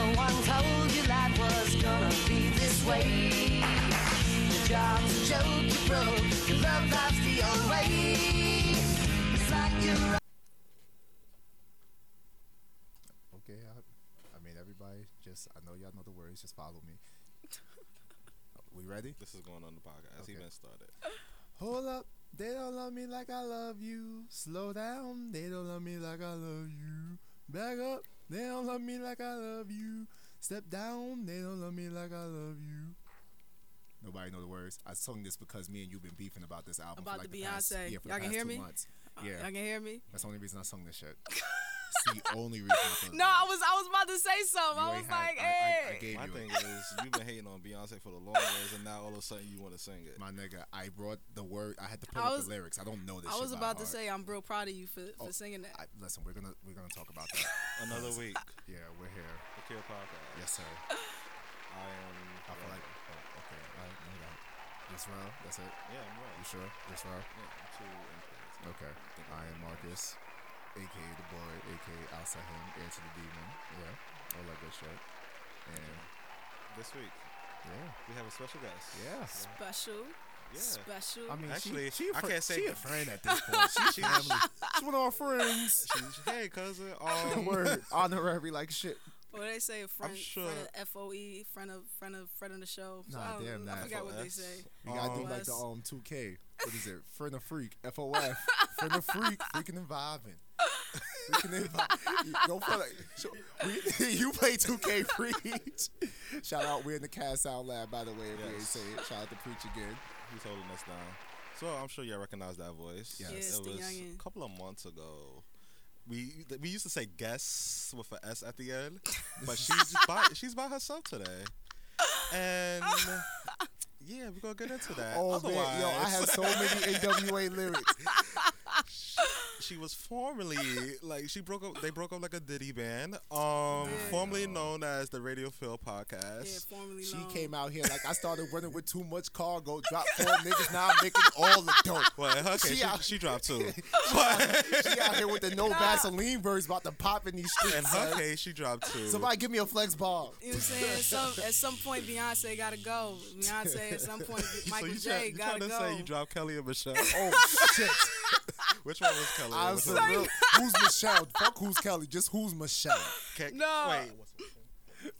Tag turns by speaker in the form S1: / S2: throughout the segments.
S1: told you life was gonna be this way. Your job's a joke, you broke. Your love life's the old way. It's like you're
S2: Okay, I, I mean everybody, just I know y'all know the words. Just follow me. we ready?
S3: This is going on the podcast. He
S2: Okay.
S3: done started.
S2: Hold up, they don't love me like I love you. Slow down, they don't love me like I love you. Back up, they don't love me like I love you. Step down, they don't love me like I love you. Nobody know the words. I sung this because me and you been beefing about this album.
S4: About
S2: for like
S4: the
S2: past-
S4: Beyonce.
S2: yeah, for the
S4: Y'all can
S2: past
S4: hear
S2: two
S4: me?
S2: months.
S4: Yeah.
S2: Yeah,
S4: Y'all can hear me?
S2: that's the only reason I sung this shit. it's the only reason. I sung
S4: No,
S2: it.
S4: I was I was about to say
S2: You
S4: something. I
S2: ain't
S4: was
S2: had-
S4: like,
S2: I-
S4: hey.
S2: I, I gave
S3: My
S2: you it.
S3: thing is, you've been hating on Beyonce for the longest, and now all of a sudden you want to sing it.
S2: My nigga, I brought the word. I had to pull
S4: I
S2: up
S4: was-
S2: the lyrics. I don't know this.
S4: I
S2: shit
S4: was
S2: by
S4: about to
S2: heart.
S4: say I'm real proud of you for, for
S2: Oh,
S4: singing that.
S2: I, listen, we're gonna we're gonna talk about that.
S3: Another week,
S2: yeah, we're here.
S3: the Kill Podcast.
S2: Yes, sir.
S3: I am.
S2: I feel like. Oh, okay. All right. no doubt. This round. That's it.
S3: yeah, I'm
S2: You
S3: right.
S2: sure? This round.
S3: Yeah, I'm too influenced.
S2: Okay. I am Marcus, aka the boy, aka outside him, answer the demon. Yeah. All that good shit. And
S3: This week
S2: yeah,
S3: we have a special guest.
S2: yeah.
S4: Special.
S3: Yeah.
S4: Special.
S2: I mean,
S3: Actually,
S2: she, she a
S3: I
S2: fri-
S3: can't say-
S2: she a friend at this point. She's
S3: She-
S2: family. She's one of our friends.
S3: She's- hey, cousin. Um,
S2: Word honorary like shit.
S4: What do they say? A friend,
S3: sure-
S4: friend of FOE, friend of friend of friend of the show. So
S2: Nah,
S4: I, don't-
S2: damn
S4: I
S2: that.
S4: forgot what they
S3: FOS.
S4: say.
S2: We gotta
S3: Oh,
S2: do like the
S4: Bless.
S2: um 2K. What is it? Friend of freak. FOF. Friend of freak. Freaking and vibing. Freaking and vibing. Don't feel like so, we, you play 2K preach. Shout out. We're in the cast out lab by the way. If we ain't
S3: Yes.
S2: say it. Shout out to preach again.
S3: He's holding us down. So I'm sure y'all recognize that voice.
S2: Yes.
S4: Yes,
S3: it
S4: the
S3: was a
S4: youngin'.
S3: couple of months ago. We th- we used to say guess with an S at the end, but she's by she's by herself today, and yeah, we're gonna get into that.
S2: Oh
S3: Otherwise,
S2: man, yo, I have so many NWA lyrics.
S3: she was formerly like she broke up. They broke up like a Diddy band, um, formerly known as the Radio Phil Podcast.
S4: Yeah, formerly
S2: She
S4: known.
S2: came out here like I started running with too much cargo. Dropped four niggas. Now I'm making all the dope.
S3: Well, in her
S2: She
S3: case, she,
S2: out-
S3: she dropped two. But
S2: She out here with the no Vaseline birds about to pop in these
S3: in
S2: streets.
S3: her
S2: son.
S3: case, she dropped two.
S2: Somebody give me a flex ball.
S4: You know what I'm saying? Some, at some point, Beyonce gotta go. Beyonce at some point, Michael
S3: so you
S4: J
S3: try,
S4: gotta
S3: you trying to
S4: go.
S3: say you dropped Kelly and Michelle?
S2: Oh shit!
S3: Which one was Kelly?
S2: I'm
S3: Which
S2: so
S3: one-
S2: real. Who's Michelle? Fuck who's Kelly. Just who's Michelle?
S3: Ke-
S4: No.
S3: Wait.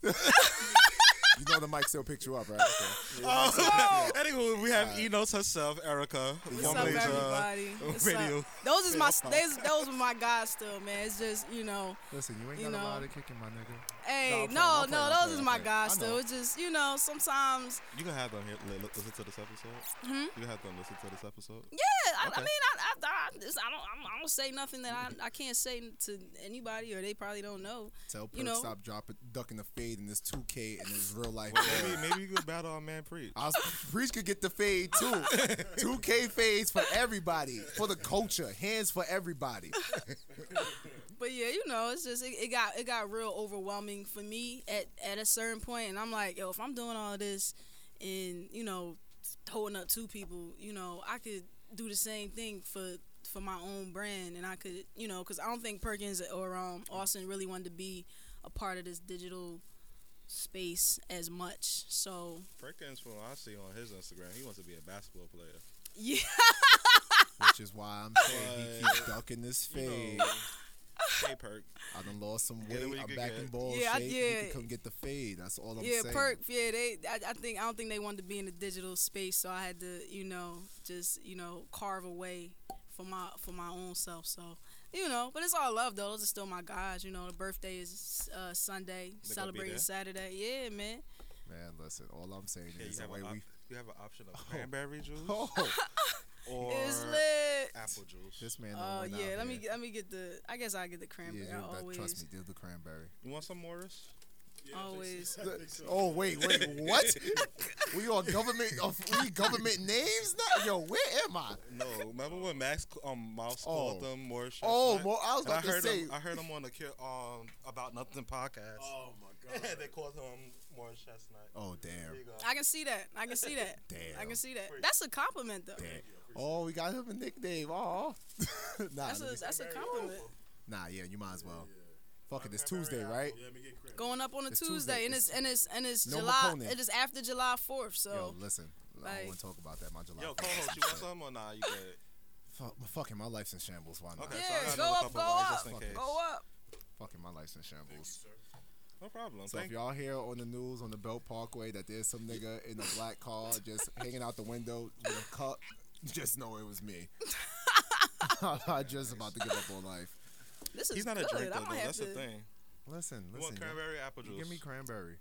S3: what's-
S2: You know the mic still picked you up, right? Okay.
S3: Oh, anyway, we have Enos herself, Erica.
S4: What's up,
S3: formerly
S2: uh,
S3: the
S4: everybody? What's
S3: radio.
S4: up? Those is my
S3: radio
S4: those, those were my guys still, man. It's just you know,
S2: Listen, you ain't
S4: You
S2: got a
S4: know.
S2: lot of kicking, my nigga. I'm
S4: hey, no,
S2: playing, I'm playing,
S4: no,
S2: I'm
S4: those
S2: playing,
S4: is
S2: I'm
S4: my
S2: playing.
S4: guys
S2: I
S4: still.
S2: know.
S4: It's just you know, sometimes
S3: You can have them here. li- li- Listen to this episode.
S4: Hmm?
S3: You can have them listen to this episode.
S4: yeah. I,
S3: Okay.
S4: I mean, I, I, I, just, I don't, I'm- I don't say nothing that I, I can't say to anybody, or they probably don't know.
S2: Tell Perk
S4: You know.
S2: stop dropping, ducking the fade in this 2K and this real life.
S3: Maybe, maybe you could battle our man Preach.
S2: I was, Preach could get the fade too. 2K fades for everybody, for the culture, hands for everybody.
S4: But yeah, you know, it's just it, it got it got real overwhelming for me at at a certain point, and I'm like, yo, if I'm doing all this, and you know, holding up two people, you know, I could do the same thing for for my own brand, and I could, you know, because I don't think Perkins or um Austin really wanted to be a part of this digital space as much. So
S3: Perkins, from what I see on his Instagram, he wants to be a basketball player.
S4: yeah,
S2: Which is why I'm saying he keeps ducking this
S3: You
S2: fade.
S3: know, hey, Perk.
S2: I done lost some
S3: Get it
S2: weight.
S3: where you
S2: I'm
S3: could
S2: back
S3: get
S2: in
S3: it.
S2: ball
S4: Yeah, I-
S2: shape. You
S4: yeah.
S2: can come get the fade. That's all I'm
S4: yeah,
S2: saying.
S4: Perk, yeah, they, I, I think I don't think they wanted to be in the digital space, so I had to, you know, just you know, carve away for my for my own self. So, you know, but it's all love though. Those are still my guys. You know, the birthday is uh, Sunday,
S3: be
S4: celebrating
S3: there?
S4: Saturday. Yeah, man.
S2: Man, listen, all I'm saying
S3: Yeah,
S2: is
S3: you,
S2: the
S3: have
S2: way
S3: an op-
S2: we.
S3: you have an option of cranberry juice
S2: Oh,
S3: or
S4: It's lit.
S3: apple juice.
S2: this man.
S4: Oh
S2: don't
S4: yeah, let me let me get the. I guess I get the cranberry. I always,
S2: trust me, the cranberry.
S3: You want some Morris?
S4: always.
S2: Oh wait, wait, what? we on government? Of, we government names now? Yo, where am I?
S3: No, remember when Max um Mouse called
S2: Oh.
S3: them Morris? Chestnut?
S2: Oh, well, I was
S3: And I
S2: about to
S3: heard
S2: say.
S3: him. I heard him on the Cure- um about nothing podcast.
S5: Oh my god.
S3: they called him Morris Chestnut.
S2: oh
S3: There you
S2: damn,
S3: go.
S4: I can see that. I can see that. I
S2: Damn.
S4: can see that. That's a compliment though.
S2: damn. Oh, we got him a nickname. Oh, nah,
S4: That's
S2: let me-
S4: a that's a compliment.
S2: nah, yeah, you might as well. Fuck it, it's Tuesday, right?
S5: Let me get credit.
S4: Going up on a
S2: It's Tuesday.
S4: Tuesday, and it's and it's and it's
S2: No
S4: July.
S2: Maconet.
S4: It is after July fourth. So
S2: Yo, listen. I don't
S4: Like-
S2: want to talk about that. My July.
S3: Yo,
S2: fourth
S3: co-host,
S2: is
S3: you want
S2: upset.
S3: some or nah? You good?
S2: Fuck, fucking my life's in shambles. Why not?
S3: Okay,
S4: Yeah,
S3: so I got
S4: go
S3: another
S4: up,
S3: couple
S4: go
S3: of ones
S4: up.
S3: just in case.
S4: go up.
S2: Fucking my life's in shambles.
S3: No problem.
S2: So if
S3: Thank you.
S2: y'all hear on the news on the Belt Parkway that there's some nigga in a black car just hanging out the window with a cup, just know it was me. I just about to give up on life.
S4: This is
S3: He's not a
S4: good.
S3: drinker
S4: I
S3: though.
S4: might have
S3: That's the
S4: to-
S3: thing.
S2: Listen,
S3: You want
S2: listen.
S3: cranberry or apple
S2: yo,
S3: juice?
S2: Give me cranberry.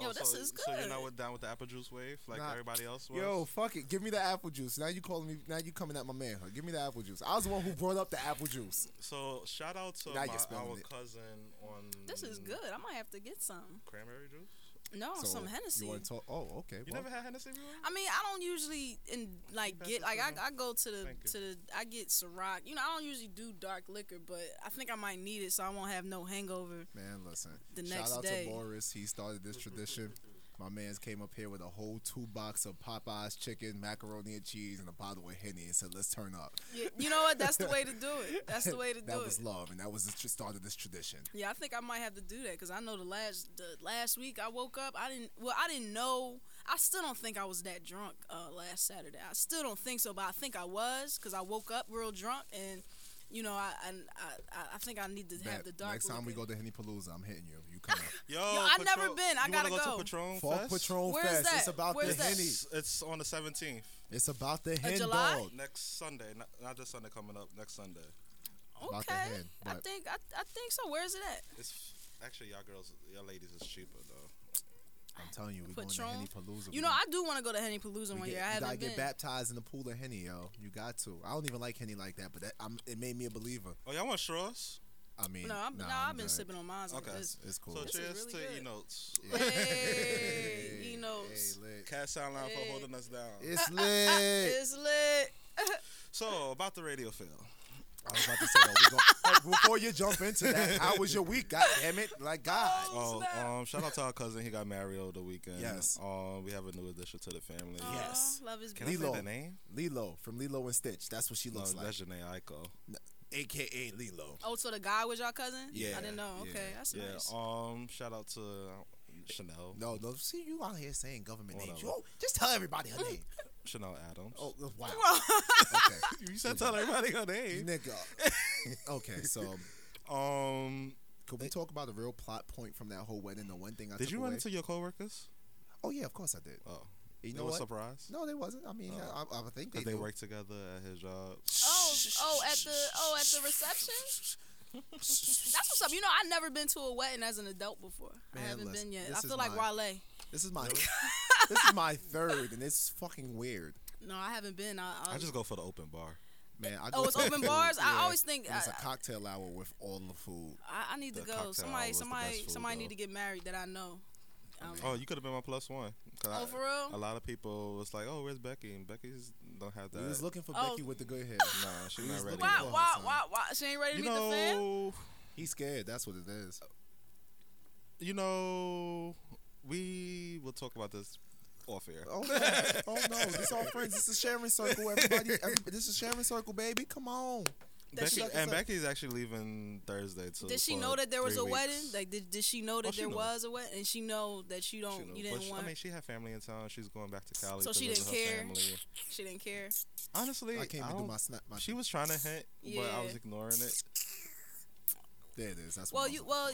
S4: Yo,
S3: Oh,
S4: this
S3: so,
S4: is
S3: So you're not
S4: good.
S3: with- down with the apple juice wave like
S2: Nah.
S3: everybody else was?
S2: Yo, fuck it. Give me the apple juice. Now you calling me. Now you coming at my manhood. Give me the apple juice. I was the one who brought up the apple juice.
S3: So shout out to
S2: Now
S3: my,
S2: you're spelling
S3: our
S2: it.
S3: cousin on.
S4: This
S3: Mm-hmm.
S4: is good. I might have to get some.
S3: Cranberry juice.
S4: No,
S2: So,
S4: Oh, some Hennessy.
S2: You want to talk? Oh, okay.
S3: You
S2: well,
S3: never had Hennessy before?
S4: I mean, I don't usually and like
S3: pass
S4: get
S3: this
S4: like I,
S3: around?
S4: I go to the
S3: Thank you.
S4: to the I get Ciroc. You know, I don't usually do dark liquor, but I think I might need it so I won't have no hangover.
S2: Man, listen.
S4: The
S2: Shout
S4: next
S2: out
S4: day.
S2: to Boris. He started this tradition. My man's came up here with a whole two box of Popeyes chicken, macaroni and cheese, and a bottle of Henny and said, let's turn up.
S4: You, you know what? That's the way to do it. That's the way to do
S2: that
S4: it.
S2: was love, and that was the tr- start of this tradition.
S4: Yeah, I think I might have to do that because I know the last the last week I woke up. I didn't. Well, I didn't know. I still don't think I was that drunk uh, last Saturday. I still don't think so, but I think I was because I woke up real drunk and. You know, I I, I- I I think I need to have
S2: Bet.
S4: the dark.
S2: Next time we go
S4: liquor.
S2: to Henny Palooza, I'm hitting you. You come up.
S3: Yo,
S4: I've never
S3: Patron-
S4: been. I
S3: you wanna
S4: gotta
S3: go. to
S4: go.
S3: Patron
S2: Fuck
S3: Fest?
S2: Patron
S4: Where's
S2: Fest. It's
S4: that?
S2: about
S4: Where's
S2: the
S4: that?
S2: Henny.
S3: It's, it's on the 17th.
S2: It's about the Hen,
S4: July?
S2: dog.
S3: Next Sunday. Not, not this Sunday coming up. Next Sunday.
S2: about the
S4: Okay,
S2: head,
S4: I
S2: but-
S4: think I, I think so. Where's it at?
S3: It's actually y'all girls, y'all ladies is cheaper though.
S2: I'm telling you, we're going to
S4: Patron.
S2: Henny Palooza.
S4: You know, I do want to go to Henny Palooza
S2: We
S4: one
S2: get-
S4: year. I
S2: you
S4: haven't
S2: gotta
S4: been.
S2: get baptized in the pool of henny, yo. You got to. I don't even like henny like that, but that, I'm, it made me a believer.
S3: Oh, y'all want straws?
S2: I mean,
S4: No, I'm,
S2: nah,
S4: no,
S2: I'm
S4: I've been
S2: good.
S4: sipping on mine like
S3: Okay.
S4: this.
S2: It's cool.
S3: So
S4: This is
S3: cheers
S4: really
S3: to
S4: good.
S3: E notes.
S4: Hey, he knows.
S2: Hey, lit.
S3: Cat Sound Line for
S4: Hey.
S3: holding us down.
S2: It's lit.
S4: It's lit.
S3: so about the radio fail.
S2: I was about to say, oh, we gon- oh, before you jump into that, how was your week? God damn it. Like, God.
S3: Oh,
S4: snap.
S3: um, shout out to our cousin. He got married over the weekend.
S2: Yes.
S3: Um, we have a new addition to the family.
S4: Aw,
S2: Yes.
S4: love is
S3: Can
S4: beautiful.
S3: I
S2: Lilo.
S3: say the name?
S2: Lilo from Lilo and Stitch. That's what she
S3: No,
S2: looks like.
S3: that's Janae Aiko.
S2: AKA Lilo.
S4: Oh, so the guy was your cousin?
S2: Yeah,
S4: I didn't know.
S2: yeah,
S4: Okay, that's
S3: Yeah.
S4: nice.
S3: Um, shout out to Chanel.
S2: No, no. See, you out here saying government
S3: Hold
S2: names.
S3: on.
S2: Yo, just tell everybody her name.
S3: Chanel Adams.
S2: Oh, wow. okay.
S3: you said tell everybody her name.
S2: Nigga. Okay, so
S3: Um,
S2: could we talk about the real plot point from that whole wedding? The one thing I
S3: did
S2: took
S3: you run
S2: away?
S3: into your coworkers?
S2: Oh, yeah, of course I did.
S3: Oh,
S2: You
S3: They
S2: know
S3: were
S2: what?
S3: surprised
S2: No, they wasn't. I mean,
S3: Oh.
S2: I, I think they,
S3: because they
S2: do.
S3: work together at his job.
S4: Oh, oh, at the oh at the reception. That's what's up. You know, I've never been to a wedding as an adult before.
S2: Man,
S4: I haven't
S2: listen,
S4: been yet.
S2: this
S4: I
S2: is
S4: feel like
S2: my-
S4: Wale.
S2: This is my this is my third, and it's fucking weird,
S4: No, I haven't been. I, I,
S2: Um,
S3: I just go for the open bar.
S2: man. I
S4: Oh,
S2: go
S4: it's
S2: to the
S4: open
S2: food,
S4: bars? I
S2: yeah,
S4: always think-
S2: and it's a
S4: I- I-
S2: cocktail hour with all the food.
S4: I, I need to
S3: The
S4: go.
S3: cocktail
S4: Somebody,
S3: was the
S4: somebody,
S3: best food,
S4: somebody
S3: though.
S4: need to get married that I know. Um,
S3: Oh, you could have been my plus one. 'Cause
S4: Oh,
S3: I-
S4: for
S3: A
S4: real?
S3: lot of people was like, "Oh, where's Becky?" And Becky's don't have that.
S2: We was looking for
S4: Oh.
S2: Becky with the good hair.
S3: nah,
S2: we
S3: she's
S2: was
S3: not ready.
S2: looking
S4: why,
S2: for her,
S4: why,
S2: son.
S4: why, why? She ain't ready to
S3: You
S4: meet the fan.
S3: know,
S2: He's scared. That's what it is.
S3: you know, we will talk about this off air.
S2: Oh no! oh no! This is all friends. This is sharing circle. Everybody, everybody this is sharing circle, baby. Come on.
S4: Does
S3: Becky,
S4: she,
S2: That's
S3: and
S2: a-
S3: Becky's actually leaving Thursday too.
S4: did she
S3: for
S4: know that there was
S3: three
S4: a
S3: weeks. Oh,
S4: wedding? Like, did, did she know that
S3: she
S4: there
S3: know.
S4: was a wedding? And she know that you
S3: She
S4: don't,
S3: know,
S4: you
S3: but
S4: didn't
S3: she-
S4: want.
S3: I mean, she had family in town. She's going back to Cali.
S4: So
S3: to
S4: she
S3: visit
S4: didn't
S3: her
S4: care?
S3: Family.
S4: she didn't care.
S3: Honestly,
S2: I can't
S3: I
S2: even do
S3: don't-
S2: my snap. My
S3: She was trying to hint, but I was
S4: Yeah.
S3: ignoring it.
S2: there it is. That's
S4: Well,
S2: what
S4: you,
S2: I'm-
S4: well,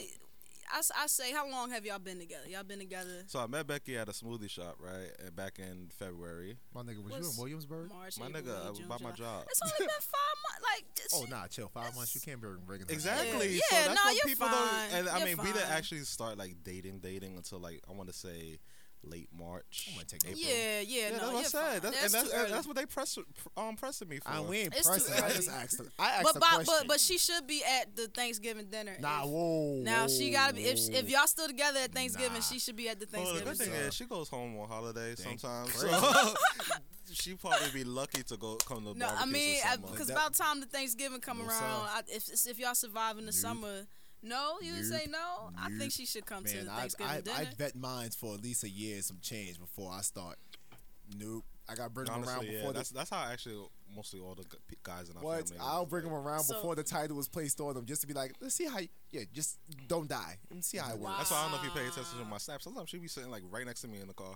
S4: I, s- I say, how long have y'all been together? Y'all been together
S3: So I met Becky at a smoothie shop, right, uh, back in February.
S2: My nigga, was, you
S4: was-
S2: in Williamsburg?
S4: March,
S3: My
S4: April,
S3: nigga,
S4: May,
S3: I was
S4: June,
S3: by my
S4: July.
S3: job.
S4: It's only been five months. Like, just,
S2: Oh nah, chill. Five months. You can't be regular.
S3: Exactly.
S4: Yeah.
S3: so
S4: Yeah,
S3: that's
S4: no,
S3: what
S4: you're
S3: people
S4: fine.
S3: don't. And I
S4: You're
S3: mean, we didn't
S4: fine.
S3: actually start like dating, dating until like I want to say late March.
S2: I'm gonna take a-
S3: April.
S4: yeah, yeah,
S3: Yeah,
S4: no,
S3: that's what I
S4: you're
S3: said.
S4: fine.
S3: That's, and that's,
S4: too
S3: and
S4: early.
S3: that's what they press, um, pressing me for.
S2: I went
S4: It's too
S2: pressing. I
S4: early.
S2: just asked. her- I asked
S4: but
S2: a
S4: by,
S2: question.
S4: but but she should be at the Thanksgiving dinner.
S2: Nah,
S4: If-
S2: whoa.
S4: Now she gotta be if
S2: whoa.
S4: if y'all still together at Thanksgiving,
S2: Nah.
S4: she should be at the
S3: Well, the
S4: Thanksgiving.
S3: good thing
S2: Thanksgiving.
S3: is she goes home on holidays
S2: Thank
S3: sometimes, so she probably be lucky to go come to
S4: no, I
S3: barbecues
S4: mean,
S3: with someone.
S4: because
S2: That-
S4: about time the Thanksgiving come
S2: No,
S4: around,
S2: sir.
S4: I, if it's- if y'all survive in the
S2: Nope.
S4: summer, no, you would
S2: Nope.
S4: say no. I
S2: Nope.
S4: think she should come to
S2: Man,
S4: the
S2: I,
S4: Thanksgiving
S2: I, I
S4: dinner.
S2: bet mines for at least a year and some change before I start. Nope. I got to bring them around
S3: Honestly, yeah,
S2: before
S3: that's
S2: this.
S3: that's how I actually mostly all the gu- p- guys in our
S2: What?
S3: family.
S2: I'll bring them around
S4: So-
S2: before the title was placed on them, just to be like, let's see how. You, yeah, just don't die. Let me see how it works.
S3: That's why I don't know if you pay attention to
S2: Ah.
S3: my snaps. Sometimes she be sitting like right next to me in the car.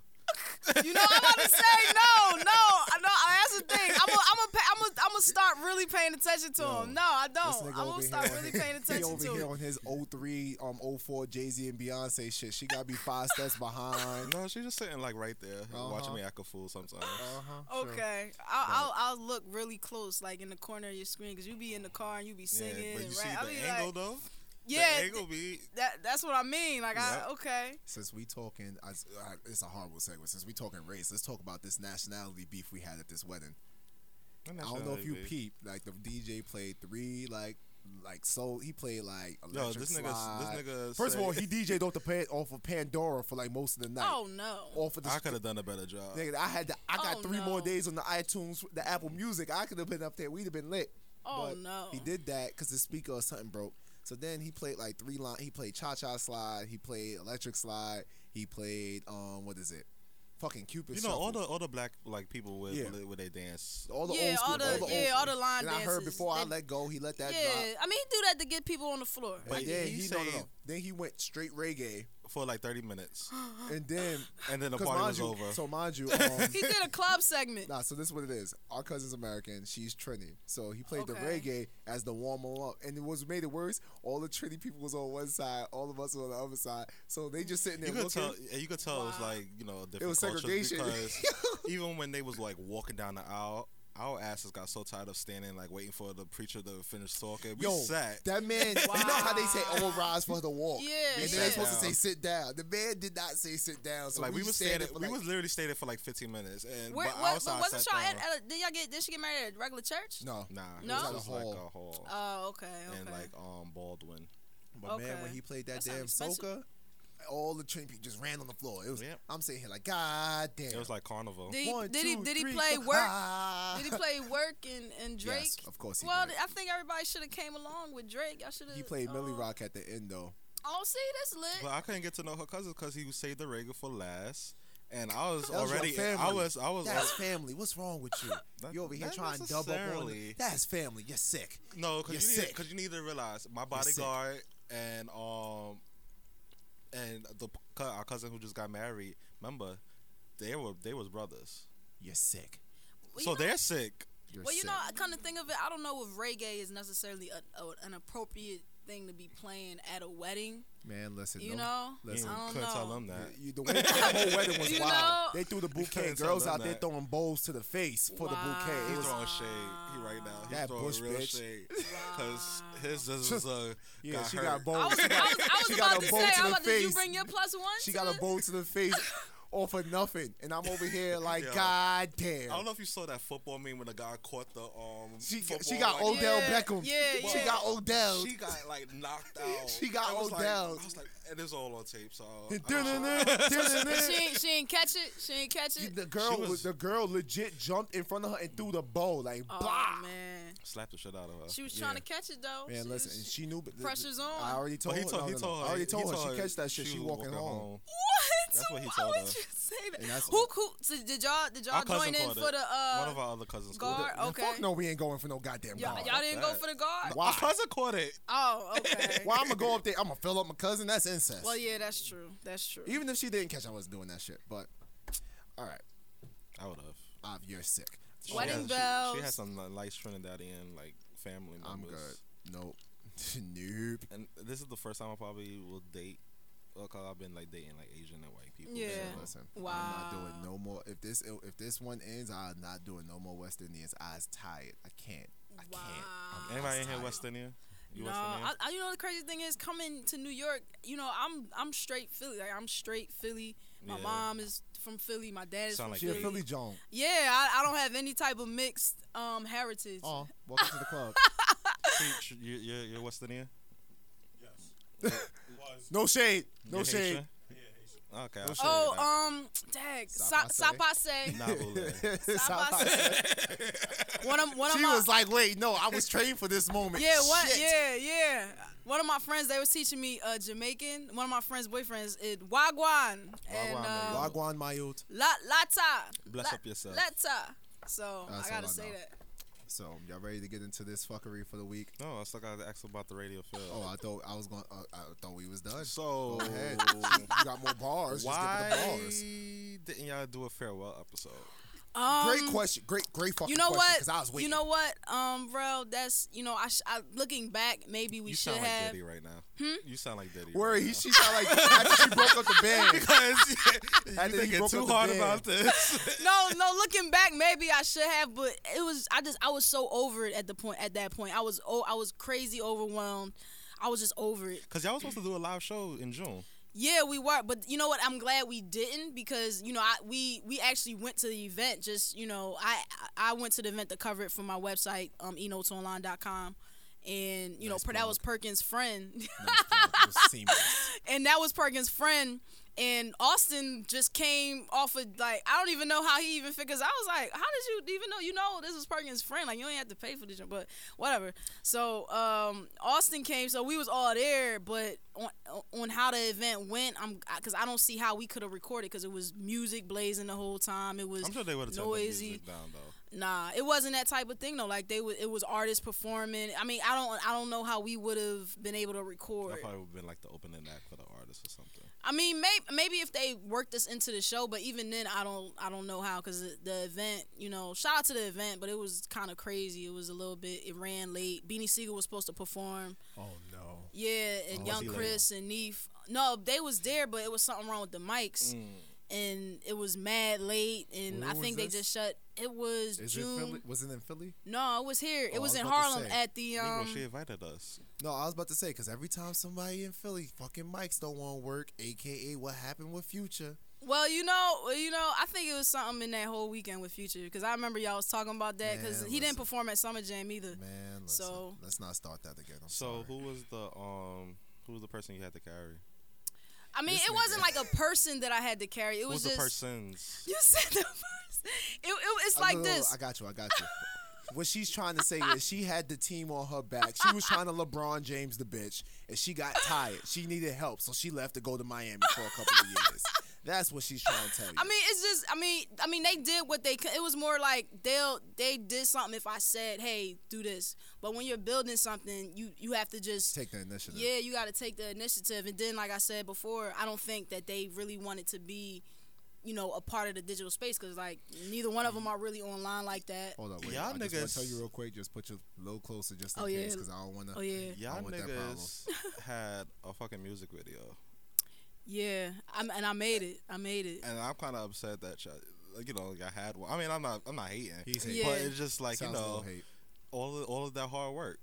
S4: You know, I'm about to say no, no, I know. That's the thing. I'm gonna, I'm gonna, pay- I'm gonna, I'm gonna start really paying attention to him. No, I
S2: This
S4: don't.
S2: nigga
S4: I'm
S2: over
S4: gonna start
S2: here-
S4: really paying
S2: He
S4: attention
S2: over
S4: to
S2: here
S4: him.
S2: on his 03, um, 04 Jay Z and Beyonce shit. She gotta be five steps behind.
S3: No, she's just sitting like right there and
S2: Uh-huh.
S3: watching me act a fool sometimes.
S2: Uh-huh, sure.
S4: Okay, I'll, I'll, I'll look really close, like in the corner of your screen, cause you be in the car and you be
S3: Yeah,
S4: singing,
S3: but you
S4: and
S3: see
S4: right? I'll
S3: the
S4: be
S3: angle
S4: like,
S3: though.
S4: yeah,
S3: the
S4: th-
S3: angle be
S4: that, that's what I mean. Like,
S3: Yep.
S4: I okay,
S2: Since we talking, I, I, it's a horrible segue. Since we talking race, let's talk about this nationality beef we had at this wedding. I don't know if you peeped. Like the DJ played three, like like soul. He played like
S3: Yo,
S2: electric
S3: this nigga,
S2: slide.
S3: this nigga.
S2: First of all,
S3: said-
S2: he DJ'd off the pan, off of Pandora for like most of the night.
S4: oh no,
S2: off of the
S3: I could have done a better job.
S2: nigga, I had to, I got
S4: Oh,
S2: three more
S4: no.
S2: days on the iTunes, the Apple Music. I could have been up there. We'd have been lit.
S4: Oh,
S2: But
S4: no.
S2: He did that because the speaker or something broke. So then he played like three line. He played Cha Cha Slide. He played Electric Slide. He played um what is it? Fucking Cupid.
S3: You know, all
S2: Shuffle.
S3: the all the black like people with
S2: Yeah.
S3: with their dance.
S2: all the
S4: Yeah,
S2: old school,
S4: all the-
S2: old
S4: yeah,
S2: school.
S4: all the line
S2: And I heard
S4: dances.
S2: before I
S4: They-
S2: let go, he let that
S4: yeah.
S2: drop.
S4: I mean, he do that to get people on the floor.
S3: But
S2: and then
S3: he
S2: he, no, no,
S3: say-
S2: no. Then he went straight reggae,
S3: for like 30 minutes.
S2: and then
S3: And then the
S2: 'cause
S3: party
S2: mind
S3: was
S2: you,
S3: over.
S2: So mind you, um,
S4: he did a club segment.
S2: Nah, so this is what it is. Our cousin's American. She's Trini. So he played the
S4: Okay.
S2: reggae as the warm up. And it was made it worse. All the Trini people was on one side. All of us was on the other side. So they just sitting
S3: you
S2: there
S3: could
S2: looking.
S3: tell yeah, you could tell it was
S4: Wow.
S3: like, you know, different
S2: was
S3: cultures
S2: segregation.
S3: because even when they was like walking down the aisle, our asses got so tired of standing like waiting for the preacher to finish talking. We
S2: Yo,
S3: sat.
S2: that man. You know how they say all rise for the walk.
S4: Yeah,
S2: and
S4: yeah.
S2: they're supposed to say
S3: Down.
S2: sit down. The man did not say sit down. So
S3: like we
S2: was
S3: was standing,
S2: for
S3: we
S2: like,
S3: was literally staying there for like 15 minutes and
S4: Where,
S3: but
S4: what,
S3: outside
S4: but wasn't
S3: sat
S4: y'all at,
S3: down.
S4: at? Did y'all get? Did she get married at a regular church?
S2: no.
S3: Nah,
S4: No?
S3: it was,
S2: It was
S3: just
S2: like a
S3: like a
S2: hall.
S3: hall
S4: Oh, okay, okay.
S3: and like um Baldwin.
S2: But man, when
S4: Okay.
S2: he played that,
S4: That sound
S2: damn
S4: expensive.
S2: soca, all the Trini people just ran on the floor. It was.
S3: Yep.
S2: I'm sitting here like, God damn.
S3: It was like carnival.
S4: did he,
S2: One,
S4: did, he,
S2: two,
S4: did he
S2: three,
S4: play
S2: go-
S4: work?
S2: Ah.
S4: Did he play work and, and Drake?
S2: Yes, of course he
S4: well,
S2: did.
S4: I think everybody should have came along with Drake. I should have.
S2: He played Millie
S4: um,
S2: Rock at the end though.
S4: Oh, see, that's
S3: But
S4: lit.
S3: I couldn't get to know her cousins because he saved the reggae for last. And I was
S2: That was your
S3: already, I
S2: family.
S3: was, I was,
S2: That's family. What's wrong with you?
S3: Not-
S2: you over here
S3: not
S2: trying to double up on
S3: necessarily.
S2: That's family. You're sick.
S3: No,
S2: You're
S3: because you, need-
S2: sick.
S3: 'cause you need to realize my
S2: sick.
S3: bodyguard and um and the p- cou- our cousin who just got married. Remember, they were they was brothers,
S2: You're sick.
S4: Well,
S3: so
S4: you know,
S3: they're sick.
S2: You're
S4: well, you
S2: sick.
S4: know, I kind of think of it. I don't know if reggae is necessarily a, a, an appropriate thing to be playing at a wedding.
S2: man, listen.
S4: You
S2: don't-
S4: know,
S2: listen.
S4: I don't
S3: couldn't
S4: know.
S3: tell them that.
S2: You, you- the, way, the whole wedding was
S4: You
S2: wild.
S4: know-
S2: they threw the bouquet.
S3: couldn't tell
S2: Girls
S3: them
S2: out there
S3: that.
S2: throwing bowls to the face for the bouquet. It
S3: He's
S2: was
S3: throwing shade. He right now. He's
S2: That
S3: throwing
S2: bush
S3: real
S2: bitch.
S3: shade because his this is a
S2: yeah.
S3: got
S2: she
S3: hurt.
S2: got bowls.
S4: I was, I
S2: she got,
S4: was, I
S2: she
S4: was
S2: got
S4: about
S2: a
S4: to
S2: bow
S4: say,
S2: to the
S4: I'm about to, did you
S2: face.
S4: bring your plus one?
S2: she
S4: to
S2: got a
S4: the-
S2: bowl to the face. Off of nothing, and I'm over here like,
S3: Yo.
S2: God damn.
S3: I don't know if you saw that football meme when the guy caught the um.
S2: She got, she
S3: football,
S2: got
S3: like,
S2: Odell
S4: Yeah,
S2: Beckham.
S4: yeah,
S2: she
S4: yeah.
S2: got Odell.
S3: She got like knocked out.
S2: She got
S3: I was like-
S2: Odell.
S3: I was like, it is all on tape. So I don't-
S4: She
S2: the
S4: ain't, she ain't catch it. She ain't catch it.
S2: girl
S3: She
S2: was,
S3: was-
S2: the girl legit jumped in front of her and threw the bowl like
S4: Oh
S2: blah.
S4: man,
S3: slapped the shit out of her.
S4: she was
S2: Yeah.
S4: trying to catch it though.
S2: Man,
S4: She
S2: listen, and
S4: was-
S2: she knew. but the-
S4: Pressure's on.
S2: I already told
S3: But
S2: her.
S3: he told,
S2: Oh, no,
S3: he
S2: no, no.
S3: told her.
S2: I already told
S3: he
S2: her. She catch that shit.
S3: was
S2: She walking, home.
S4: What?
S3: That's what he
S4: Why
S3: told
S4: would
S3: us.
S4: you say that?
S2: And that's-
S4: Who, who so did y'all did y'all
S3: Our
S4: join
S3: cousin
S4: in
S3: called
S4: for
S3: it.
S4: the
S3: One
S4: uh
S3: of our other cousins called
S4: guard?
S3: it.
S2: Man,
S4: Okay.
S2: Fuck no, we ain't going for no goddamn
S4: y'all,
S2: guard.
S4: y'all didn't go
S3: that.
S4: for the guard.
S2: Why?
S3: Our cousin caught it.
S4: Oh, okay.
S2: Why I'm gonna go up there? I'm gonna fill up my cousin. That's incest.
S4: Well, yeah, that's true. That's true.
S2: Even if she didn't catch, I wasn't doing that shit. But all right,
S3: I would have.
S2: Ob, you're sick.
S3: She
S4: Wedding
S3: has- she- She,
S4: bells.
S3: has some like, light Trinidadian like family members.
S2: I'm good. Nope. nope.
S3: And this is the first time I probably will date. Well, cause I've been like dating like Asian and white people.
S4: Yeah.
S3: so-
S2: Listen, I'm not
S4: Wow.
S2: doing no more. If this if this one ends, I'm not doing no more West Indians. I was tired. I can't. I can't. I'm-
S3: Anybody in here
S2: tired.
S3: West Indian? You
S4: no,
S3: West Indian?
S4: I, I, you know the crazy thing is coming to New York. You know, I'm I'm straight Philly. Like I'm straight Philly. My
S3: Yeah.
S4: mom is from Philly. My dad is
S3: Sound
S4: from
S3: like
S2: She a
S4: Philly.
S2: Philly Joan.
S4: Yeah, I, I don't have any type of mixed um heritage.
S2: Oh, welcome to the club.
S3: She- she- you, you're, you're West Indian?
S5: Yes. Was.
S2: No shade. No
S3: You're
S2: shade.
S3: Haitian?
S5: Yeah, Haitian.
S3: Okay.
S2: No
S3: I'll
S2: shade. Oh,
S3: show
S4: Oh,
S3: you that.
S4: um, dag, sa-
S2: Sapase?
S4: sapase.
S3: Nah,
S2: um.
S3: Boule.
S2: Southside.
S4: One of one of
S2: She
S4: my
S2: was like, wait, no, I was trained for this moment.
S4: yeah, one
S2: Shit.
S4: yeah, yeah. One of my friends they was teaching me uh, Jamaican. One of my friends' boyfriends is Wagwan and
S3: Wagwan,
S4: uh,
S3: man.
S2: Wagwan Mayot.
S4: La- Lata.
S3: Bless
S4: La-
S3: up yourself.
S4: Lata. So
S2: That's
S4: I
S2: all I
S4: gotta say
S2: know.
S4: that.
S2: So y'all ready to get into this fuckery for the week?
S3: No, I still got to ask about the radio field.
S2: Oh, I thought I was going. Uh, I thought we was done.
S3: so
S2: Go ahead. you got more bars.
S3: why
S2: Just give me the bars.
S3: didn't y'all do a farewell episode?
S4: Um,
S2: Great question. Great, great fucking
S4: You know
S2: question.
S4: what?
S2: Because I was
S4: you
S2: waiting.
S4: know what? Um, Rel, that's you know, I, sh- I looking back, maybe we
S3: you
S4: should
S3: sound like
S4: have. Hmm?
S3: Diddy right now. You sound like Diddy.
S2: Worry,
S3: right
S2: he,
S3: now.
S2: she sound like after she broke up the band.
S3: because
S2: I
S3: you're
S2: think he
S3: thinking
S2: broke
S3: too
S2: up the
S3: hard
S2: band.
S3: about this.
S4: no, no. Looking back, maybe I should have, but it was. I just I was so over it at the point. At that point, I was oh, I was crazy overwhelmed. I was just over it.
S3: Because y'all was supposed to do a live show in June.
S4: Yeah, we were, but you know what? I'm glad we didn't because you know I we we actually went to the event. Just you know, I I went to the event to cover it for my website, um, enotesonline.com. And you know,
S2: Nice
S4: per- that
S2: plug.
S4: was Perkins' friend,
S2: It was seamless.
S4: and that was Perkins' friend. And Austin just came off of like I don't even know how he even figures. I was like, how did you even know? You know, this was Perkins' friend. Like you ain't have to pay for this, but whatever. So um, Austin came, so we was all there. But on on how the event went, I'm because I don't see how we could have recorded because it was music blazing the whole time. It was
S3: I'm sure they would have turned the
S4: noisy.
S3: music down though.
S4: Nah, it wasn't that type of thing though. Like they was it was artists performing. I mean, I don't I don't know how we would have been able to record.
S3: That probably would have been like the opening act for the artist or something.
S4: I mean, maybe maybe if they worked us into the show, but even then, I don't I don't know how because the event, you know, shout out to the event, but it was kind of crazy. It was a little bit. It ran late. Beanie Siegel was supposed to perform.
S2: Oh no.
S4: Yeah, and
S3: Oh, was
S4: Young
S3: he late?
S4: Chris and Neef. No, they was there, but it was something wrong with the mics, and it was mad late. And
S2: Mm. When
S4: I
S2: was
S4: think
S2: this?
S4: they just shut. It was
S2: Is
S4: June.
S2: it Philly? Was it in Philly?
S4: No, it was here.
S2: Oh, I
S4: it was,
S2: was
S4: in
S2: about to
S4: Harlem
S2: say.
S4: at the
S3: Negro,
S4: um.
S3: she invited us.
S2: No, I was about to say because every time somebody in Philly, fucking mics don't want to work. AKA what happened with Future.
S4: Well, you know, well, you know, I think it was something in that whole weekend with Future because I remember y'all was talking about that because
S2: Man,
S4: he
S2: listen.
S4: didn't perform at Summer Jam either.
S2: Man, listen,
S4: So-
S2: let's not start that again. I'm
S3: So
S2: sorry.
S3: who was the um who was the person you had to carry?
S4: I mean,
S2: This
S4: it
S2: nigga.
S4: wasn't like a person that I had to carry. It
S3: Who was
S4: was just
S3: the persons?
S4: you said the person. It, it- it's
S2: Uh,
S4: like
S2: no, no, no,
S4: this.
S2: I got you. I got you. what she's trying to say is she had the team on her back. She was trying to LeBron James the bitch, and she got tired. She needed help, so she left to go to Miami for a couple of years. That's what she's trying to tell you.
S4: I mean, it's just. I mean, I mean, they did what they. could. It was more like they'll they did something. If I said, "Hey, do this," but when you're building something, you you have to just
S2: take the initiative.
S4: Yeah, you got to take the initiative. And then, like I said before, I don't think that they really wanted to be, you know, a part of the digital space because, like, neither one of them are really online like that.
S2: Hold up, wait.
S3: Y'all
S2: I just want
S3: niggas-
S2: to tell you real quick. Just put you a little closer, just in
S4: Oh, yeah.
S2: case, because I don't want to.
S4: Oh, yeah.
S3: Y'all
S2: want that
S3: niggas had a fucking music video,
S4: Yeah, I'm, and I made it. I made it.
S3: and I'm kind of upset that y'all, like, you know, like I had one. I mean, I'm not, I'm not hating,
S2: He's
S4: hating.
S3: but
S4: Yeah.
S3: it's just like
S2: Sounds a
S3: you
S2: little
S3: know,
S2: hate.
S3: all of, all of that hard work.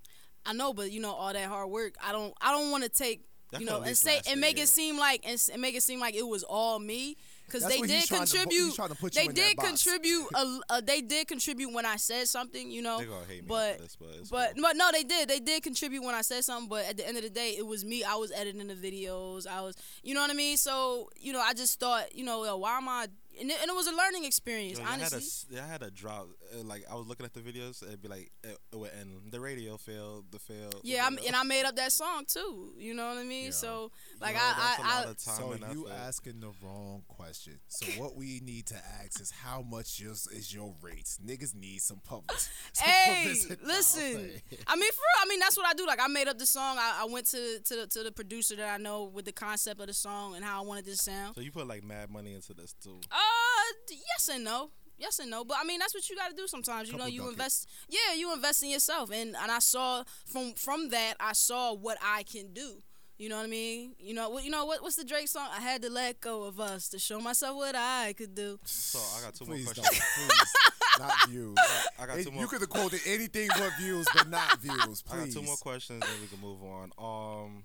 S4: I know, but you know, all that hard work. I don't. I don't want to take.
S3: That
S4: you
S3: could
S4: know,
S3: at
S4: and
S3: least
S4: say
S3: last a
S4: and make
S3: year.
S4: it seem like and, s- and make it seem like it was all me because
S2: That's
S4: they
S2: what he's
S4: did
S2: trying to put-
S4: contribute.
S2: he's trying to put you in
S4: they
S2: that
S4: did
S2: box.
S4: contribute. A, a, they did contribute when I said something. You know,
S3: They gonna hate me
S4: Oh, but
S3: for this, but it's
S4: But
S3: cool.
S4: but no, they did. They did contribute when I said something. But at the end of the day, it was me. I was editing the videos. I was, you know what I mean. So you know, I just thought, you know, yo, why am I? And it, and it was a learning experience,
S3: Yo, y'all had a
S4: honestly.
S3: s- y'all had a drop. uh, Like I was looking at the videos, it'd be like it, it would end. The radio failed. The failed. the
S4: yeah, I'm,
S3: failed.
S4: and I made up that song too. You know what I mean.
S2: Yeah.
S4: So
S3: You
S4: like
S3: know, that's a
S4: I,
S3: lot
S4: I, I
S3: of time
S2: So
S3: and
S2: you
S3: effort.
S2: asking the wrong question. So what we need to ask is how much is, is your rate? Niggas need some public. some
S4: hey,
S2: publicity.
S4: listen. I mean, for real, I mean, that's what I do. Like, I made up the song. I, I went to to the, to the producer that I know with the concept of the song and how I wanted this to sound.
S3: So you put like mad money into this too.
S4: Uh, d- yes and no. Yes and no, but I mean that's what you got to do sometimes. You know,
S2: Couple
S4: you
S2: ducat.
S4: invest. Yeah, you invest in yourself, and and I saw from from that I saw what I can do. You know what I mean? You know what? You know what? What's the Drake song? I had to let go of us to show myself what I could do.
S3: So I got two
S2: Please
S3: more
S2: don't.
S3: questions.
S2: Please. Not views.
S3: I got
S2: It-
S3: two more.
S2: you could have quoted anything but views, but not views. Please.
S3: I got two more questions, and we can move on. Um,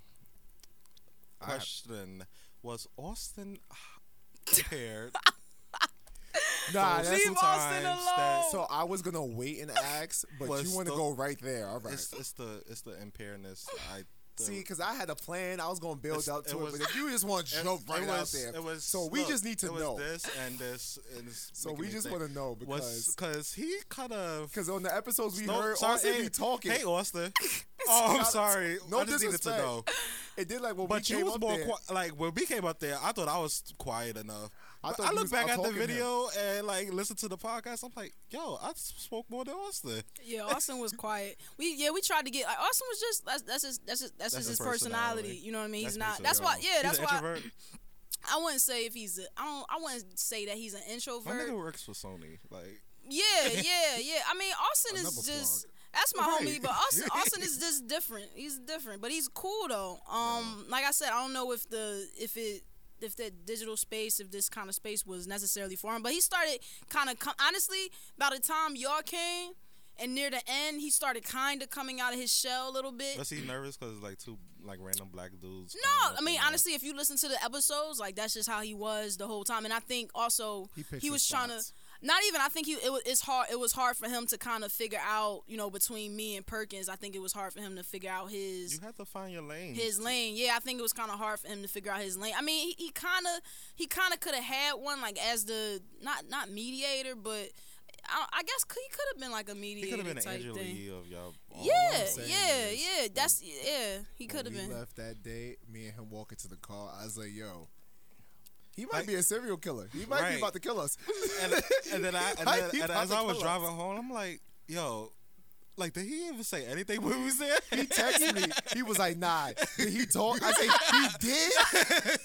S2: I have-
S3: question: Was Austin prepared?
S2: Nah,
S3: those
S2: that's
S3: two
S4: Leave Austin
S3: times
S4: alone.
S2: so I was gonna wait and ask, but
S3: Was
S2: you want to
S3: the-
S2: go right there. All right.
S3: It's, it's the it's the impairness. I the,
S2: See, because I had a plan, I was gonna build
S3: It's-
S2: up
S3: it
S2: to it,
S3: was-
S2: but if you just want to
S3: it-
S2: jump right
S3: it was,
S2: out there,
S3: It was,
S2: so we
S3: look,
S2: just need to
S3: it was
S2: know.
S3: this and this and this.
S2: So we just want to know because
S3: because he kind of
S2: because on the episodes we
S3: No,
S2: heard
S3: sorry,
S2: Austin
S3: hey,
S2: be talking.
S3: Hey, Austin. oh, I'm sorry.
S2: No
S3: I just needed to
S2: disrespect.
S3: know.
S2: It did like when
S3: But
S2: we
S3: you
S2: came
S3: was
S2: up
S3: more
S2: there,
S3: qui- like when we came up there. I thought I was quiet enough.
S2: I
S3: But
S2: thought
S3: I,
S2: you
S3: look
S2: was
S3: back at the
S2: out-talking him.
S3: video and like listen to the podcast. I'm like, yo, I spoke more than Austin.
S4: Yeah, Austin was quiet. We yeah, we tried to get like Austin was just that's that's his that's his, that's,
S3: That's
S4: just his
S3: his personality.
S4: personality. You know what I mean? He's
S3: That's
S4: not. That's why.
S3: basically
S4: Yeah,
S3: all.
S4: that's
S3: He's an
S4: why.
S3: introvert.
S4: I wouldn't say if he's. A, I don't. I wouldn't say that he's an
S3: My
S4: introvert.
S3: nigga works for Sony. Like,
S4: Yeah, yeah, yeah. I mean, Austin
S2: Another
S4: is just
S2: plug.
S4: that's my
S3: Right.
S4: homie, but Austin, Austin is just different. He's different, but he's cool though. Um, like I said, I don't know if the if it if that digital space, if this kind of space was necessarily for him, but he started kind of com- honestly by the time y'all came. And near the end, he started kind of coming out of his shell a little bit.
S3: was he nervous because like two like random black dudes? coming
S4: No,
S3: up
S4: I mean
S3: on him?
S4: honestly, if you listen to the episodes, like that's just how he was the whole time. And I think also
S2: He
S4: he,
S2: picked his
S4: was trying to.
S2: spots.
S4: Not even. I think he. It was. It's hard. It was hard for him to kind of figure out. You know, between me and Perkins, I think it was hard for him to figure out his
S3: you have to find your lane.
S4: his lane. Yeah, I think it was kind of hard for him to figure out his lane. I mean, he kind of he kind of could have had one like as the not not mediator, but I, I guess he could have been like a mediator
S3: he could have been an
S4: type
S3: Angela
S4: thing.
S3: Yee of y'all. all.
S4: Yeah,
S2: saying
S4: yeah,
S2: is,
S4: yeah. That's yeah. He
S2: when
S4: could have
S2: we
S4: been.
S2: left that day. Me and him walking to the car. I was like, yo. He might
S3: Like-
S2: be a serial killer. He might
S3: Right.
S2: be about to kill us.
S3: and, and then I and,
S2: Why
S3: then,
S2: you
S3: and
S2: about
S3: as
S2: to
S3: I
S2: kill
S3: was
S2: us?
S3: driving home, I'm like, yo, like did he even say anything when we was there?
S2: He texted me. He was like, "Nah." Did he talk? I said, "He did,"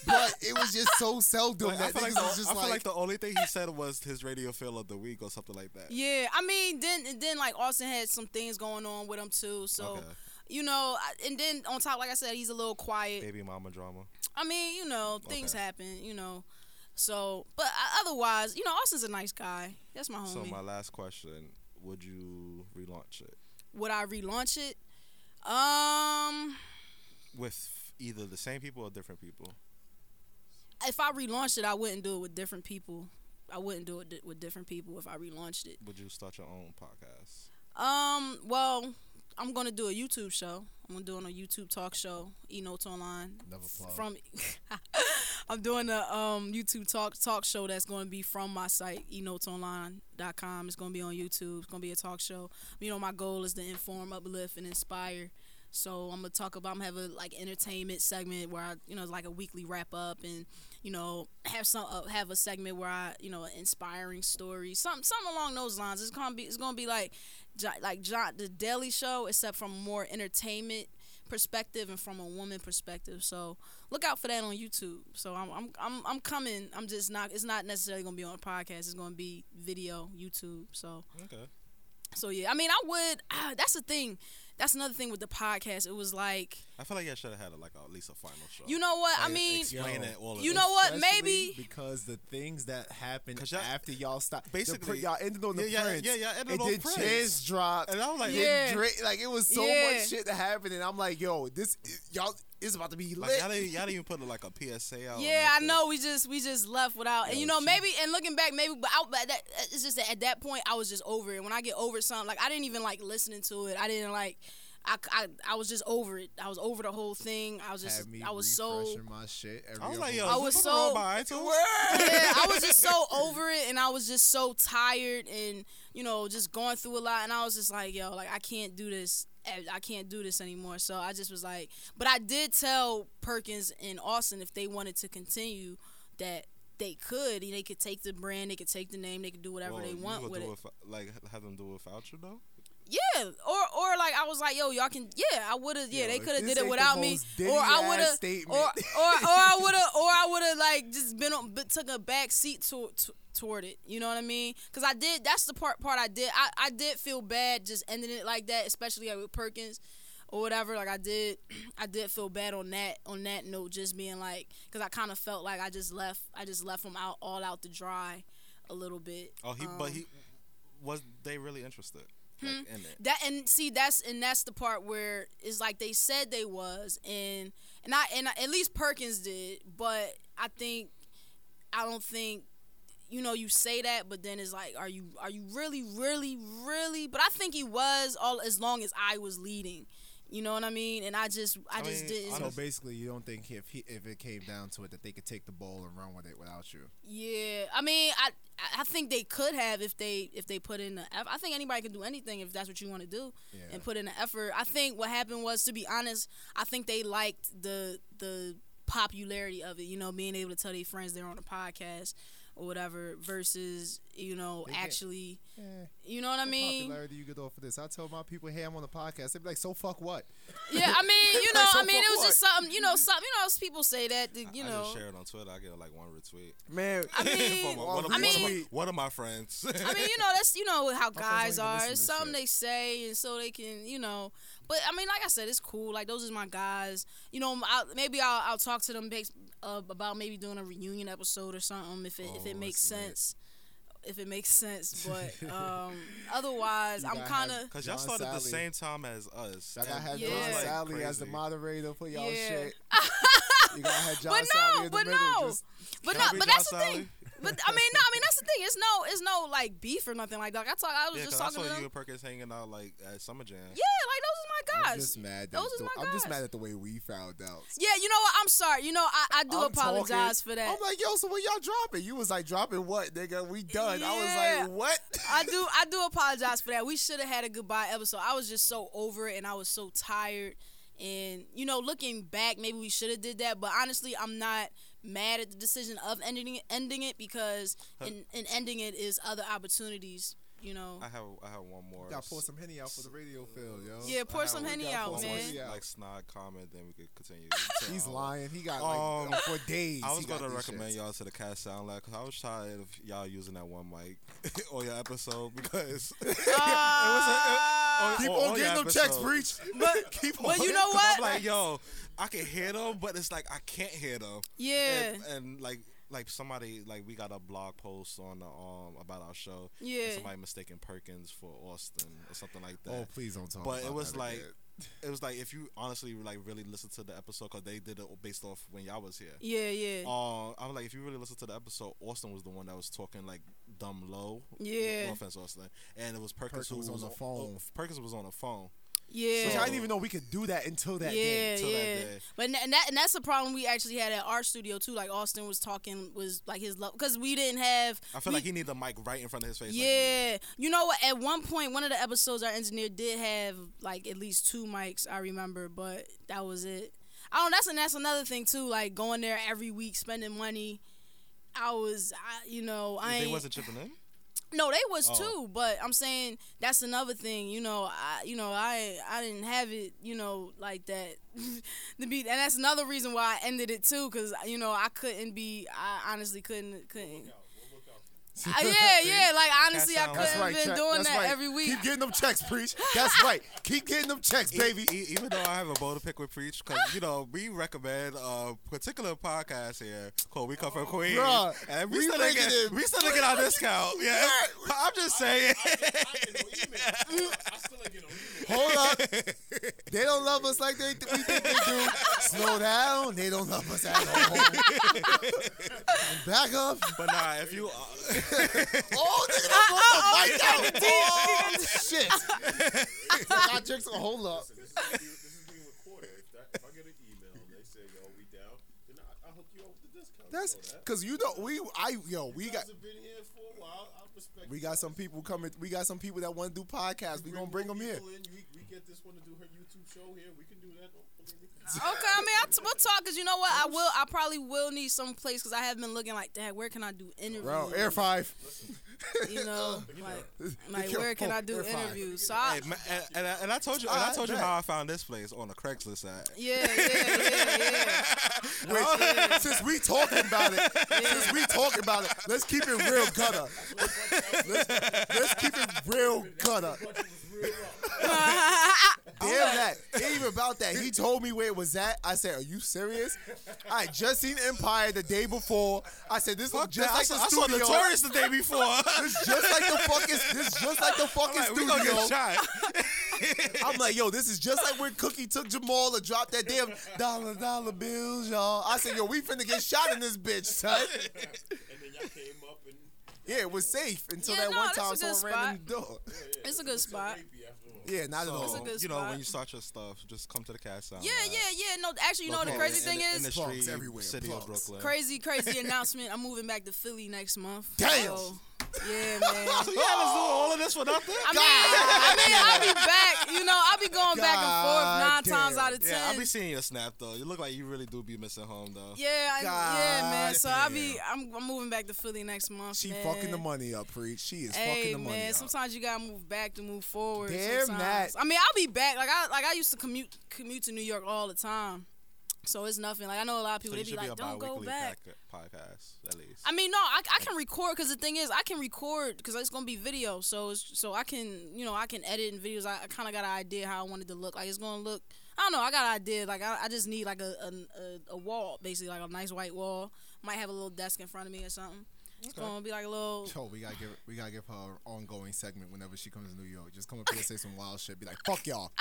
S2: but it was just so seldom
S3: Like, I
S2: that
S3: feel,
S2: niggas
S3: like
S2: was
S3: the,
S2: just
S3: I feel
S2: like,
S3: like the only thing he said was his radio fill of the week or something like that.
S4: Yeah, I mean, then and then like Austin had some things going on with him too, so
S3: Okay.
S4: you know, I- and then on top, like I said, he's a little quiet.
S3: Baby mama drama.
S4: I mean, you know, things
S3: Okay.
S4: happen, you know. So, but uh, otherwise, you know, Austin's a nice guy. That's my homie.
S3: So my last question: Would you relaunch it
S4: Would I relaunch it? Um,
S3: with either the same people or different people?
S4: if I relaunched it, I wouldn't do it with different people. I wouldn't do it di- with different people if I relaunched it.
S3: Would you start your own podcast?
S4: Um, well, I'm gonna do a YouTube show. I'm gonna do it on a YouTube talk show, E Notes Online.
S2: Another plug.
S4: From I'm doing a um YouTube talk talk show that's gonna be from my site, e enotesonline.com. It's gonna be on YouTube. It's gonna be a talk show. You know, my goal is to inform, uplift, and inspire. So I'm gonna talk about I'm gonna have a like entertainment segment where I you know it's like a weekly wrap up and you know have some uh, have a segment where I you know an inspiring story some something along those lines. It's gonna be it's gonna be like Jo- like John the Daily Show except from more entertainment perspective and from a woman perspective. So look out for that on YouTube. So I'm I'm I'm, I'm coming. I'm just not it's not necessarily gonna be on a podcast. It's gonna be video YouTube. So.
S3: Okay.
S4: So yeah, I mean, I would. Ah, that's the thing. That's another thing with the podcast. It was like,
S3: I feel like you should have had like at least a final show.
S4: you know what? I
S3: Like,
S4: mean,
S3: explain it all. of
S4: you
S3: it.
S4: know what?
S2: Especially
S4: Maybe-
S2: because the things that happened
S3: 'Cause y'all-
S2: after y'all stopped. Basically,
S3: Basically-
S2: y'all ended on the
S3: Yeah, yeah,
S2: Prince.
S3: yeah, y'all ended
S2: and
S3: on
S2: then
S3: Prince.
S2: Chance dropped.
S3: And I was like,
S2: then
S4: Yeah.
S2: Drake- like it was so
S4: Yeah.
S2: much shit that happened, and I'm like, yo, this y'all is about to be lit.
S3: like, y'all, didn't, y'all didn't even put like a PSA out. or
S4: yeah, I
S3: nothing.
S4: know. We just we just left without, and
S3: Yo,
S4: you know,
S3: she-
S4: maybe and looking back, maybe, but I, but that it's just that at that point, I was just over it. When I get over something, like I didn't even like listening to it. I didn't like. I, I, I was just over it. I was over the whole thing. I was just
S2: Had me
S4: I was so
S2: refreshing my shit. Every
S3: I was like,
S2: other
S3: yo,
S2: week.
S4: I
S3: is
S4: was
S3: this
S4: so-
S3: something wrong by iTunes?
S4: yeah, I was just so over it, and I was just so tired, and you know, just going through a lot, and I was just like, yo, like I can't do this. I- I can't do this anymore. So I just was like, but I did tell Perkins and Austin if they wanted to continue that they could, they could take the brand, they could take the name, they could do whatever
S3: Well,
S4: they
S3: you
S4: want
S3: gonna
S4: with
S3: do
S4: it.
S3: with- like have them do it without you though.
S4: Yeah, or or like I was like, yo, y'all can. Yeah, I would have. Yeah,
S2: Yo,
S4: they
S2: if
S4: could have
S2: this ain't
S4: did it
S2: the
S4: without me,
S2: most
S4: or I
S2: Diddy-ass
S4: would have, or
S2: statement.
S4: or or I would have, or I would have like just been on, but took a back seat to, to, toward it. You know what I mean? Because I did. That's the part part I did. I I did feel bad just ending it like that, especially like with Perkins. Or whatever, like I did, I did feel bad on that on that note, just being like, because I kind of felt like I just left, I just left them out all out to dry, a little bit.
S3: Oh, he
S4: Um, hmm.
S3: but he was they really interested like, in it.
S4: that and see that's and that's the part where it's like they said they was and and I and I, at least Perkins did, but I think I don't think you know you say that, but then it's like are you are you really really really? But I think he was all as long as I was leading. You know what I mean? And I just I,
S3: I
S4: just
S3: mean,
S4: didn't.
S2: So
S3: honest-
S2: basically, you don't think if he, if it came down to it that they could take the ball and run with it without you?
S4: yeah, I mean I I- I think they could have if they if they put in the eff- I think anybody can do anything if that's what you want to do
S2: Yeah.
S4: and put in the effort. I think what happened was to be honest, I think they liked the the popularity of it. You know, being able to tell their friends they're on a podcast or whatever versus you know
S2: They get-
S4: actually
S2: Eh,
S4: you know what I
S2: what
S4: mean.
S2: popularity you get off of this. I tell my people, hey, I'm on the podcast. They be like, so fuck what?
S4: Yeah, I mean, you know,
S2: Like, so
S4: I mean, it
S2: fuck
S4: was just something, you know, something, you know, people say that, that, you
S3: I, I
S4: know.
S3: just share it on Twitter. I get like one retweet.
S2: Man,
S4: I
S3: From one,
S4: mean,
S3: of,
S4: I
S3: one of my-
S4: mean-
S3: one of my friends.
S4: I mean, you know, that's you know how
S2: friends don't
S4: guys
S2: even
S4: are.
S2: listen
S4: It's
S2: to
S4: something
S2: shit.
S4: they say, and so they can, you know. But I mean, like I said, it's cool. Like those is my guys. You know, I, maybe I'll, I'll talk to them bas- uh, about maybe doing a reunion episode or something if it if
S3: Oh,
S4: it makes
S3: that's lit.
S4: sense. If it makes sense, but um, otherwise,
S2: You
S4: I'm
S2: gotta
S4: kind
S2: have-
S4: of
S3: Cause y'all
S2: John
S3: started at the
S2: Sally.
S3: same time as us.
S2: Y'all gotta
S3: and
S2: have
S3: it was,
S4: Yeah.
S2: John
S3: like,
S2: Sally as the
S3: crazy.
S2: moderator for y'all
S4: Yeah.
S2: shit. you gotta have John
S4: But
S2: Sally
S4: no,
S2: in the
S4: but
S2: middle.
S4: no,
S2: Just,
S4: but
S3: Can
S4: no,
S3: I be
S4: but
S3: John
S4: that's the
S3: Sally?
S4: thing. But I mean, no, I mean that's the thing. It's no, it's no like beef or nothing like that. Like, I talk, I was
S3: Yeah,
S4: just
S3: cause I
S4: talking to
S3: saw
S4: them.
S3: you and Perkins hanging out like at Summer Jam.
S4: Yeah, like those is my
S2: I'm
S4: guys.
S2: just mad. That
S4: Those is
S2: the-
S4: my
S2: I'm just
S4: guys.
S2: mad at the way we found out.
S4: Yeah, you know what? I'm sorry. You know, I, I do
S2: I'm
S4: apologize
S2: talking.
S4: for that.
S2: I'm like, yo, so when y'all dropping? You was like, dropping what, nigga? We done. I
S4: Yeah.
S2: was like, what?
S4: I do I do apologize for that. We should have had a goodbye episode. I was just so over it and I was so tired. And you know, looking back, maybe we should have did that. But honestly, I'm not mad at the decision of ending it, ending it because in, in ending it is other opportunities. You know,
S3: I have I have one more.
S2: Gotta pour some henny out for the radio field, yo.
S4: yeah.
S3: I
S4: Pour
S3: have
S4: some
S3: one-
S4: henny
S2: gotta pour
S4: out,
S3: one
S2: some
S3: more,
S4: man.
S2: henny out.
S3: Like snide comment, then we could continue.
S2: He's
S3: So,
S2: lying. He got
S3: Um,
S2: like for days.
S3: I
S2: he
S3: was
S2: got
S3: gonna
S2: this shit.
S3: recommend y'all to the cast sound lab because I was tired of y'all using that one mic on your episode because
S4: Uh,
S2: Keep
S3: on-
S2: on,
S3: on
S2: getting
S3: your
S2: them checks,
S3: episode.
S2: breach.
S4: But-
S2: keep
S4: but
S2: on.
S4: you know
S3: Oh, 'Cause
S4: what?
S3: I'm like, yo, I can hear them, but it's like I can't hear them.
S4: yeah,
S3: And, and like like somebody like we got a blog post on the, um about our show. and
S4: Yeah.
S3: somebody mistaken Perkins for Austin or something like that.
S2: Oh, please don't talk.
S3: But
S2: about
S3: it was
S2: that
S3: like
S2: again.
S3: it was like if you honestly like really listen to the episode because they did it based off when y'all was here.
S4: yeah, yeah,
S3: Uh, I'm like, if you really listen to the episode, Austin was the one that was talking like dumb low.
S4: Yeah.
S3: No offense, Austin. And it was Perkins,
S2: Perkins was
S3: who
S2: on the phone.
S3: oh, Perkins was on the phone.
S4: yeah.
S2: Which I didn't even know we could do that until that day.
S4: yeah,
S3: till that
S4: yeah.
S3: day.
S4: But and that and that's the problem we actually had at our studio too. Like Austin was talking was like his love because we didn't have.
S3: I feel
S4: we-
S3: like he needed a mic right in front of his face. like,
S4: yeah, you know what? At one point, one of the episodes, our engineer did have like at least two mics. I remember, but that was it. I don't. That's and that's another thing too. Like going there every week, spending money. I was, I, you know, I
S3: they
S4: ain't,
S3: wasn't chipping in.
S4: no, they was
S3: Oh.
S4: too. But I'm saying that's another thing. You know, I you know I I didn't have it. You know, like that. to be, and that's another reason why I ended it too. Cause you know I couldn't be. I honestly couldn't couldn't. Uh, yeah, yeah. Like honestly, I
S3: sound-
S4: couldn't
S3: That's
S4: have been
S2: Chad.
S4: doing
S2: That's
S4: that
S2: right.
S4: every week.
S2: Keep getting them checks, preach. That's right. Keep getting them checks,
S3: E-
S2: baby.
S3: e- even though I have a bone to pick with Preach, because you know we recommend a particular podcast here called We Come From Queens,
S2: Bruh,
S3: and we,
S2: we
S3: still
S2: making
S3: get
S2: it.
S3: we still get our discount. Yeah, I'm just saying.
S5: I still ain't get no email.
S2: Hold up. They don't love us like they we think they do. Slow down. They don't love us at all. Back up.
S3: but nah, if you uh,
S2: Oh, nigga, that's what the mic out. Oh, shit. I drinks. Hold up.
S5: Listen, this is being, this is being recorded. If, that, if I get an email and they say, yo, we down, then I, I'll hook you up with the discount.
S2: That's
S5: you know that.
S2: because you know we. I yo we
S5: You
S2: got
S5: guys have been here for a while. I respect
S2: we
S5: you
S2: got
S5: guys.
S2: some people coming. We got some people that want to do podcasts. We gonna bring them
S5: more
S2: here.
S5: people in. We, we get this one to do her YouTube show here. We can do that. I mean, we can-
S4: Okay, I mean, I t- we'll talk. Cause you know what, I will. I probably will need some place. Cause I have been looking like, Dad, where can I do interviews?
S2: Bro, Air Five.
S4: You know, like, like
S2: your
S4: where can
S2: phone,
S4: I do
S2: Air Five.
S4: interviews? So I,
S3: Hey, ma- and, and, I, and I told you, and I
S2: I
S3: told you
S2: bet.
S3: how I found this place on the Craigslist ad.
S4: yeah, yeah, yeah, yeah.
S2: Wait, since we talking about it, since we talking about it, let's keep it real gutter. Let's, let's keep it real gutter. Damn that. It ain't even about that. He told me where it was at. I said, Are you serious? I had just seen Empire the day before. I said, This
S3: Fuck
S2: looks just
S3: that! I,
S2: like
S3: saw,
S2: the
S3: I saw
S2: studio.
S3: Notorious the day before. I'm
S2: This just like the fucking this just like the fucking
S3: like, we gonna
S2: studio.
S3: get shot.
S2: I'm like, yo, this is just like when Cookie took Jamal and dropped that damn dollar dollar bills, y'all. I said, yo, we finna get shot in this bitch, son.
S5: and then y'all came up and
S2: Yeah, it was safe until
S4: Yeah,
S2: that
S4: no,
S2: one
S4: that's
S2: time
S4: a good
S2: someone ran in the door.
S4: It's a good spot.
S5: rapey after all.
S2: Yeah, not at all.
S3: So,
S4: a good
S3: you know,
S4: spot.
S3: when you start your stuff, just come to the cast sound.
S4: Yeah,
S3: Lab.
S4: yeah, yeah. No, actually, you know what the
S3: Located
S4: crazy
S3: in
S4: thing
S3: the-
S4: is?
S3: in the
S2: Plugs
S3: street,
S2: everywhere,
S3: city of
S2: plugs.
S3: Brooklyn.
S4: Crazy, crazy announcement. I'm moving back to Philly next month.
S2: Damn.
S4: So, yeah, man.
S3: So you had us do all of this for nothing?
S4: I mean, I mean, I'll be back. You know, I'll be going back
S2: God
S4: and forth nine times
S2: damn.
S4: out of ten.
S3: yeah, I be seeing your snap though. You look like you really do be missing home though.
S4: yeah, I- yeah, man. So I'll be.
S2: Goddamn.
S4: I'm, I'm moving back to Philly next month.
S2: She
S4: man.
S2: fucking the money up, preach. She is
S4: Hey
S2: fucking the money
S4: man,
S2: up.
S4: sometimes you gotta move back to move forward.
S2: Damn
S4: sometimes.
S2: that.
S4: I mean, I'll be back. Like I like I used to commute commute to New York all the time, so it's nothing. Like I know a lot of
S3: So
S4: people
S3: you
S4: they
S3: should
S4: be like,
S3: a
S4: don't go
S3: bi-weekly
S4: back.
S3: pack- podcast at least.
S4: I mean, no, I, I can record because the thing is, I can record because it's gonna be video. So it's, so I can you know I can edit in videos. I, I kind of got an idea how I wanted to look. Like it's gonna look. I don't know. I got an idea. Like I, I just need like a, a a- a wall basically, like a nice white wall. Might have a little desk in front of me or something. It's gonna be like a little.
S2: Oh, we gotta give we gotta give her an ongoing segment whenever she comes to New York. Just come up here and say some wild shit. Be like, fuck y'all.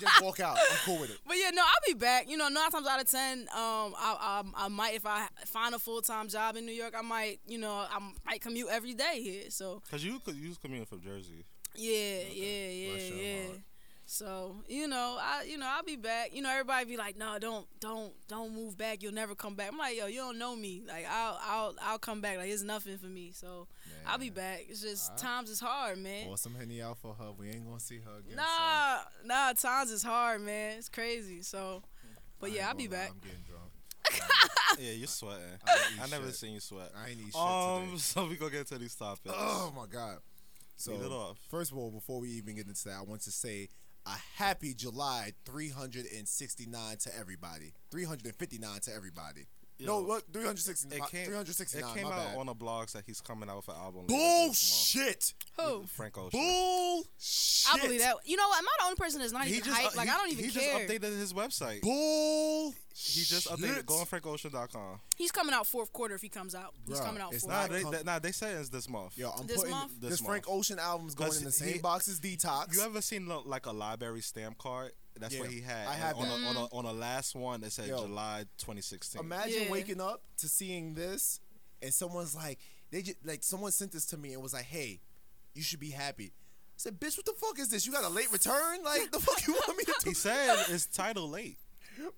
S2: Just walk out. I'm cool with it.
S4: But yeah, no, I'll be back. You know, nine times out of ten, um, I, I, I might if I find a full time job in New York, I might, you know, I might commute every day here. So
S3: Cause you could use commuting from Jersey.
S4: yeah,
S2: Bless
S4: yeah,
S2: your
S4: yeah, yeah.
S2: heart.
S4: So you know, I you know I'll be back. You know, everybody be like, no, don't, don't, don't move back. You'll never come back. I'm like, yo, you don't know me. Like I'll, I'll, I'll come back. Like it's nothing for me. So I'll be
S2: Man.
S4: back. It's just
S2: Alright.
S4: times is hard, man.
S2: Pour some henny out for her. We ain't gonna see her again. so
S4: Nah, nah, times is hard, man. It's crazy. So, but
S2: I
S4: yeah,
S2: ain't
S4: I'll be
S2: gonna lie,
S4: back.
S2: I'm getting drunk.
S4: Ah.
S3: yeah, you sweating.
S2: I don't eat
S3: I never
S2: shit.
S3: seen you sweat.
S2: I ain't eat shit
S3: Um,
S2: today.
S3: so we gonna get to these topics.
S2: Oh my god. So
S3: Lead it off.
S2: first of all, before we even get into that, I want to say a happy July 369 to everybody. 359 to everybody. no,
S3: Yo,
S2: what? 369.
S3: It came, it
S2: 369.
S3: came
S2: my
S3: out
S2: bad.
S3: on the blogs that he's coming out with an album. later this
S2: Bullshit.
S4: Who?
S3: month. Frank Ocean.
S2: Bullshit.
S4: I believe that. You know what? Am I the only person that's not
S3: He
S4: even
S3: just
S4: hyped? Like
S3: he,
S4: I don't even
S3: he
S4: care.
S3: just updated his website.
S2: Bull.
S3: He just updated. Go on FrankOcean.com.
S4: He's coming out fourth quarter if he comes out. He's
S2: Bruh,
S4: coming out
S2: it's
S4: fourth.
S3: Nah,
S2: not-
S3: they,
S2: com-
S3: they, nah, they said it's this month.
S2: Yo, I'm
S4: This
S2: putting
S4: month?
S2: this,
S3: This
S2: Frank
S3: month.
S2: Ocean album's going
S3: Plus,
S2: in the
S3: he-
S2: same box as Detox.
S3: You ever seen lo- like a library stamp card? That's what
S2: Yeah,
S3: he had.
S2: I
S3: and
S2: have
S3: on
S2: that.
S3: a, on, a, on a last one that said
S2: Yo.
S3: July 2016.
S2: Imagine
S4: Yeah.
S2: waking up to seeing this, and someone's like, they just like someone sent this to me and was like, "Hey, you should be happy." I said, "Bitch, what the fuck is this? You got a late return? Like the fuck you want me to
S3: he
S2: do?"
S3: said it's title late.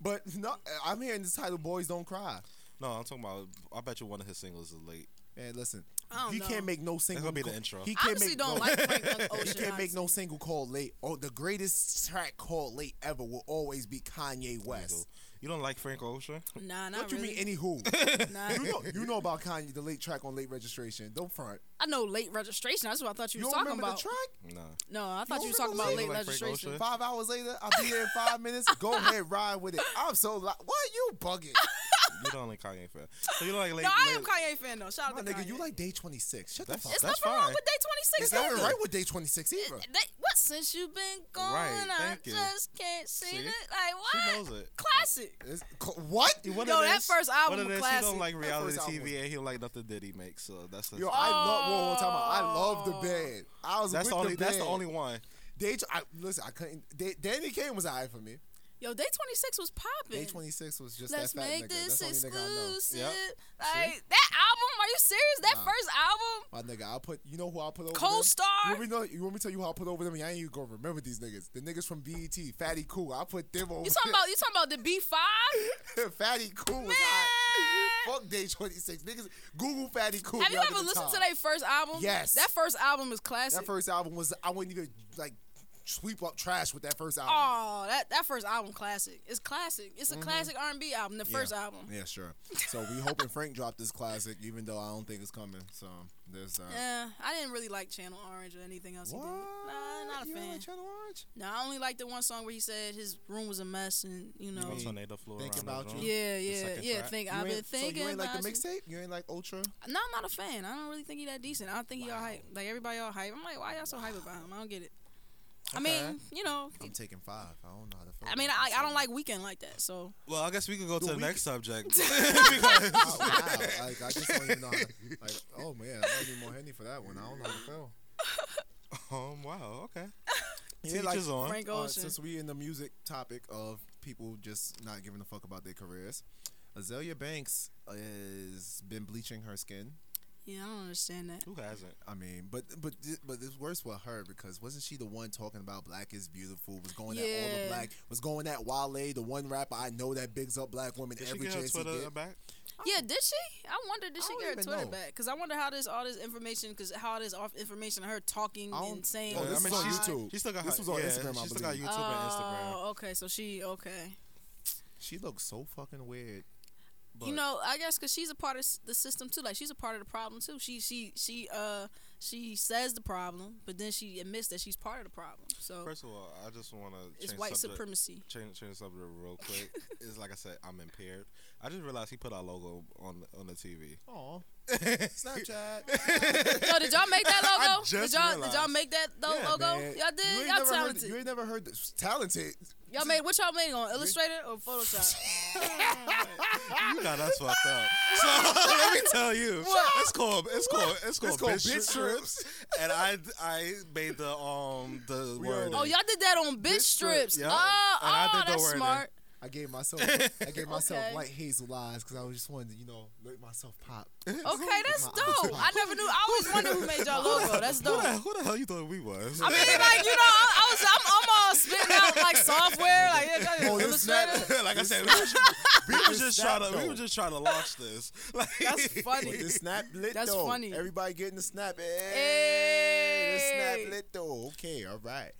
S2: But no, I'm hearing this title, "Boys Don't Cry."
S3: No, I'm talking about. I bet you one of his singles is late.
S2: Man, listen,
S4: I don't
S2: he
S4: know.
S2: can't make no single.
S3: gonna be the
S2: call-
S3: intro.
S2: He
S4: I
S2: can't
S4: honestly
S2: make
S4: don't
S2: no,
S4: like Frank Ocean.
S2: He can't make
S4: honestly.
S2: no single call late. Oh, the greatest track called late ever will always be Kanye West.
S3: You don't like Frank Ocean?
S4: Nah, not
S2: What you
S4: really.
S2: mean, anywho?
S4: nah.
S2: you, know, you know about Kanye, the late track on late registration. Don't front.
S4: I know late registration. That's what I thought you,
S2: You
S4: was
S2: don't
S4: talking
S2: remember
S4: about.
S2: the track?
S3: Nah.
S4: No, I thought
S2: don't
S4: you was talking
S2: remember the
S4: about
S3: track? Like
S4: late
S3: Frank
S4: registration.
S3: Ocean?
S2: Five hours later, I'll be there in five minutes. Go ahead, ride with it. I'm so li- What you bugging?
S3: You don't like Kanye fan. So you don't like late.
S4: No, I
S3: late-
S4: am Kanye fan though. Shout
S2: My
S4: out to
S2: nigga,
S4: Kanye.
S2: you like day 26. Shut
S3: That's-
S2: the fuck
S4: It's
S2: up.
S4: nothing wrong
S3: fine.
S4: with day twenty six.
S2: It's nothing right with day 26 either.
S4: They, what since you been gone?
S3: Right,
S4: I
S3: thank you.
S4: just can't see,
S3: See?
S4: it. Like what?
S3: She knows it.
S4: Classic.
S2: It's, co- what?
S3: What
S4: Yo,
S3: it
S4: that
S3: is-
S4: first album
S3: What it
S4: was
S3: is, He
S4: classic.
S3: don't like
S2: That
S3: reality
S2: first album was-
S3: TV, and he don't like nothing that he makes. So that's
S2: Yo, I love. Whoa, whoa, time out. I love the
S4: Oh.
S2: band. I was
S3: that's
S2: with
S3: the only.
S2: The
S3: that's the
S2: band.
S3: only one.
S2: Day, tw- I, listen, I couldn't. Day, Danny Kane was alright for me.
S4: Yo, day twenty six was popping.
S2: Day 26 was just
S4: Let's
S2: that fat
S4: make
S2: nigga.
S4: this
S2: That's the only nigga I know.
S4: exclusive.
S3: Yep.
S4: Like that album? Are you serious? That
S2: Nah.
S4: first album?
S2: My nigga, I'll put. You know who I'll put over? them?
S4: Co-star?
S2: You want me, know, you want me to tell you who I'll put over them? I ain't even gonna remember these niggas. The niggas from BET, Fatty Cool. I'll put them over.
S4: You talking about you talking about the B five?
S2: Fatty Cool was
S4: Man.
S2: hot. Fuck Day 26. Niggas, Google Fatty Cool.
S4: Have you
S2: y'all
S4: ever
S2: get the
S4: listened
S2: top.
S4: to their first album?
S2: Yes.
S4: That first album is classic.
S2: That first album was, I wouldn't even, like, sweep up trash with that first album. Mm-hmm.
S4: Oh, that, that first album classic. It's classic. It's a classic R and B album. The first album.
S2: Yeah, sure. So we hoping Frank dropped this classic, even though I don't think it's coming. So there's that.
S4: Yeah, I didn't really like Channel Orange or anything else. he
S2: What?
S4: did. Nah, not a
S2: You don't
S4: fan.
S2: like Channel Orange?
S4: no, I only liked the one song where he said his room was a mess and you know.
S2: mean-
S3: Tornado floor.
S2: Think
S3: around
S2: about
S3: the
S2: you.
S3: room.
S4: yeah,
S3: The
S4: yeah,
S3: second
S4: yeah.
S3: track.
S4: Think
S2: You
S4: I've been
S2: ain't-
S4: thinking
S2: So you ain't like the
S4: about you.
S2: mixtape? You ain't like Ultra?
S4: No, I'm not a fan. I don't really think he that decent. I don't think he all hype. Like everybody all hype. I'm like, why y'all so hype about him? I don't get it. I mean, you know,
S2: I'm taking five. I don't know how to feel.
S4: I mean, I, I don't like weekend like that. So
S3: Well, I guess we could go to the
S2: we
S3: next subject.
S2: Oh, wow. like, I just don't even know. How to, like, oh man, I need more handy for that one. I don't know how to feel.
S3: um. Wow. Okay.
S2: Yeah,
S3: Teachers
S2: like-
S3: on.
S4: Frank
S2: Uh,
S4: Ocean.
S2: since we in the music topic of people just not giving a fuck about their careers, Azalea Banks has been bleaching her skin.
S4: Yeah, I don't understand that.
S3: Who hasn't?
S2: I mean, but but thi- but it's worse with her because wasn't she the one talking about black is beautiful? Was going at all the
S4: Yeah.
S2: black? Was going at Wale, the one rapper I know that bigs up black women
S3: Did she
S2: every
S3: get her
S2: chance he
S3: Twitter
S2: get.
S3: back?
S4: Yeah, did she? I wonder did
S2: I
S4: she
S2: don't
S4: get her
S2: even
S4: Twitter
S2: know.
S4: back? Because I wonder how this all this information, because how this off information, her talking
S2: I don't-
S4: and saying.
S2: Oh,
S3: Yeah,
S2: this
S4: was
S2: is on
S4: fine.
S2: YouTube.
S3: She still got
S2: This
S3: her,
S2: was on
S3: yeah,
S2: Instagram, I
S3: She still got
S2: believe.
S3: YouTube and Instagram.
S4: Oh, okay. So she okay.
S2: She looks so fucking weird.
S3: But
S4: you know, I guess because she's a part of s- the system too. Like she's a part of the problem too. She she she uh she says the problem, but then she admits that she's part of the problem. So
S3: first of all, I just want to
S4: it's
S3: change
S4: white
S3: subject.
S4: supremacy.
S3: Change, change the subject real quick. It's like I said, I'm impaired. I just realized he put our logo on on the TV.
S2: Oh, Snapchat.
S4: Yo, did y'all make that logo?
S3: just
S4: Did y'all did
S3: realized.
S4: y'all make that tho-
S2: Yeah,
S4: logo?
S2: man.
S4: Y'all
S2: You
S4: did.
S2: ain't
S4: Y'all
S2: never heard-
S4: talented.
S2: you ain't never heard this. talented.
S4: y'all made what y'all made on Illustrator or Photoshop?
S3: you know that's fucked up. So let me tell you, it's called it's called it's called,
S2: It's called
S3: bitch,
S2: bitch
S3: strips. and I I made the um the
S2: We
S3: word.
S2: are-
S4: Oh, y'all did that on bitch
S2: strip,
S4: strips.
S3: yeah.
S4: Oh,
S3: And I
S4: oh,
S3: did the
S4: that's
S3: wording.
S4: smart.
S2: I gave myself I gave myself
S4: Okay.
S2: white hazel eyes because I was just wanted to you know let myself pop.
S4: Okay, that's
S2: My eyes
S4: dope.
S2: pop.
S4: I never knew. I always wondered who made y'all logo. That's
S3: who,
S4: dope.
S3: the, who the hell you thought we was?
S4: I mean, like you know, I, I was I'm, I'm all spitting out like software, like yeah,
S2: Oh, this
S4: Illustrator.
S3: like I said, we was just, we was just
S2: snap,
S3: trying to we
S2: though.
S3: were just trying to launch this. Like,
S4: That's funny.
S2: But the snap lit
S4: That's
S2: though.
S4: funny.
S2: Everybody getting the snap. Hey,
S4: Hey.
S2: the snap lit though. Okay, all right.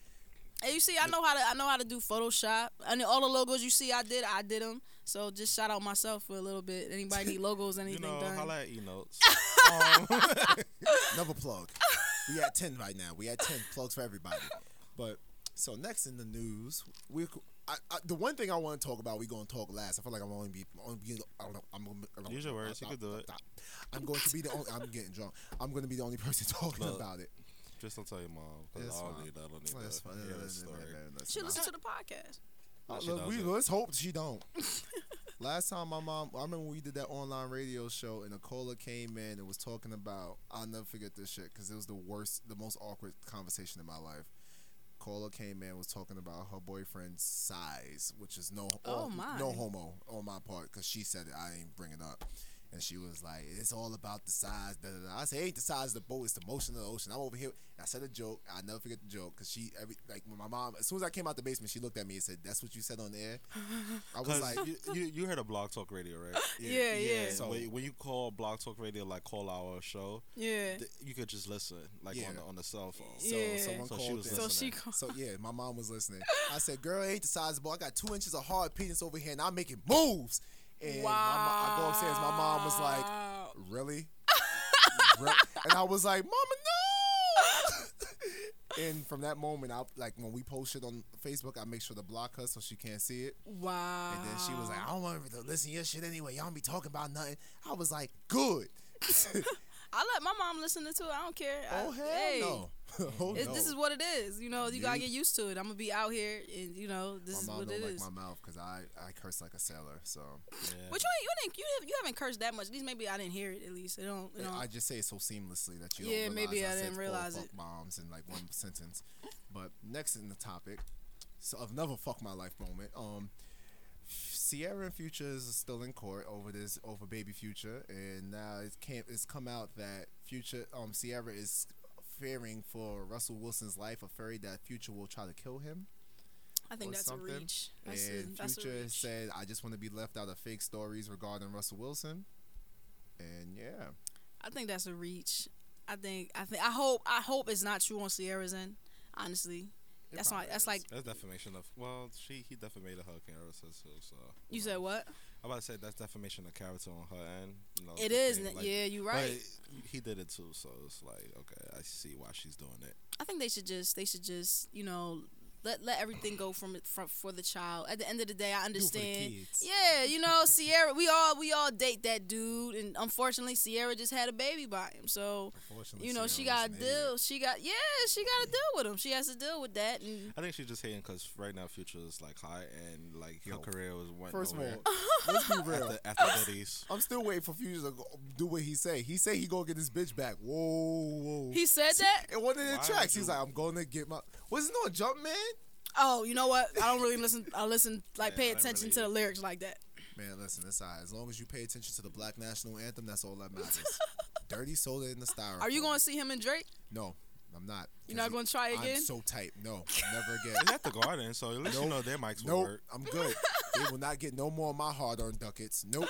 S4: And you see, I know how to I know how to do Photoshop. I mean, all the logos you see, I did, I did them. So just shout out myself for a little bit. Anybody need logos,
S3: you
S4: anything
S3: know,
S4: done?
S3: holla at E notes.
S2: Another plug. we at ten right now. We at ten plugs for everybody. But so next in the news, we. I, I, the one thing I want to talk about, we gonna talk last. I feel like I'm only be, I'm, be, I don't know, I'm gonna. I don't-
S3: Use your words, you can do it.
S2: I'm going to be the only. I'm getting drunk. I'm going to be the only person talking
S3: Look.
S2: about it.
S3: Just don't tell your mom. 'cause
S2: That's
S3: I don't
S2: fine.
S3: need that. I don't need
S2: That's
S3: that.
S2: fine.
S3: Yeah, that's
S2: That's
S3: story.
S4: Should listen to the podcast.
S2: Uh,
S3: She
S2: look,
S3: knows
S2: we,
S3: it.
S2: let's hope she don't. Last time my mom, I remember we did that online radio show, and Nicola came in and was talking about. I'll never forget this shit because it was the worst, the most awkward conversation in my life. Nicola came in was talking about her boyfriend's size, which is no,
S4: Oh, my.
S2: no homo on my part because she said it. I ain't bring it up. And she was like, "It's all about the size." Da, da, da. I said, "Ain't the size of the boat; it's the motion of the ocean." I'm over here. And I said a joke. I never forget the joke because she every like when my mom. As soon as I came out the basement, she looked at me and said, "That's what you said on the air." I was
S3: Cause
S2: like,
S3: you, you you heard of Blog Talk Radio, right?
S4: Yeah, yeah.
S3: So when, when you call Blog Talk Radio, like call our show,
S4: Yeah.
S3: th- you could just listen, like
S2: Yeah.
S3: on the, on the cell phone.
S2: so
S4: Yeah.
S2: someone
S3: So she
S2: called
S3: was
S2: in.
S4: So she.
S3: listening.
S4: Call-
S2: So yeah, my mom was listening. I said, "Girl, it ain't the size of the ball. I got two inches of hard penis over here, and I'm making moves." And my, mo- I go upstairs. My mom was like,
S4: Wow.
S2: "Really?" Re- and I was like, "Mama, no!" and from that moment, I like when we post shit on Facebook, I make sure to block her so she can't see it.
S4: Wow.
S2: And then she was
S4: Oh.
S2: like, "I don't want to listen to your shit anyway. Y'all don't be talking about nothing." I was like, "Good."
S4: I let my mom listen to it. too. I don't care. I-
S2: oh hell
S4: Uh, hey.
S2: no! oh
S4: It's,
S2: no!
S4: This is what it is. You know, you gotta
S2: You-
S4: get used to it. I'm gonna be out here, and you know, this is
S2: my mom
S4: what it
S2: don't
S4: is.
S2: like my mouth because I I curse like a sailor. So
S3: Yeah.
S4: But you ain't, you didn't you, have, you haven't cursed that much. At least maybe I didn't hear it. At least it don't. It
S2: Yeah,
S4: don't.
S2: I just say it so seamlessly that you
S4: Yeah,
S2: don't realize
S4: maybe
S2: I,
S4: I
S2: said
S4: didn't
S2: four
S4: realize
S2: fuck
S4: it.
S2: bombs in like one sentence. But next in the topic, so of another fuck my life moment. Um, Sierra and Future is still in court over this over baby Future, and now it came it's come out that Future um Sierra is fearing for Russell Wilson's life, afraid that Future will try to kill him.
S4: I
S2: or
S4: think that's
S2: something.
S4: a reach. That's a,
S2: and
S4: that's a
S2: Future
S4: reach.
S2: said, "I just want to be left out of fake stories regarding Russell Wilson." And yeah.
S4: I think that's a reach. I think. I think. I hope. I hope it's not true on Sierra's end. Honestly,
S2: It
S4: that's not.
S2: probably
S4: That's
S2: is.
S4: like
S3: That's defamation of well, she he defamated her character too. So
S4: you said. What?
S3: I'm about to say that's defamation of character on her end. You know,
S4: It
S3: the
S4: is.
S3: thing,
S4: n-
S3: like-
S4: yeah, you're right.
S3: But he did it too, so it's like okay, I see why she's doing it.
S4: I think they should just. They should just. You know. Let, let everything go from it from for the child. At the end of the day, I
S2: for the
S4: understand.
S2: kids.
S4: Yeah, you know, Sierra. We all we all date that dude, and unfortunately, Sierra just had a baby by him. So
S2: Unfortunately,
S4: you know she
S2: Sierra
S4: got to
S2: was an idiot.
S4: deal she got yeah she got to deal with him she has to deal with that and
S3: I think she's just hating because right now Future is like high and like her
S2: Yo,
S3: career was went
S2: First of
S3: nowhere.
S2: all, let's be real.
S3: after after 30s.
S2: I'm still waiting for Future to go, do what he say. He say he gonna get his bitch back. Whoa, whoa.
S4: he said that
S2: in one of the
S3: Why
S2: tracks,
S3: would
S2: he's
S3: you-
S2: like, "I'm gonna get my." Was it no jump man?
S4: oh you know what i don't really listen i listen like
S3: Yeah,
S4: pay
S3: I don't
S4: attention
S3: really-
S4: to the lyrics like that
S2: Man, listen, it's all right. As long as you pay attention to the Black National Anthem, that's all that matters. dirty soda in the styrofoam.
S4: Are you going to see him and Drake?
S2: No, I'm not.
S4: You're not going to try again?
S2: I'm so tight. No, never again.
S3: It's at the garden, so at least
S2: Nope.
S3: you know their mics will
S2: nope,
S3: work.
S2: I'm good. they will not get no more of my hard-earned ducats. Nope,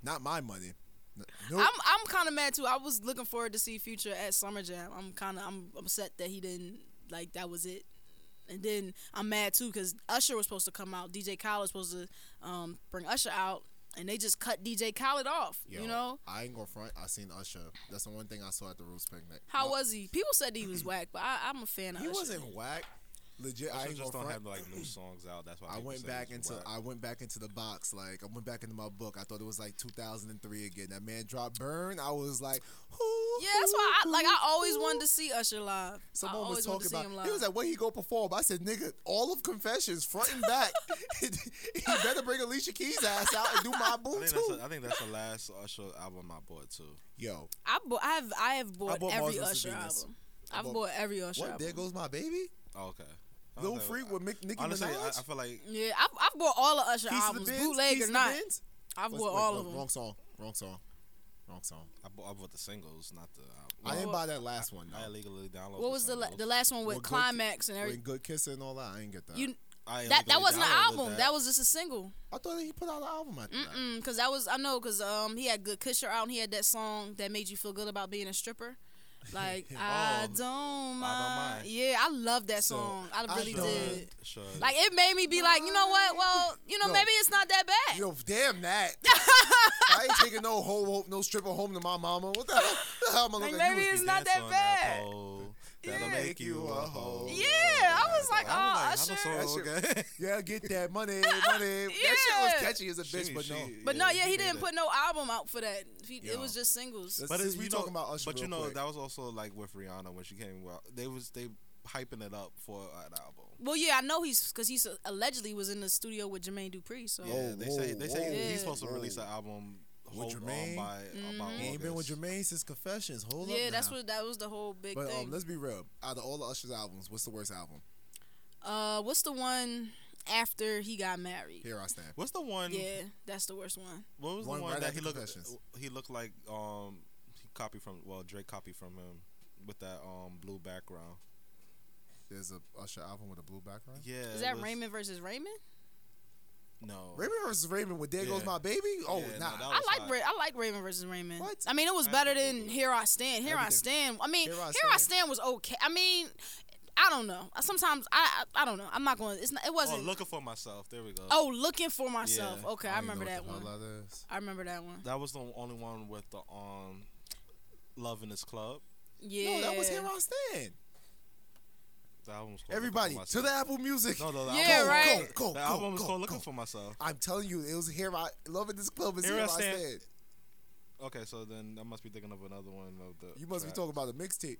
S2: not my money. N- Nope.
S4: I'm I'm kind of mad too. I was looking forward to see Future at Summer Jam. I'm kind of I'm upset that he didn't like that was it. And then I'm mad too because Usher was supposed to come out. DJ Khaled was supposed to um, bring Usher out, and they just cut DJ Khaled off.
S2: Yo,
S4: you know
S2: I ain't gonna front. I seen Usher. That's the one thing I saw at the Roots picnic.
S4: how
S2: No,
S4: was he? People said he was whack, but I, I'm a fan of
S2: he?
S4: Usher.
S2: wasn't whack. Legit, I
S3: I
S2: ain't
S3: just
S2: gonna
S3: don't
S2: front.
S3: have like new songs out. That's why
S2: I
S3: people
S2: went
S3: say
S2: back
S3: it's
S2: into
S3: whack.
S2: I went back into the box. Like I went back into my book. I thought it was like 2003 again. That man dropped Burn. I was like, who?
S4: Yeah, that's why I like. I always wanted to see Usher live. I
S2: Someone
S4: always
S2: was
S4: wanted
S2: talking
S4: to see
S2: about.
S4: him live.
S2: He was like, "Where he go perform?" I said, "Nigga, all of Confessions, front and back. he better bring Alicia Keys' ass out and do my
S3: I
S2: boo
S3: think,
S2: too."
S3: that's a, I think that's the last Usher album I bought too.
S2: Yo,
S4: I, bo- I have I have bought,
S2: bought Mars
S4: every
S2: vs.
S4: Usher
S2: Venus.
S4: album.
S2: I
S4: I've
S2: bought-
S4: bought, every Usher
S2: what?
S4: album.
S2: There goes my baby.
S3: Oh, okay. I
S2: Lil
S3: was like,
S2: Freak
S3: I-
S2: with Mick, Nicki
S3: Honestly, I, I
S2: Minaj.
S3: feel like
S4: Yeah, I've, I've bought all of Usher
S2: Keys to
S4: albums,
S2: the Benz,
S4: bootleg
S2: Keys
S4: or
S2: to the
S4: not.
S2: Benz.
S4: I've
S2: What's-
S4: bought
S2: wait,
S4: all
S2: wrong-
S4: of them.
S2: Wrong song. Wrong song. Wrong song.
S3: I bought, I bought the singles, not the album.
S2: I didn't
S4: Well,
S2: buy that last one.
S3: I
S2: Though.
S3: illegally downloaded.
S4: What was the la-
S3: singles.
S4: the last one with
S2: Well, Good-
S4: climax and
S2: When
S4: everything?
S2: good kissing and all that, I ain't get that.
S4: You
S3: I
S4: that that
S3: illegally
S4: wasn't an
S3: downloaded
S4: album. That. was just a single.
S2: I thought that he put out an album after that.
S4: Mm, because that was I know because um he had good Kusher out and he had that song that made you feel good about being a stripper. Like I
S3: Oh,
S4: don't mind.
S3: mind.
S4: Yeah, I love that
S2: So,
S4: song. I
S2: I
S4: really
S2: don't-
S4: did.
S3: Sure.
S4: Like it made me be like, you know what? Well, you know
S2: No.
S4: maybe it's not that bad.
S2: Yo, damn that. I ain't taking no whole no stripper home to my mama. What the hell? What the hell am I
S4: Like,
S2: looking at
S4: maybe
S2: you?
S4: it's not that bad.
S3: That'll
S4: Yeah.
S3: make you a hoe.
S4: Yeah, I was like, oh,
S3: I was
S4: Usher.
S3: like, I'm so okay.
S2: Yeah, get that money, money. That shit
S4: Yeah.
S2: was catchy as a bitch,
S3: She-
S2: but
S3: she-
S2: no.
S4: But no, yeah, he
S3: made
S4: didn't
S3: it.
S4: put no album out for that. He,
S2: Yo.
S4: it was just singles.
S2: That's-
S3: But
S2: Since
S3: it's
S2: we
S3: you know,
S2: talking about Usher
S3: But you
S2: real
S3: know,
S2: quick.
S3: that was also like with Rihanna when she came out. They was they hyping it up for an album.
S4: Well, yeah, I know he's because he's uh, allegedly was in the studio with Jermaine Dupri. So
S3: Yeah,
S2: Oh,
S3: they say they say
S2: whoa,
S4: whoa,
S3: he's supposed
S2: whoa.
S3: to release an album
S2: With
S3: hold on
S2: Jermaine?
S3: by, by
S4: Mm-hmm.
S2: He ain't been with
S3: August.
S2: Jermaine since Confessions. Hold up.
S4: yeah, that's
S2: now.
S4: what that was the whole big
S2: But
S4: thing.
S2: um, let's be real. Out of all the Usher's albums, what's the worst album?
S4: uh, what's the one after he got married?
S2: Here I stand.
S3: What's the one?
S4: Yeah, that's the worst one.
S3: What was
S2: One
S3: the one
S2: right
S3: that
S2: after
S3: he looked? uh,
S2: Confessions.
S3: He looked like um, he copied from well Drake copied from him with that um blue background.
S2: There's a Usher album with a blue background.
S3: Yeah,
S4: Is
S3: it
S4: that
S3: was-
S4: Raymond versus Raymond?
S3: No,
S2: Raymond versus Raymond with There Goes
S3: Yeah.
S2: My Baby. Oh,
S3: Yeah, no,
S2: nah.
S3: that
S4: I
S3: was
S4: like
S3: hot.
S4: Ra- I like Raymond versus Raymond.
S2: What?
S4: I mean, it was
S3: I
S4: better
S3: think
S4: than Here I Stand. Here I
S2: Everything.
S4: Stand. I mean,
S2: Here
S4: Here
S2: I
S4: I,
S2: Stand.
S4: stand. was okay. I mean, I don't know. I- Sometimes I I, I don't know. I'm not going. It's not. It
S3: Oh,
S4: wasn't.
S3: looking for myself. There we go.
S4: oh, looking for myself.
S3: Yeah,
S4: Okay, I,
S2: don't even
S4: remember
S2: Oh, know what
S4: that
S2: the
S4: one.
S2: hell that is.
S4: I remember that one.
S3: that was the only one with the um, love in this club.
S4: Yeah.
S2: No, that was Here I Stand.
S3: The album was called
S2: Everybody
S3: looking for
S2: to the Apple Music.
S3: myself. No, no, the
S4: Yeah,
S3: album,
S2: go,
S4: right.
S2: go, go,
S3: The
S2: go,
S3: album was
S2: go,
S3: called
S2: go.
S3: Looking for Myself.
S2: I'm telling you, it was here. I loving this club is here. I stand.
S3: Okay, so then I must be thinking of another one of the.
S2: You must be
S3: track.
S2: talking about the mixtape.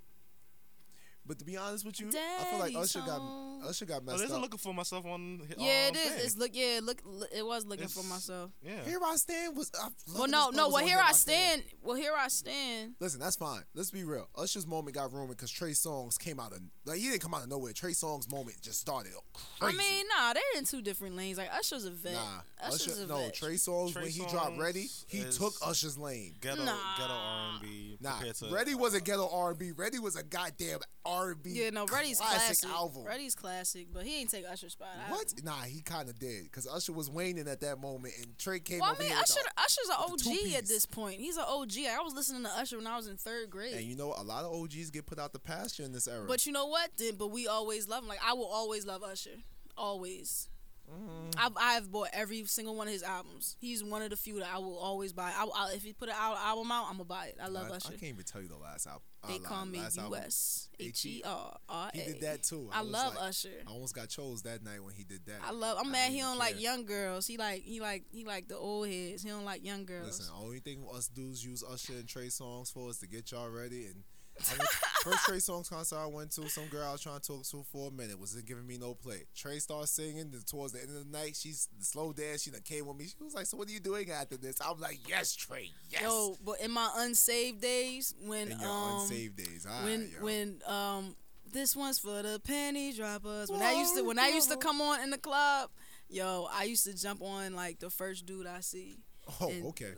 S2: But to be honest with you, I feel like
S4: Daddy's
S2: Usher got
S4: home.
S2: Usher got
S3: Oh,
S2: messed
S3: there's a
S2: up.
S3: Looking for Myself on. hi-
S4: Yeah,
S2: Oh,
S3: um,
S4: it is.
S3: thing.
S4: It's look. Yeah, look. l- It was looking for
S3: It's-
S4: myself.
S3: yeah.
S2: Here I stand was. I,
S4: Well,
S2: Loving This
S4: no,
S2: Club
S4: no.
S2: was
S4: Well,
S2: on
S4: here I stand. Well, here I stand.
S2: Listen, that's fine. Let's be real. Usher's moment got ruined because Trey Songz came out of like he didn't come out of nowhere. Trey Songz moment just started crazy.
S4: I mean, nah, they're in two different lanes. Like Usher's a vet.
S2: nah,
S4: Usher's
S2: Usher.
S4: a
S2: No,
S4: vet.
S2: Trey Songz
S3: Trey
S2: when he dropped
S3: Songz
S2: Ready, he
S3: is-
S2: took Usher's lane.
S3: Ghetto,
S4: Nah.
S3: ghetto R&B.
S2: Nah,
S3: compared to- uh,
S2: Ready wasn't ghetto R&B. Ready was a goddamn R&B.
S4: yeah, no, Reddy's
S2: classic,
S4: classic.
S2: album.
S4: Reddy's classic, but he ain't take Usher's spot. I-
S2: What? Nah, he kind of did because Usher was waning at that moment, and Trey came
S4: Well,
S2: over
S4: I mean,
S2: here. with
S4: Usher,
S2: the-
S4: Usher's an
S2: with the
S4: OG
S2: two-piece.
S4: at this point. He's an OG. Like, I was listening to Usher when I was in third grade.
S2: and you know, a lot of OGs get put out the pasture in this era.
S4: But you know what? Then, but we always love him. Like I will always love Usher, always.
S2: Mm-hmm.
S4: I've I've bought every single one of his albums. He's one of the few that I will always buy. I, I if he put an al- album out, I'm gonna buy it. I love
S2: I, I
S4: Usher.
S2: can't even tell you the last album.
S4: they
S2: uh,
S4: call me
S2: last
S4: U
S2: album.
S4: S H E R R A.
S2: He did that too.
S4: I,
S2: was
S4: love
S2: like- oh
S4: Usher.
S2: I almost got chose that night when he did that.
S4: I love. I'm mad
S2: didn't
S4: he don't
S2: care.
S4: like young girls. He like he like he like the old heads. He don't like young girls.
S2: Listen, only thing us dudes use Usher and Trey songs for is to get y'all ready. And I went, first Trey songs concert I went to, some girl I was trying to talk to for a minute wasn't giving me no play. Trey starts singing, and towards the end of the night, she's the slow dance. She done came with me. She was like, "So what are you doing after this?" I'm like, "Yes, Trey, oh, yes."
S4: Yo, but in my unsaved days, when
S2: in your
S4: um
S2: unsaved days, all right,
S4: when
S2: Ah, yo.
S4: when um this one's for the penny droppers. When I used to when I used to come on in the club, yo, I used to jump on like the first dude I see.
S2: Oh,
S4: And-
S2: okay.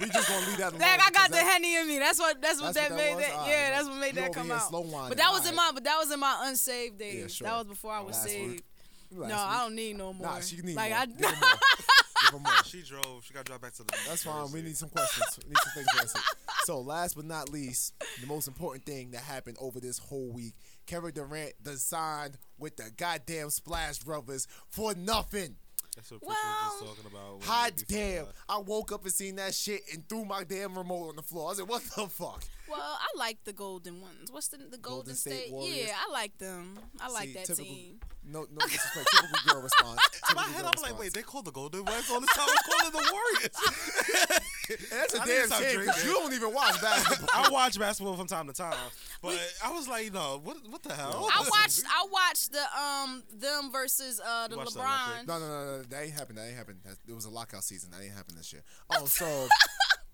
S2: we just gonna leave that alone.
S4: Like I
S2: because
S4: got the
S2: that-
S4: henny in me. That's what. That's what
S2: That's
S4: that
S2: what that
S4: made.
S2: was?
S4: That,
S2: All
S4: yeah,
S2: right,
S4: that's
S2: well,
S4: what made
S2: you
S4: that
S2: over
S4: come
S2: here
S4: out.
S2: slow whining.
S4: But that was
S2: All
S4: in
S2: right.
S4: my. But that was in my unsaved days.
S2: sure.
S4: That was before I was
S2: Last
S4: saved.
S2: week. Last
S4: No,
S2: week.
S4: I don't need no more.
S2: Nah, she need
S4: like
S2: more.
S4: I.
S2: Give 'em more. Give 'em more.
S3: She drove. She got dropped back to the.
S2: That's fine. We need some questions. We need some things answered. So, last but not least, the most important thing that happened over this whole week: Kevin Durant designed with the goddamn Splash Brothers for nothing.
S3: That's what
S4: Well,
S3: Chris was just talking about. when
S2: Hot
S3: we- before
S2: damn!
S3: that.
S2: I woke up and seen that shit and threw my damn remote on the floor. I was like, "What the fuck?"
S4: Well, I like the golden ones. What's the the Golden,
S2: State
S4: State?
S2: Warriors.
S4: Yeah, I like them. I like
S2: See,
S4: that
S2: typical-
S4: team.
S2: No, no disrespect. typical girl response.
S3: In
S2: Typical
S3: my head,
S2: girl
S3: I'm like,
S2: response.
S3: wait, they called the Golden West all the time. I'm calling the Warriors.
S2: And that's a
S3: I need to
S2: damn
S3: stop
S2: shame 'cause
S3: drinking.
S2: you don't even watch basketball.
S3: I watch basketball from time to time, but I was like, no, what, what the hell?
S4: I watched. I watched the um them versus uh the
S3: You watched the
S4: LeBron.
S2: No, no, no, no, that ain't happened. That ain't happened. That, it was a lockout season. That ain't happened this year. Oh, so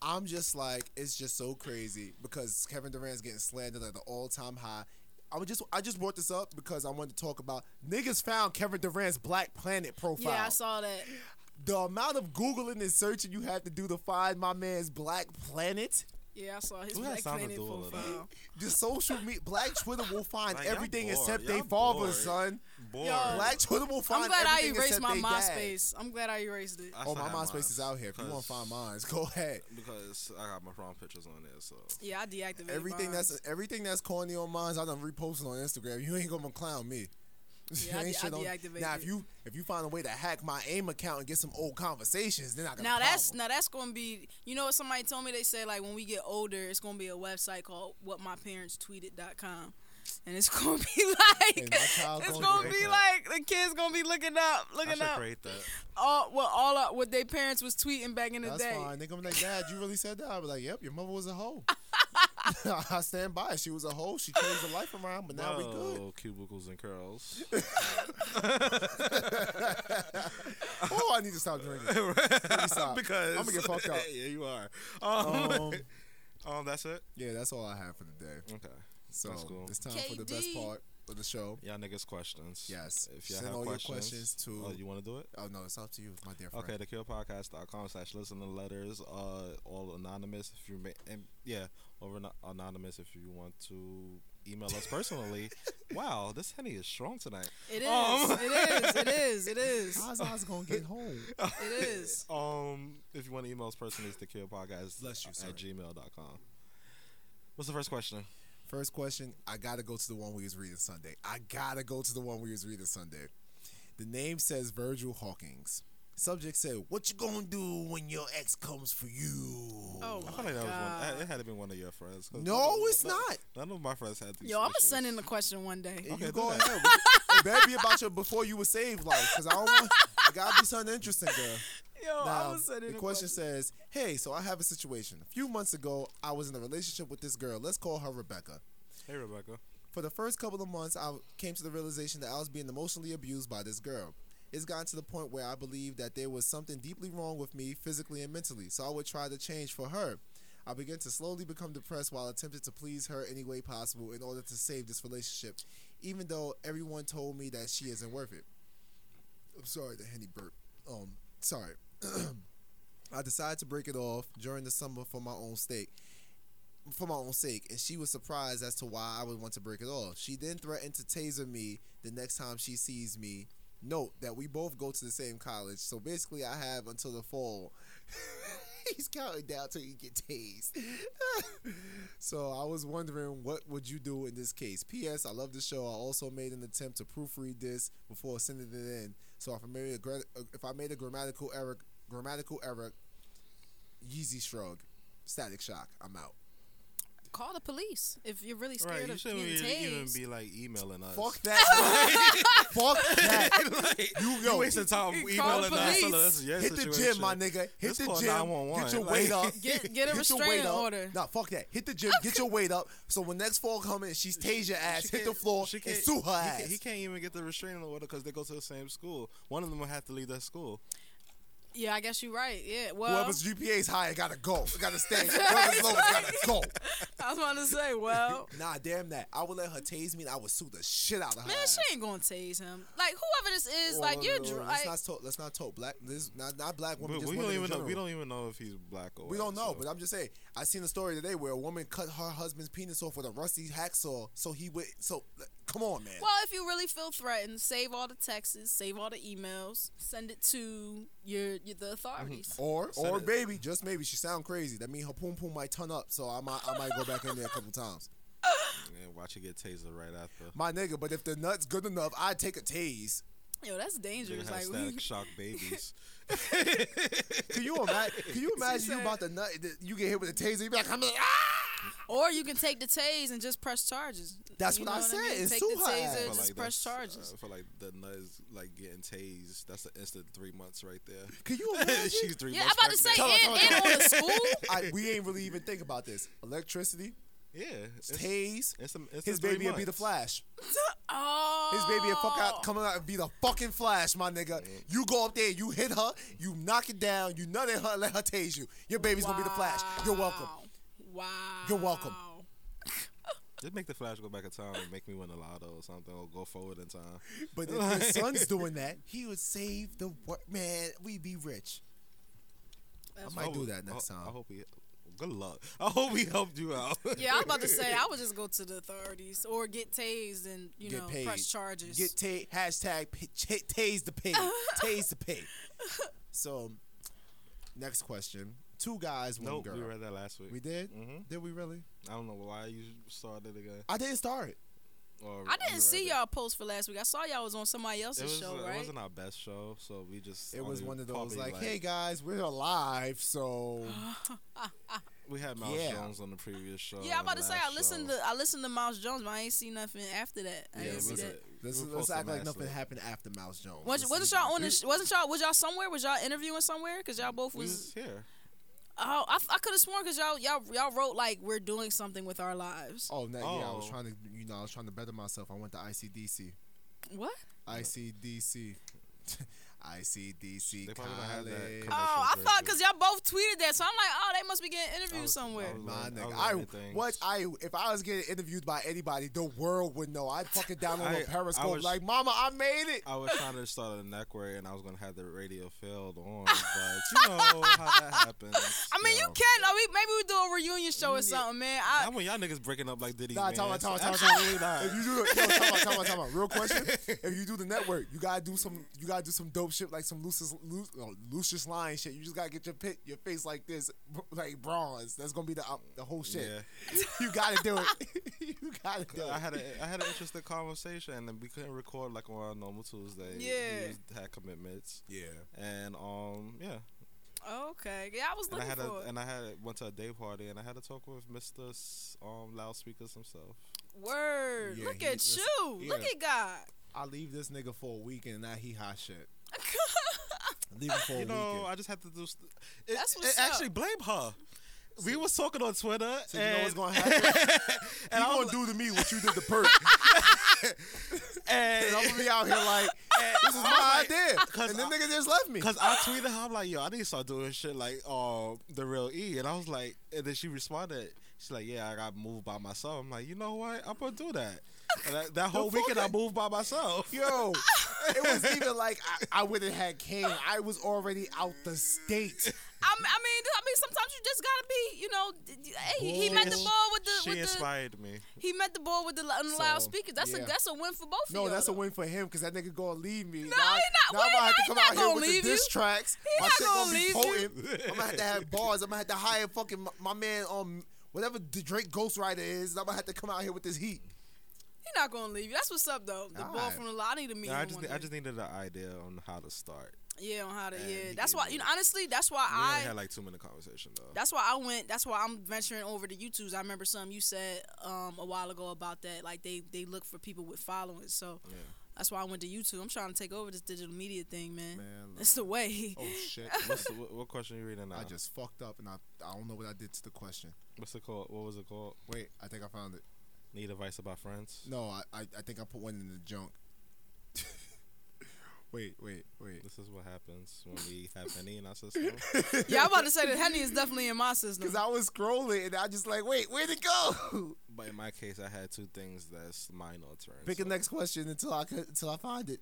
S2: I'm just like, it's just so crazy because Kevin Durant's getting slandered at the all-time high. I was just, I just brought this up because I wanted to talk about niggas found Kevin Durant's Black Planet profile.
S4: yeah, I saw that.
S2: the amount of googling and searching you have to do to find my man's Black Planet.
S4: Yeah, I saw his
S3: We
S4: Black
S3: had time to
S4: Planet
S3: do all of that.
S4: profile.
S2: The social media, Black Twitter will find
S3: Like, y'all
S2: everything
S3: bored.
S2: except
S3: Y'all
S2: they father,
S3: bored.
S2: son.
S3: Bored.
S4: Yo.
S2: Black Twitter will find
S4: I'm glad I
S2: everything
S4: erased
S2: except
S4: my
S2: they dad.
S4: MySpace. I'm glad I erased it.
S3: I
S2: Oh,
S3: still
S2: my
S3: have mine.
S2: MySpace is out here. If you want to find mine, go ahead.
S3: Because I got my prom pictures on there, so.
S4: Yeah, I deactivated
S2: Everything
S4: mine.
S2: that's everything that's corny on mine, I done reposted on Instagram. You ain't gonna clown me.
S4: Yeah, I
S2: Ain't
S4: de- I
S2: shit on-
S4: deactivated
S2: Now, if
S4: it.
S2: you if you find a way to hack my AIM account and get some old conversations, then I got
S4: Now
S2: a
S4: that's
S2: problem.
S4: now that's gonna be you know what somebody told me they say like when we get older it's gonna be a website called whatmyparentstweeted.com and it's gonna be like
S2: And my child
S4: it's
S2: gonna
S4: gonna
S3: create
S4: be
S3: that.
S4: like the kids gonna be looking up
S3: I
S4: looking
S3: should
S4: up
S3: create that.
S4: all what all up, what their parents was tweeting back in the
S2: That's
S4: day.
S2: fine. They gonna be like, Dad, you really said that? I be like, Yep, your mother was a hoe. I stand by. it. She was a hoe. She changed her life around, but now we good.
S3: Oh, cubicles and curls.
S2: Oh, I need to stop drinking. stop.
S3: because
S2: I'ma get fucked up.
S3: yeah, you are. Um,
S2: Um,
S3: um, that's it.
S2: yeah, that's all I have for the day.
S3: Okay.
S2: So
S3: That's cool.
S2: it's time for the best
S4: KD.
S2: part of the show.
S3: Y'all niggas questions.
S2: Yes.
S3: If y'all
S2: Send
S3: have
S2: all your
S3: questions,
S2: questions to-
S3: Oh, you want to do it?
S2: Oh no, it's up to you, my dear friend.
S3: Okay, thekillpodcast.com slash listen to letters, uh, all anonymous if you may, and yeah, over ano- anonymous if you want to email us personally. wow, this henny is strong tonight.
S4: It is,
S2: Oh
S3: Um.
S4: it is, it is, it is,
S2: How's Oz gonna get home?
S4: it is.
S3: Um, if you want to email us personally, it's thekillpodcast
S2: Bless you, sorry.
S3: at gmail.com. What's the first question?
S2: First question, I gotta go to the one we was reading Sunday. I gotta go to the one we was reading Sunday. The name says Virgil Hawkins. Subject said, "What you gonna do when your ex comes for you?"
S4: Oh
S3: I feel like
S4: my
S3: that was one.
S4: god.
S3: It had to be one of your friends. 'cause
S2: no,
S3: none-
S2: it's
S3: none-
S2: not.
S3: None of my friends had these.
S4: Yo, I'm gonna
S3: issues.
S4: send in the question one day.
S3: Okay,
S2: you
S3: do
S2: go
S3: that.
S2: ahead. It better be about your before you were saved life, cause I don't want. It gotta be something interesting, girl.
S4: Yo, I'm
S2: Now,
S4: gonna send in
S2: the
S4: a
S2: question says, "Hey, so I have a situation. A few months ago, I was in a relationship with this girl. Let's call her Rebecca.
S3: Hey, Rebecca.
S2: For the first couple of months, I came to the realization that I was being emotionally abused by this girl. It's gotten to the point where I believed that there was something deeply wrong with me physically and mentally, so I would try to change for her. I began to slowly become depressed while attempted to please her any way possible in order to save this relationship, even though everyone told me that she isn't worth it. I'm sorry, the henny burp. Um, sorry. I decided to break it off during the summer for my own sake for my own sake, and she was surprised as to why I would want to break it off. She then threatened to taser me the next time she sees me. Note that we both go to the same college, so basically I have until the fall. He's counting down till you get tased. so I was wondering, what would you do in this case? P.S. I love the show. I also made an attempt to proofread this before sending it in. So if I made a gra- uh, if I made a grammatical error, grammatical error, Yeezy shrug, static shock. I'm out.
S4: Call the police if you're really scared
S3: Right, you
S4: of
S3: shouldn't
S4: getting
S3: really even
S4: tased.
S3: be like emailing us.
S2: Fuck that. Fuck that.
S3: Like,
S2: You
S3: You
S2: yo,
S3: wasting time
S4: you call
S3: emailing us.
S4: police.
S3: telling us your
S2: hit the
S3: situation.
S2: gym, my nigga. Hit
S3: Let's
S2: the
S3: call
S2: gym. Get
S3: 911.
S2: your
S3: Like-
S2: weight up.
S4: Get- get a
S2: your
S4: restraining
S2: weight up.
S4: order.
S2: Nah, fuck that. Hit the gym. Get your weight up. So when next fall comes and she's tase your ass,
S3: She
S2: hit the
S3: can't-
S2: floor
S3: she
S2: and
S3: can't-
S2: sue her
S3: he
S2: ass.
S3: can't- He can't even get the restraining order because they go to the same school. One of them will have to leave that school.
S4: Yeah, I guess you're right. Yeah, well,
S2: Whoever's GPA's higher gotta go. Gotta stay. Whoever's lower gotta go.
S4: I was about to say, well,
S2: Nah, damn that. I would let her tase me and I would sue the shit out of her.
S4: man,
S2: ass.
S4: she ain't gonna tase him. Like whoever this is,
S2: Whoa,
S4: like
S2: whoa,
S4: you're
S2: whoa,
S4: dr-
S2: whoa.
S4: like,
S2: Let's not talk. Let's not talk black. This not not black women.
S3: But
S2: just
S3: we
S2: women in
S3: don't even know.
S2: general.
S3: We don't even know if he's black or
S2: We
S3: white,
S2: don't know,
S3: so-
S2: but I'm just saying. I seen a story today where a woman cut her husband's penis off with a rusty hacksaw, so he would. So, like, come on, man.
S4: well, if you really feel threatened, save all the texts, save all the emails, send it to your, your the authorities.
S2: Or,
S3: Said
S2: or
S3: it.
S2: baby, just maybe she sound crazy. That mean her poom poom might turn up, so I might, I might go back in there a couple times.
S3: Yeah, watch it get tasered right after.
S2: My nigga, but if the nut's good enough, I take a tase.
S4: Yo, that's dangerous.
S3: Nigga
S4: Like,
S3: has static shock babies.
S2: Can you imagine? Can you imagine you
S4: said-
S2: about the nut? that You get hit with a taser, you be like, I'm like, ah!
S4: or you can take the tase and just press charges.
S2: That's
S4: You
S2: what I
S4: know
S2: said, it's
S4: Take
S2: too
S4: the
S2: high.
S4: taser,
S2: But
S4: just press
S3: that's- uh,
S4: charges.
S3: I feel like the nut is like getting tased. That's an instant three months right there.
S2: Can you imagine?
S3: She's three
S4: yeah, I'm
S3: months.
S4: about to say,
S2: Tell her,
S4: and,
S2: tell her,
S4: and on the school.
S2: I, we ain't really even think about this. Electricity,
S3: Yeah, it's,
S2: tase.
S3: it's, a- it's a
S2: His
S3: three
S2: baby would be the
S3: months.
S2: Flash.
S4: Oh,
S2: His baby would fuck out, coming out and be the fucking Flash, my nigga. You go up there, you hit her, you knock it down, you nut at her, let her tase you. Your baby's gonna be the Flash. You're welcome.
S4: Wow.
S2: You're welcome.
S3: Just make the flash go back in time and make me win a lotto or something, or go forward in time.
S2: But if his son's doing that, he would save the world. Man, we'd be rich.
S4: That's
S2: I might do
S3: hope-
S2: that next
S3: I,
S2: time.
S3: I hope he. Good luck. I hope he helped you out.
S4: Yeah, I was about to say I would just go to the authorities or get tased and you
S2: Get
S4: know
S2: paid.
S4: press charges.
S2: Get ta- hashtag p- ch- tase the pig. tase the pig. So, next question. Two guys, one
S3: nope,
S2: girl.
S3: we read that last week.
S2: We did?
S3: Mhm.
S2: Did we really?
S3: I don't know why you started again.
S2: I didn't start it.
S3: Or
S4: I didn't see
S3: underrated.
S4: y'all post for last week. I saw y'all was on somebody
S3: It,
S4: else's
S3: was,
S4: show,
S3: uh, it
S4: right?
S3: wasn't our best show, so we just.
S2: It was
S3: only
S2: one of those
S3: probably,
S2: like, hey guys, we're alive, so
S3: We had Miles
S2: Yeah.
S3: Jones on the previous show.
S4: yeah, I'm about to
S3: and
S4: say
S3: last
S4: I listened
S3: uh, show.
S4: to I listened to Miles Jones, but I ain't see nothing after that. I
S3: Yeah,
S4: didn't
S3: it
S4: see
S3: was
S4: that.
S2: let's,
S3: we were
S2: let's
S3: posting
S2: act like
S3: last
S2: nothing
S3: week.
S2: happened after Mouse Jones.
S4: Was,
S2: Let's
S4: wasn't
S2: leave
S4: y'all
S2: it.
S4: on the? sh- Wasn't y'all? Was y'all somewhere? Was y'all interviewing somewhere? Cause y'all both
S3: We
S4: was.
S3: was here.
S4: oh, I, I could have sworn cause y'all y'all y'all wrote like we're doing something with our lives.
S2: Oh, no, yeah, I was
S3: Oh.
S2: trying to, you know, I was trying to better myself. I went to ICDC,
S4: What?
S2: ICDC, ICDC
S3: They probably don't have that
S2: college.
S3: connection.
S4: Oh, I
S3: very
S4: thought
S3: good.
S4: because y'all both tweeted that, so I'm like, oh, they must be getting interviewed
S3: was- I
S4: somewhere.
S3: was-
S2: My
S3: I
S2: nigga,
S3: learned
S2: I
S3: things.
S2: what I if I was getting interviewed by anybody, the world would know. I'd fucking download
S3: I-
S2: on Periscope,
S3: I was-
S2: like, Mama, I made it.
S3: I was trying to start a network and I was gonna have the radio field on, but you know how that happens.
S4: I mean, you
S3: know.
S4: can. I mean, maybe we do a reunion show or something, man. I,
S3: Not when y'all niggas breaking up like Diddy.
S2: Nah,
S3: man.
S2: time out, time out, time out, time out.
S3: Absolutely not.
S2: If you do, the, yo, time out, time out, time out. Real question: If you do the network, you gotta do some, you gotta do some dope shit like some Lucius, Lu, no, Lucius Lion shit. You just gotta get your pit, your face like this, like bronze. That's gonna be the uh, the whole shit. You gotta do it. you gotta do
S3: I
S2: it.
S3: had a I had an interesting conversation and we couldn't record like on our normal Tuesday.
S4: Yeah.
S3: He was- had commitments
S2: Yeah.
S3: and um yeah.
S4: okay, yeah, I was
S3: And I
S4: looking
S3: had
S4: for.
S3: a
S4: it.
S3: and I had went to a day party and I had a talk with Mr. S- um loudspeakers himself.
S4: Word,
S2: Yeah,
S4: look
S2: he-
S4: at
S2: listen,
S4: you, look
S2: yeah.
S4: at God.
S2: I leave this nigga for a weekend, and now he hot shit. leave him for
S3: You
S2: a
S3: know,
S2: weekend.
S3: I just had to do. St- it,
S4: That's what's
S3: it
S4: up.
S3: Actually, blame her. We was talking on Twitter,
S2: so you
S3: and,
S2: know what's gonna happen?
S3: and
S2: You
S3: I was
S2: gonna do to me what you did to Perk? and I'm gonna be out here like, this is my idea,
S3: 'cause
S2: and then
S3: I-
S2: nigga just left me.
S3: Cause I tweeted her, I'm like, yo, I need to start doing shit like uh, the real E, and I was like, and then she responded, she's like, yeah, I got moved by myself. I'm like, you know what? I'm gonna do that. And that, that whole weekend, I moved by myself.
S2: Yo, it was even like I, I wouldn't had came. I was already out the state.
S4: I, mean- I mean, I mean, sometimes you just gotta be, you know. d- d- Hey, he met the
S3: Bull.
S4: ball with the
S3: She
S4: with the.
S3: inspired me.
S4: He met the ball with the, on the
S2: So,
S4: loudspeaker. That's
S2: yeah.
S4: a that's a win for both of
S2: No,
S4: you.
S2: that's a win for him because that nigga gonna leave me. No,
S4: he not-
S2: Now I'm
S4: wait,
S2: gonna have to
S4: no,
S2: come
S4: he
S2: out
S4: not
S2: here
S4: gonna
S2: with
S4: leave
S2: the diss
S4: you.
S2: tracks.
S4: He
S2: my
S4: not
S2: shit
S4: gonna
S2: gonna, be
S4: leave
S2: potent. I'm gonna have to have bars. I'm gonna have to hire fucking my, my man um whatever the Drake Ghostwriter is. I'm gonna have to come out here with this heat.
S4: He not gonna leave you. That's what's up though. The ball
S2: Alright.
S4: from the lot. I need to meet
S3: Nah, I
S4: him
S3: just
S4: one
S3: I
S4: day.
S3: just needed an idea on how to start.
S4: Yeah, on how to.
S3: And
S4: Yeah,
S3: he
S4: that's
S3: gave
S4: why.
S3: me
S4: You know, honestly, that's why
S3: We
S4: I.
S3: only had like two minute conversation though.
S4: That's why I went. That's why I'm venturing over to YouTube's. I remember something you said um, a while ago about that. Like they they look for people with following. So
S3: Yeah.
S4: that's why I went to YouTube. I'm trying to take over this digital media thing, man.
S2: Man,
S4: That's the way.
S2: oh shit.
S3: What's the, what, what question you reading now?
S2: I just fucked up and I, I don't know what I did to the question.
S3: What's it called? What was it called?
S2: Wait, I think I found it.
S3: Need advice about friends?
S2: No, I, I, I think I put one in the junk. Wait, wait, wait.
S3: This is what happens when we have any in our system.
S4: Yeah, I'm about to say that Henny is definitely in my system.
S2: Because I was scrolling and I just like, wait, where'd it go?
S3: But in my case, I had two things that's mind altering.
S2: Pick a
S3: so,
S2: next question until I could, until I find it.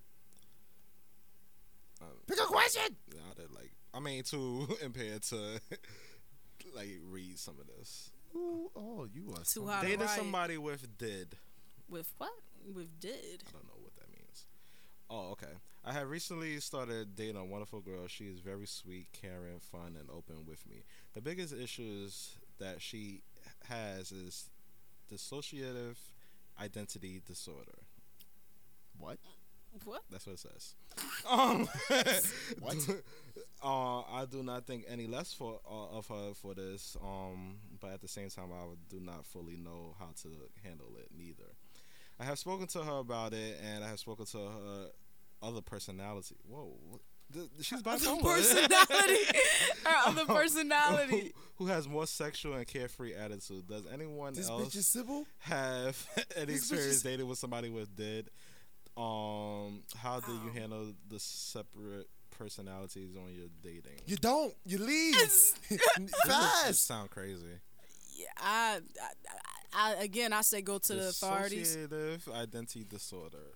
S3: um,
S2: Pick a question.
S3: I did like. I mean, too impaired to like read some of this.
S6: Ooh, oh, you are
S4: Too hot.
S3: Dated
S4: Right.
S3: somebody with did.
S4: With what? With did.
S3: I don't know what that means. Oh, okay. I have recently started dating a wonderful girl. She is very sweet, caring, fun, and open with me. The biggest issues that she has is dissociative identity disorder.
S6: What?
S4: What?
S3: That's what it says. um,
S2: What?
S3: uh, I do not think any less for uh, of her for this. Um, but at the same time, I do not fully know how to handle it neither. I have spoken to her about it, and I have spoken to her other personality. Whoa, what? Th- she's bipolar.
S4: Personality. Her other
S3: who,
S4: personality.
S3: who has more sexual and carefree attitude? Does anyone
S2: This
S3: else
S2: bitch is Sybil.
S3: have any
S2: This bitch
S3: experience
S2: is-
S3: dating with somebody with did um how do you
S4: Ow.
S3: handle the separate personalities on your dating
S2: You don't. You leave
S3: This
S2: fast.
S3: sound crazy
S4: Yeah, I, I, I, again, I say go to the authorities.
S3: Dissociative identity disorder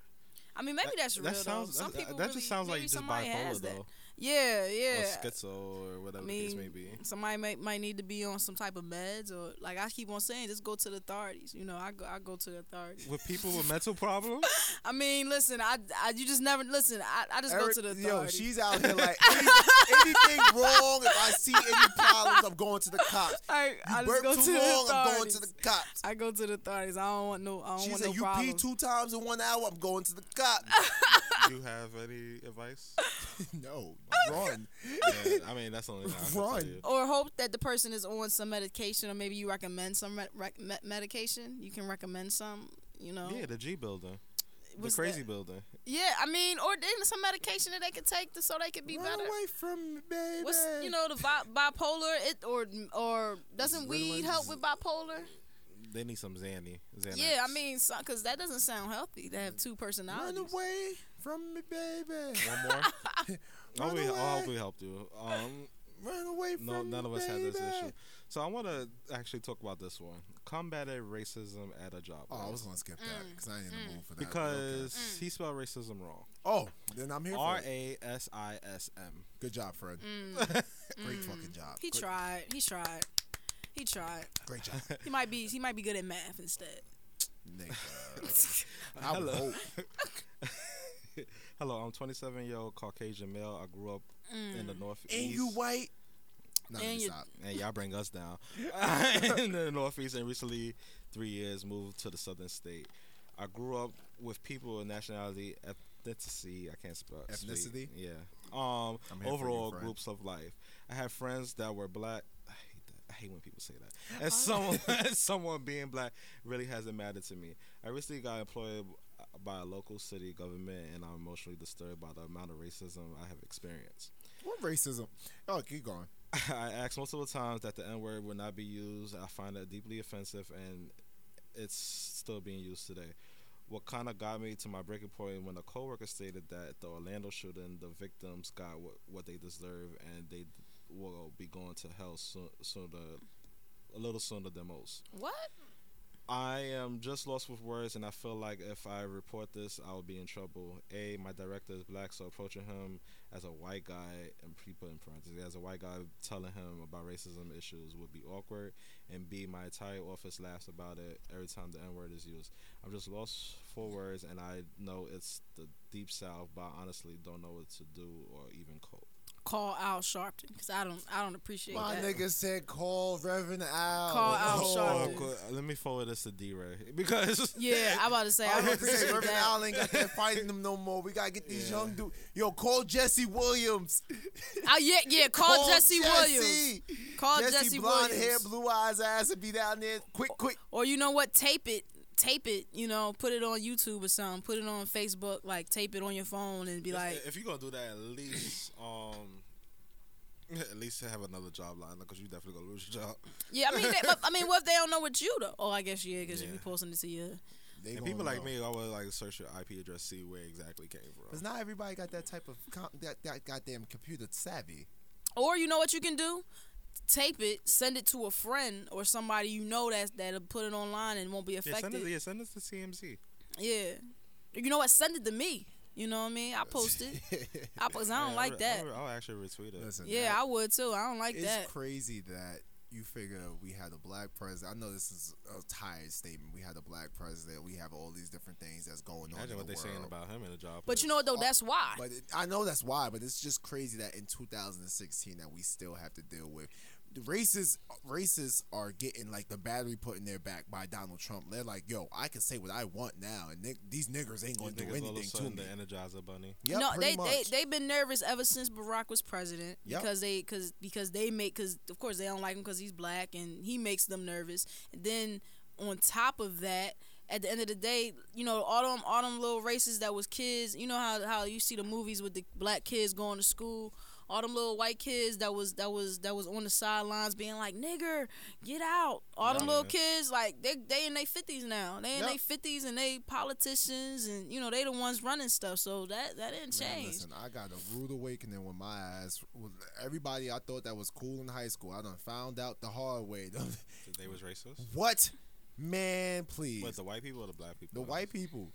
S4: I mean, maybe that's real.
S3: that
S4: though.
S3: sounds
S4: Some
S3: that,
S4: people
S3: that
S4: really,
S3: just sounds like
S4: maybe
S3: just
S4: somebody has
S3: bipolar
S4: that.
S3: though
S4: Yeah,
S3: or
S4: yeah.
S3: schizo or whatever
S4: I
S3: the case may
S4: mean,
S3: be
S4: somebody might might need to be on some type of meds or like I keep on saying, just go to the authorities. You know, I go I go to the authorities.
S3: with people with mental problems
S4: I mean, listen, I, I you just never listen. I, I just
S2: Eric-
S4: go to the
S2: yo,
S4: authorities.
S2: she's out here like any- anything wrong. If I see any problems, I'm going to the cops.
S4: I,
S2: You
S4: I just
S2: burped
S4: go
S2: too
S4: to the
S2: long,
S4: authorities.
S2: I'm going to the cops.
S4: I go to the authorities. I don't want no. I don't
S2: She
S4: want
S2: said
S4: no
S2: you pee
S4: problems.
S2: two times in one hour. I'm going to the cops.
S3: do you have any advice
S2: no, run.
S3: yeah, i mean that's the only thing I can tell
S2: Run.
S3: you.
S4: or hope that the person is on some medication, or maybe you recommend some re- rec- me- medication. You can recommend some. You know,
S3: yeah the g building the
S4: What's
S3: crazy
S4: that?
S3: building
S4: Yeah, I mean, or then some medication that they could take to, so they could be
S2: Run
S4: better.
S2: away from me, baby.
S4: What's you know the bi- bipolar? It or or doesn't weed help with bipolar?
S3: they need some xanny Xanax.
S4: Yeah, I mean, so, cause that doesn't sound healthy to have two
S2: Run
S4: personalities.
S2: away from me, baby.
S3: One more. oh,
S2: Run
S3: we, I hope
S2: away.
S3: we helped you. Um,
S2: Run away from
S3: no,
S2: me,
S3: none of us had
S2: baby.
S3: this issue. So I want to actually talk about this one: combated racism at a job.
S2: Oh, I
S3: place.
S2: was gonna skip that
S4: Mm,
S2: because I ain't in the mood for that. but okay.
S3: because he spelled racism wrong.
S2: oh, then I'm here for
S3: R
S2: it.
S3: A S I S M.
S2: Good job, Fred. Great fucking job.
S4: Mm, He
S2: great,
S4: tried. He tried. He tried.
S2: Great job.
S4: He might be. He might be good at math instead.
S2: Nigga. I would
S3: Hello.
S2: hope.
S3: Hello, I'm 27 year old Caucasian male. I grew up in the Northeast.
S2: And you white. Nah, let
S4: And
S2: me
S4: you-
S2: stop.
S3: And y'all bring us down. in the Northeast, and recently, three years, moved to the Southern state. I grew up with people of nationality, ethnicity, I can't spell speak.
S2: Ethnicity?
S3: Yeah. Um,
S2: I'm here for you,
S3: overall
S2: friend.
S3: groups of life. I have friends that were black. I hate that. I hate when people say that. As someone, as someone being black really hasn't mattered to me. I recently got employed by a local city government, and I'm emotionally disturbed by the amount of racism I have experienced.
S2: What racism? Oh, keep going.
S3: I ask most of the times that the N word will not be used. I find that deeply offensive, and it's still being used today. What kind of got me to my breaking point when a coworker stated that the Orlando shooting, the victims got what, what they deserve, and they will be going to hell soon, sooner, a little sooner than most.
S4: What?
S3: I am just lost with words, and I feel like if I report this, I will be in trouble. A, my director is black, so approaching him as a white guy, and pre put in parentheses, as a white guy telling him about racism issues would be awkward. And B, my entire office laughs about it every time the N word is used. I'm just lost for words, and I know it's the deep south, but I honestly don't know what to do or even cope.
S4: Call Al Sharpton because I don't. I don't appreciate
S2: My
S4: that.
S2: nigga said call Reverend Al.
S4: Call Al
S2: Oh,
S4: Sharpton.
S3: Awkward. Let me forward this to D Ray because
S4: Yeah, I'm about to say I
S2: I
S4: don't
S2: have to say,
S4: appreciate
S2: Reverend
S4: that.
S2: Al ain't got that fighting them no more. We gotta get these
S3: Yeah.
S2: young dudes. Yo, call Jesse Williams.
S4: Oh yeah, yeah. Call, Jesse, Williams.
S2: Jesse.
S4: Call
S2: Jesse,
S4: Jesse,
S2: blonde
S4: Williams.
S2: hair, blue eyes, ass, and be down there quick, quick.
S4: or you know what? Tape it. Tape it. You know, put it on YouTube or something. Put it on Facebook. Like tape it on your phone and be
S3: If-
S4: like,
S3: if, you're gonna do that, at least um, at least have another job lined up because you definitely gonna lose your job.
S4: yeah. I mean, they, but, I mean, what if they don't know what you? Though? Oh, I guess yeah, because if
S3: Yeah.
S4: you posting it to your
S2: They
S3: And
S2: gonna
S3: people like
S2: know.
S3: me, I would like search your IP address, see where exactly it came from.
S2: Cause not everybody got that type of com- that, that goddamn computer savvy.
S4: Or you know what you can do? Tape it, send it to a friend or somebody you know that that'll put it online and won't be
S3: Yeah, send
S4: affected.
S3: us, yeah, send us to CMC.
S4: Yeah. You know what? Send it to me. You know what I mean? I post it. I post. I don't
S3: Yeah,
S4: like
S3: I'll-
S4: that.
S3: I'll, I'll actually retweet it.
S2: Listen,
S4: yeah,
S2: that-
S4: I would too. I don't like
S2: it's
S4: that.
S2: crazy that you figure we had a black president. I know this is a tired statement. We had a black president. We have all these different things that's going on.
S3: Imagine
S2: in
S3: what
S2: the
S3: they're saying
S2: world.
S3: about him in the job.
S4: but you know what though? That's why.
S2: But it, I know that's why. But it's just crazy that in 2016 that we still have to deal with the racists. Racists are getting like the battery put in their back by Donald Trump. They're like, "Yo, I can say what I want now, and ni- these niggers ain't going to do
S3: Niggas all of a
S2: anything to
S3: sudden
S2: me."
S3: the Energizer Bunny.
S2: Yep,
S4: no,
S2: pretty
S4: they
S2: much.
S4: they they've been nervous ever since Barack was president
S2: Yep.
S4: because they because because they make because of course they don't like him because he's black and he makes them nervous. And then on top of that, at the end of the day, you know all them all them little races that was kids. You know how how you see the movies with the black kids going to school. All them little white kids that was that was that was on the sidelines being like nigger, get out. All them
S3: Yeah.
S4: little kids like they they in their fifties now. They in
S2: Yep.
S4: their fifties and they politicians and you know they the ones running stuff. So that that didn't
S2: Man,
S4: change.
S2: Listen, I got a rude awakening when my ass. when Everybody I thought that was cool in high school, I done found out the hard way.
S3: That They was racist.
S2: what, man? Please,
S3: But the white people or the black people?
S2: the white people.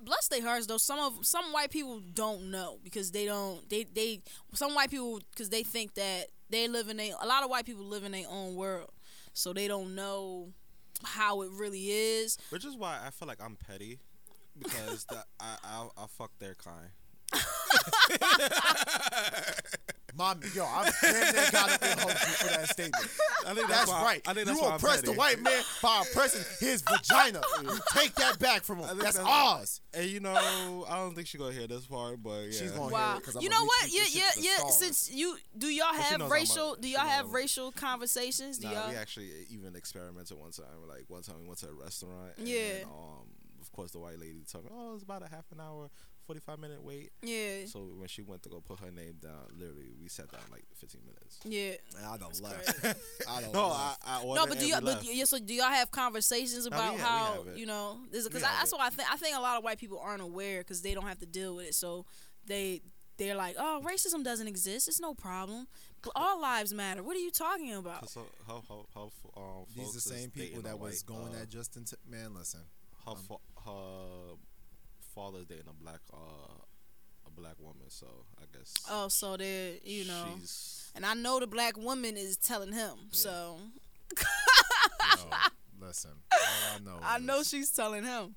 S4: Bless their hearts though. Some of some white people don't know because they don't they they some white people because they think that they live in a a lot of white people live in their own world, so they don't know how it really is.
S3: Which is why I feel like I'm petty because the, I I'll, I'll fuck their kind.
S2: My yo, I'm damn near got up and hugged you for that statement.
S3: I think
S2: That's
S3: why-
S2: right.
S3: I think that's
S2: you
S3: why I'm
S2: oppress the
S3: petty.
S2: white man by oppressing his vagina. You take that back from him.
S3: think
S2: That's,
S3: that's-
S2: ours.
S3: And you know, I don't think she gonna hear this part, but yeah.
S2: She's gonna- hear
S4: Wow.
S2: it 'cause I'ma
S4: You know what?
S2: retweet
S4: Yeah,
S2: this shit
S4: yeah,
S2: to the
S4: yeah.
S2: stars.
S4: Since you do y'all
S3: she
S4: have
S3: knows I'm
S4: racial
S3: a-
S4: do
S3: she
S4: y'all
S3: knows
S4: have
S3: I'm a-
S4: racial conversations? Do
S3: Nah,
S4: y'all?
S3: we actually even experimented one time. Like one time we went to a restaurant.
S4: Yeah.
S3: And, um, of course the white lady told me, oh, it's about a half an hour, forty five minute wait.
S4: Yeah.
S3: So when she went to go put her name down, literally we sat down like fifteen minutes.
S4: Yeah.
S2: And I done left. I done
S3: No, I,
S2: left.
S3: I ordered
S4: No, but
S3: and
S4: do
S3: we
S4: y'all, but
S3: left.
S4: yeah, so do y'all have conversations
S3: we
S4: about
S3: have- we
S4: how
S3: have it.
S4: you know this? Because
S3: We have
S4: that's
S3: it.
S4: why I think I think a lot of white people aren't aware because they don't have to deal with it, so they they're like, oh, racism doesn't exist. It's no problem. But All lives matter. What are you talking about?
S3: So how how how um,
S2: These the
S3: folks is
S2: same people
S3: dating a
S2: that was
S3: white,
S2: going
S3: uh,
S2: at um, Justin. T- man, listen.
S3: her fa- her father's dating a black uh a black woman, so I guess
S4: Oh, so they're you know,
S3: she's
S4: and I know the black woman is telling him, so
S2: Yo, listen. All I know.
S4: I know
S2: is-
S4: she's telling him.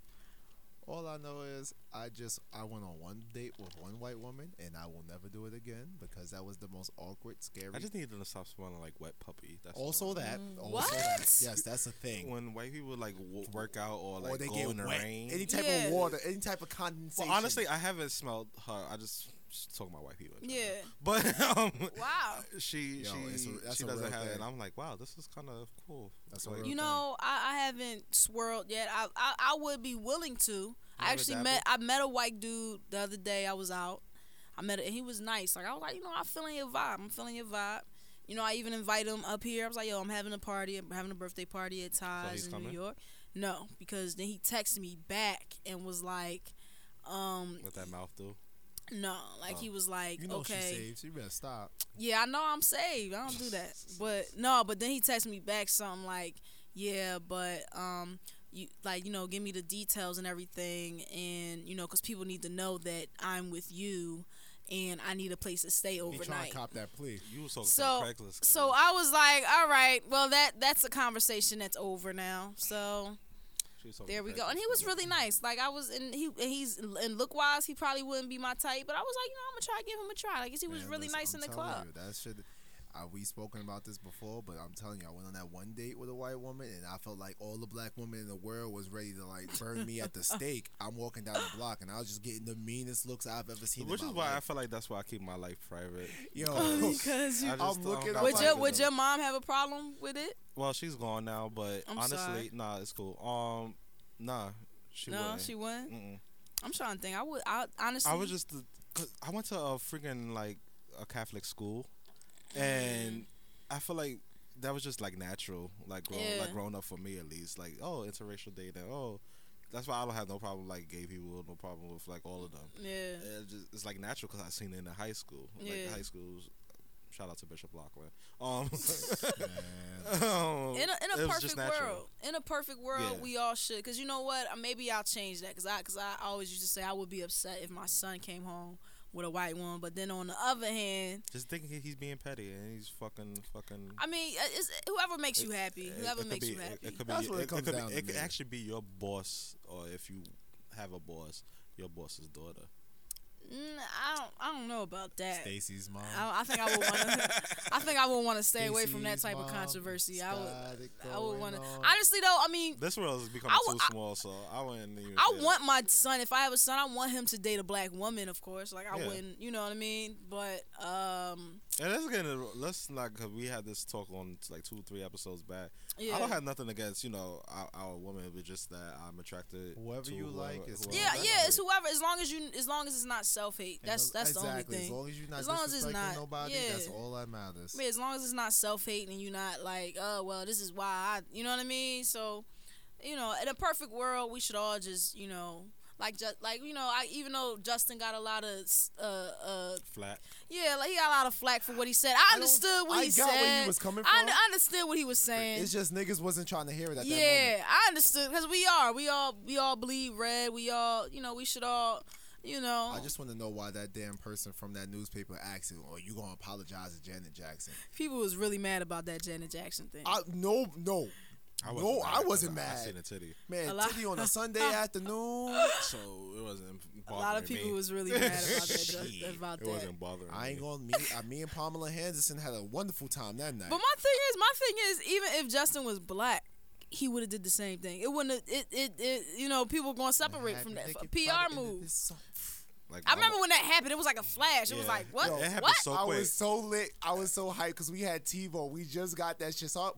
S2: All I know is I just I went on one date with one white woman, and I will never do it again because that was the most awkward, scary.
S3: I just need them to stop smelling like wet puppy. That's the
S2: also
S3: one.
S2: that. Also
S4: What?
S2: That. Yes, that's a thing.
S3: when white people like w- work out or like
S2: or they
S3: go
S2: get
S3: in the
S2: wet.
S3: rain.
S2: Any type
S4: Yeah.
S2: of water, any type of condensation.
S3: well, honestly, I haven't smelled her. I just, just talking about white people. in general.
S4: Yeah.
S3: but um,
S4: Wow.
S3: she
S2: Yo, it's
S3: she
S2: a- that's
S3: she
S2: a
S3: doesn't
S2: real
S3: have it. And
S2: thing.
S3: I'm like, wow, this is kind of cool.
S2: That's a
S3: like,
S2: real
S4: You
S2: Okay.
S4: know, I, I haven't swirled yet. I, I I would be willing to. I
S3: ever
S4: actually
S3: dabbled?
S4: met I met a white dude the other day. I was out. I met him and he was nice. Like I was like, you know, I'm feeling your vibe. I'm feeling your vibe. You know, I even invite him up here. I was like, yo, I'm having a party. I'm having a birthday party at Ty's
S3: he's
S4: in
S3: coming?
S4: New York. No, because then he texted me back and was like, um,
S3: what that mouth do.
S4: no, like he was like,
S2: Oh. you know
S4: okay.
S2: she saves. You better stop.
S4: Yeah, I know I'm saved. I don't do that. But no, but then he texted me back something like, "Yeah, but um, you like you know, give me the details and everything, and you know, because people need to know that I'm with you, and I need a place to stay
S2: He trying
S4: overnight."
S2: to cop that plea.
S3: You was talking
S4: So,
S3: about Craigslist.
S4: so I was like, "All right, well that that's a conversation that's over now." So
S3: She was talking
S4: there we
S3: about
S4: go. And he
S3: Craigslist.
S4: was really nice. Like I was, and he and he's and look wise, he probably wouldn't be my type, but I was like, you know, I'm gonna try to give him a try. Like, 'cause he was
S2: Man,
S4: really
S2: listen,
S4: nice in
S2: I'm
S4: the
S2: telling
S4: club.
S2: You, that should. Uh, we spoken about this before, but I'm telling you, I went on that one date with a white woman, and I felt like all the black women in the world was ready to like burn me at the stake. I'm walking down the block, and I was just getting the meanest looks I've ever seen.
S3: Which
S2: in
S3: is
S2: my
S3: why I
S2: life.
S3: feel like that's why I keep my life private.
S2: yo,
S4: Because
S3: I
S4: Oh, you
S3: just
S2: I'm looking
S3: don't
S2: up-
S3: got
S4: Would
S3: time
S4: your
S3: for
S4: would
S3: them.
S4: your mom have a problem with it?
S3: Well, she's gone now, but
S4: I'm
S3: honestly,
S4: sorry.
S3: nah, it's cool. Um, nah, she
S4: no,
S3: wouldn't.
S4: she wouldn't.
S3: Mm-mm.
S4: I'm trying to think. I would. I honestly.
S3: I was just, the- 'cause I went to a freaking like a Catholic school, and I feel like that was just like natural, like grown,
S4: Yeah.
S3: like grown up for me at least. Like, oh, interracial dating. Oh, that's why I don't have no problem like gay people, no problem with like all of them.
S4: Yeah.
S3: And It's, just, it's like natural because I seen it in the high school. Like
S4: Yeah.
S3: high schools. Shout out to Bishop Lockwood. Um,
S4: In a, in
S3: Oh, it
S4: a
S3: was just
S4: perfect
S3: natural.
S4: world, in a perfect world,
S3: Yeah.
S4: we all should. Because you know what? Uh, Maybe I'll change that. Because I, cause I always used to say I would be upset if my son came home with a white one. But then on the other hand,
S3: Just thinking he- he's being petty and he's fucking fucking.
S4: I mean, uh, it's, whoever makes you happy,
S3: it-
S4: whoever
S3: it could
S4: makes
S3: be-
S4: you
S3: it-
S4: happy.
S3: It could be.
S7: That's what it
S3: It
S7: comes
S3: could be-
S7: down to
S3: it could
S7: me.
S3: actually be your boss, or if you have a boss, your boss's daughter.
S4: Mm, I don't, I don't know about that.
S2: Stacy's mom.
S4: I, I think I would want to. I think I would want to stay away from that
S2: Stacey's
S4: type of
S2: mom
S4: controversy. I would.
S2: started
S4: I would
S2: going
S4: want to.
S2: on.
S4: Honestly, though, I mean,
S3: This world is becoming
S4: I w-
S3: too
S4: I-
S3: small, so I wouldn't even.
S4: I
S3: say that.
S4: want my son. If I have a son, I want him to date a black woman, of course. Like I
S3: Yeah.
S4: wouldn't, you know what I mean. But um,
S3: And let's get into let's not because we had this talk on like two, three episodes back. I
S4: Yeah.
S3: don't have nothing against you know our, our woman, but just that I'm attracted.
S2: Whoever
S3: to
S2: you like is
S3: whoever-
S2: Well,
S4: yeah,
S2: that's
S4: yeah,
S2: all
S4: it's whoever. As long as you, as long as it's not self hate.
S2: And
S4: That's
S2: al-
S4: that's
S2: exactly.
S4: the
S2: As
S4: only thing.
S2: long as you're not
S4: As long as it's
S2: disrespecting
S4: not-
S2: nobody,
S4: yeah.
S2: that's all that matters.
S4: I mean, as long as it's not self hate and you're not like, oh well, this is why I, you know what I mean. So, you know, in a perfect world, we should all just, you know, like just like you know, I even though Justin got a lot of, s- uh, uh,
S3: flat.
S4: yeah, like he got a lot of flack for what he said. I
S7: don't-
S4: understood what
S7: I
S4: he
S7: got
S4: said.
S7: where he was coming
S4: I,
S7: from.
S4: I understood what he was saying.
S7: It's just niggas wasn't trying to hear it at that moment.
S4: Yeah, I understood because we are, we all, we all bleed red. We all, you know, we should all, you know.
S2: I just want to know why that damn person from that newspaper asked him, "Oh, you gonna apologize to Janet Jackson?"
S4: people was really mad about that Janet Jackson thing.
S7: I no no.
S3: wasn't
S7: no,
S3: mad
S7: I wasn't
S3: 'cause I-
S7: mad.
S3: I seen a titty,
S7: Man,
S4: A lot-
S7: titty on a Sunday afternoon.
S3: so it wasn't.
S4: a lot of people was really mad about that. ju-
S3: Shit,
S4: about
S3: it
S4: that.
S3: wasn't bothering.
S7: I ain't
S3: me.
S7: gonna me. Uh, me and Pamela Henderson had a wonderful time that night.
S4: But my thing is, my thing is, even if Justin was black, he would have did the same thing. It wouldn't. Have, it, it it you know people going to separate from that
S2: Naked
S4: PR
S2: body in
S4: move.
S2: this song.
S3: Like,
S4: I remember
S3: I'm-
S4: when that happened. It was like a flash. It was
S3: Yeah.
S4: like what?
S3: It happened
S4: what?
S3: so
S7: I
S3: quick.
S7: was so lit. I was so hyped because we had TiVo. We just got that shit. So I, I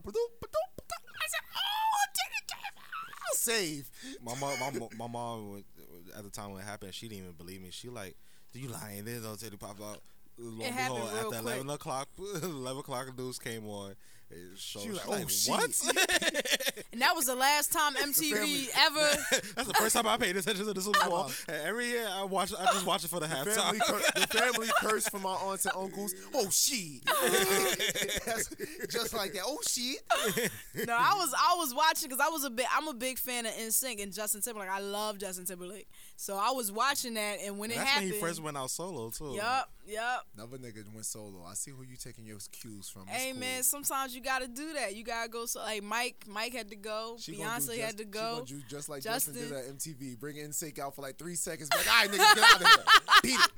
S7: said, "Oh, did it, save."
S3: my mom, my, mo- my mom would- at the time when it happened, she didn't even believe me. She like, "Do you lying?" There's no titty pop out. Lo and
S4: happened
S3: behold,
S4: real
S3: after
S4: quick.
S3: eleven o'clock, eleven o'clock the news came on. It showed,
S7: She was like,
S3: she
S7: "Oh,
S3: like,
S7: shit."
S3: what?
S4: and that was the last time
S7: family-
S4: MTV ever.
S3: That's the first time I paid attention to the Super Bowl.
S7: on.
S3: And every year I watch, I just watch it for the halftime.
S7: Family cur- the family curse from our aunts and uncles. Oh shit! That's just like that. Oh shit!
S4: No, I was I was watching because I was a big I'm a big fan of NSYNC and Justin Timberlake. I love Justin Timberlake, so I was watching that and when it
S3: That's
S4: happened.
S3: when he first went out solo too.
S4: Yup, yup.
S2: Another nigga went solo. I see who you taking your cues from. It's
S4: Hey man, sometimes you gotta do that. You gotta go. So like Mike, Mike had to go.
S7: cool. She gonna do
S4: Beyonce had
S7: just-
S4: to
S7: She gonna
S4: go.
S7: do just like Justin did
S4: Justin.
S7: at MTV. Bring NSYNC out for like three seconds. Be like, all right, niggas, get out of here. Beat it.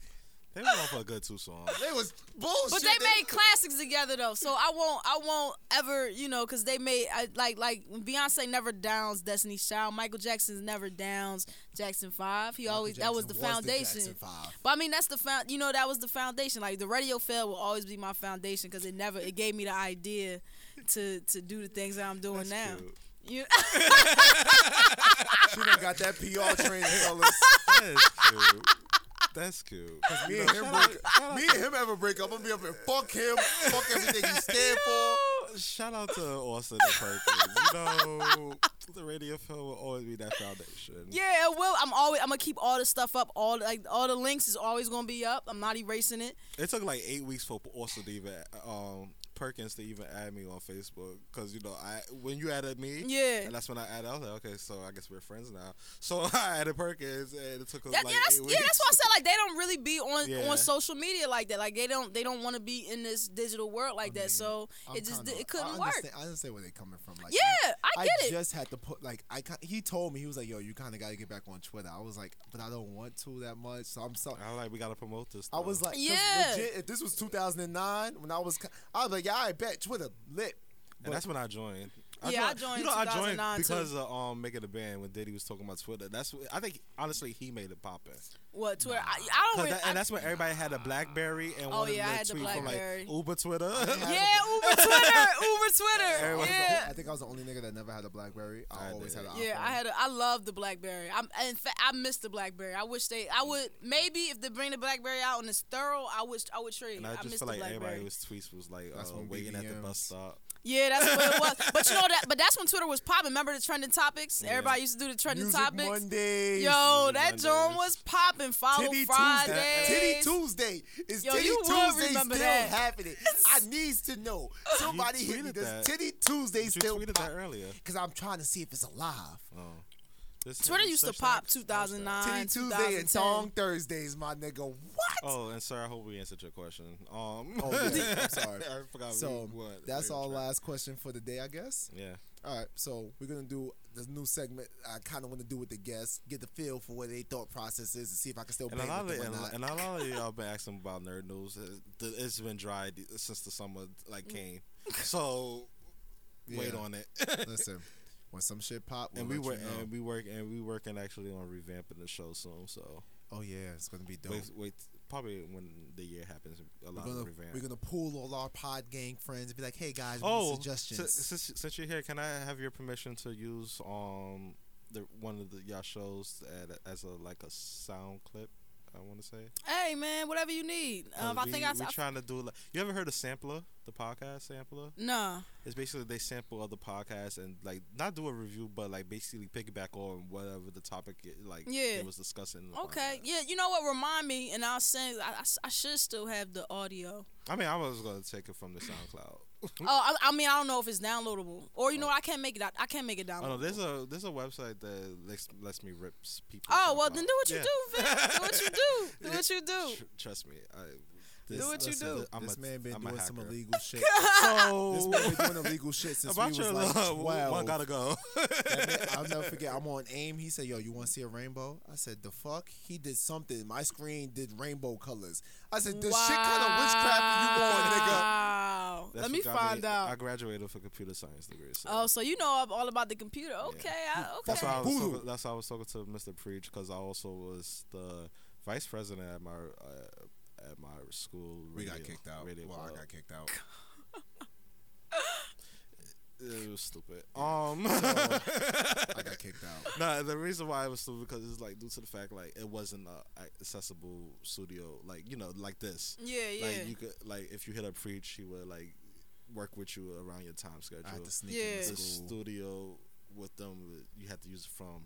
S3: They went on for a good two songs.
S7: They was bullshit.
S4: But they made classics together though, so I won't I won't ever you know because they made I, like like when Beyonce never downs Destiny's Child. Michael Jackson's never downs Jackson Five. He always that was the
S7: Jackson was the
S4: foundation.
S7: Jackson Five.
S4: But I mean, that's the found. You know, that was the foundation. Like the radio fail will always be my foundation because it never it gave me the idea to to do the things that I'm doing now.
S3: cute.
S4: You,
S7: She done got that PR training, fellas.
S3: That's cute. That's cute.
S7: Me and him break. Me and him ever break up? I'm gonna be up and fuck him. Fuck everything he stand for.
S3: Shout out to Austin and Perkins. You know, the radio film will always be that foundation.
S4: yeah, it will. I'm always I'm gonna keep all the stuff up. All the- like all the links is always gonna be up. I'm not erasing it.
S3: It took like eight weeks for Austin to even um, Perkins to even add me on Facebook because you know I when you added me,
S4: Yeah.
S3: and that's when I added. I was like, okay, so I guess we're friends now. So I added Perkins, and it took him
S4: That,
S3: like
S4: yeah, that's,
S3: eight
S4: yeah,
S3: weeks.
S4: that's why I said like they don't really be on
S3: Yeah.
S4: on social media like that. Like they don't they don't want to be in this digital world like that. So
S2: I'm
S4: it just
S2: kinda-
S4: di- it couldn't
S2: I
S4: work.
S2: understand- I understand where they're coming from. Like,
S4: Yeah, I
S2: I
S4: get it.
S2: just had to put like I. ki- He told me he was like, "Yo, you kind of got to get back on Twitter." I was like, "But I don't want to that much." So I'm sorry.
S3: I was like, we gotta promote this.
S7: I was
S3: though.
S7: like, 'cause
S4: Yeah.
S7: legit, if this was 2009, when I was, co- I was like, yeah, I bet Twitter lit.
S3: and that's when I joined.
S4: Yeah, I joined
S3: You know, I joined
S4: 2009 too.
S3: because of um making the band when Diddy was talking about Twitter. That's what, I think. Honestly, he made it poppin'.
S4: What Twitter? I, Oh, I don't.
S3: 'Cause
S4: Really,
S3: that- and that's when everybody had a BlackBerry and
S4: Oh,
S3: wanted
S4: yeah, I
S3: to
S4: had the
S3: tweet from
S4: Blackberry.
S3: like Uber Twitter.
S4: I, yeah, Uber Twitter, Uber Twitter.
S3: Everyone-
S4: yeah,
S2: I think I was the only nigga that never had a BlackBerry. I,
S3: I
S2: always
S3: did.
S2: had an
S4: yeah.
S2: iPhone.
S4: I had. A, I love the BlackBerry. I'm. In fact, I miss the BlackBerry. I wish they. I would maybe if they bring the BlackBerry out and it's thorough. I wish. I would trade.
S3: and I just
S4: miss
S3: feel
S4: the
S3: like everybody
S4: BlackBerry.
S3: was tweets was like
S2: That's
S3: uh,
S2: when
S3: waiting at the
S2: BBMs.
S3: bus stop.
S4: Yeah, that's what it was. But you know that. But that's when Twitter was popping. Remember the trending topics? Everybody used to do the trending
S2: Music
S4: topics.
S2: Mondays.
S4: Yo,
S3: Music
S4: that
S3: Mondays.
S4: joint was popping. Follow
S2: Titty
S4: Friday.
S2: Tuesday. Titty Tuesday. Is
S4: Yo,
S2: Titty
S4: you will
S2: Tuesday
S4: remember
S2: still
S4: that.
S2: happening? I needs to know. Somebody hit me.
S3: tweeted
S2: Does
S3: that.
S2: Titty Tuesday
S3: You
S2: still
S3: tweeted that earlier.
S2: Because I'm trying to see if it's alive.
S3: Oh. This-
S4: Twitter
S3: you
S4: used to
S3: search
S4: pop
S3: that? Uh,
S4: 2009,
S2: Titty Tuesday and
S4: 2010.
S2: Song Thursdays, my nigga. What?
S3: Oh, and sir, I hope we answered your question. Um,
S2: Oh, yeah, I'm sorry.
S3: I forgot
S2: So
S3: we- what-
S2: that's
S3: we were
S2: our
S3: trying-
S2: last question for the day, I guess.
S3: Yeah.
S2: All right, so we're gonna do this new segment. I kind of want to do with the guests, get the feel for what they thought process is, and see if I can still
S3: And a
S2: bang
S3: lot of
S2: with
S3: and,
S2: them or not.
S3: and a lot of y'all been asking about nerd news. Uh, th- It's been dry d- since the summer
S4: Mm.
S3: like came, so wait
S2: Yeah.
S3: on it.
S2: Listen, when some shit pop, we'll
S3: and we
S2: let
S3: were
S2: you know.
S3: and we work and we working actually on revamping the show soon. So
S2: Oh yeah, it's gonna be dope.
S3: wait, wait, probably when the year happens, a
S2: We're
S3: lot of
S2: gonna,
S3: revamp.
S2: we're gonna pull all our pod gang friends and be like, "Hey guys, what are
S3: oh,
S2: the suggestions."
S3: since, since since you're here, can I have your permission to use um the one of the y'all shows at, as a like a sound clip? I want to say.
S4: Hey man, whatever you need. Um, I
S3: Oh, we,
S4: think I.
S3: we
S4: I
S3: trying to do. Like, you ever heard of Sampler, the podcast Sampler?
S4: nah.
S3: It's basically they sample other podcasts and like not do a review, but like basically piggyback on whatever the topic it- like
S4: Yeah.
S3: it was discussing. in the
S4: Okay.
S3: podcast.
S4: Yeah. You know what? Remind me, and I'll send. I, I s- I should still have the audio.
S3: I mean, I was gonna take it from the SoundCloud.
S4: Oh, I, I mean, I don't know if it's downloadable, or you know, what? I can't make it. out- I can't make it
S3: Oh no,
S4: downloadable.
S3: there's a there's a website that lets, lets me rip s- people.
S4: Oh well, then do what you
S3: Yeah.
S4: do, Vic. Do what you do. Do what you
S3: Tr-
S4: do.
S3: trust me, I,
S4: what you do.
S3: I'm
S2: this
S3: a,
S2: man been
S3: I'm a
S2: doing some
S3: hacker.
S2: illegal shit. this
S3: So
S2: man been doing illegal shit since
S3: about
S2: we
S3: your
S2: was like
S3: love,
S2: twelve.
S3: one gotta go.
S2: That man- I'll never forget. I'm on AIM. He said, "Yo, you want to see a rainbow?" I said, "The fuck?" He did something. My screen did rainbow colors. I said, "The shit kind of witchcraft you on, nigga."
S4: Wow.
S3: That's
S4: Let me
S3: what got
S4: find out.
S3: I graduated with a computer science degree. So.
S4: Oh, so you know I'm all about the computer. Okay. I,
S2: That's
S3: That's
S4: okay.
S3: why I was
S2: Voodoo.
S3: talking, that's why I was talking to Mr. Preach because I also was the vice president at my uh, at my school. radio- Radio club.
S2: kicked out.
S3: It was stupid. Um,
S2: I got kicked out.
S3: no, the reason why it was stupid because it's like due to the fact like it wasn't a a- accessible studio like you know like this.
S4: Yeah, yeah.
S3: Like you could like if you hit up Preach, he would like work with you around your time schedule.
S2: I had to sneak
S4: Yeah.
S2: into
S3: the
S2: school.
S3: studio with them. You had to use it from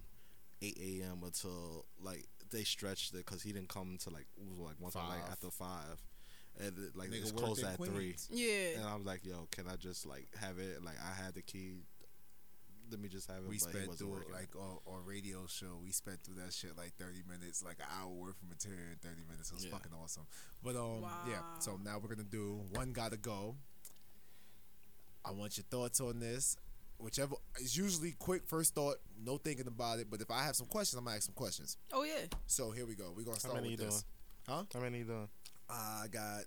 S3: eight a.m. until like they stretched it because he didn't come to like it was like one time like
S2: Five.
S3: after five, and it, like
S2: Nigga
S3: it's
S2: worked
S3: closed
S2: in
S3: at three.
S2: Queens.
S4: yeah.
S3: And I was like, "Yo, can I just like have it? Like I had the key. Let me just have it."
S2: We
S3: but he
S2: sped
S3: wasn't
S2: through
S3: working.
S2: it like on, on radio show. We sped through that shit like thirty minutes, like an hour worth of material in thirty minutes. It was
S3: Yeah.
S2: fucking awesome. But um, yeah.
S4: Wow.
S2: So now we're gonna do one gotta go. I want your thoughts on this. Whichever it's usually quick first thought, no thinking about it. But if I have some questions, I'm gonna ask some questions.
S4: Oh yeah.
S2: So here we go. We're gonna
S3: How
S2: start
S3: many
S2: with
S3: you
S2: this. Huh?
S3: How many you doing?
S2: I got,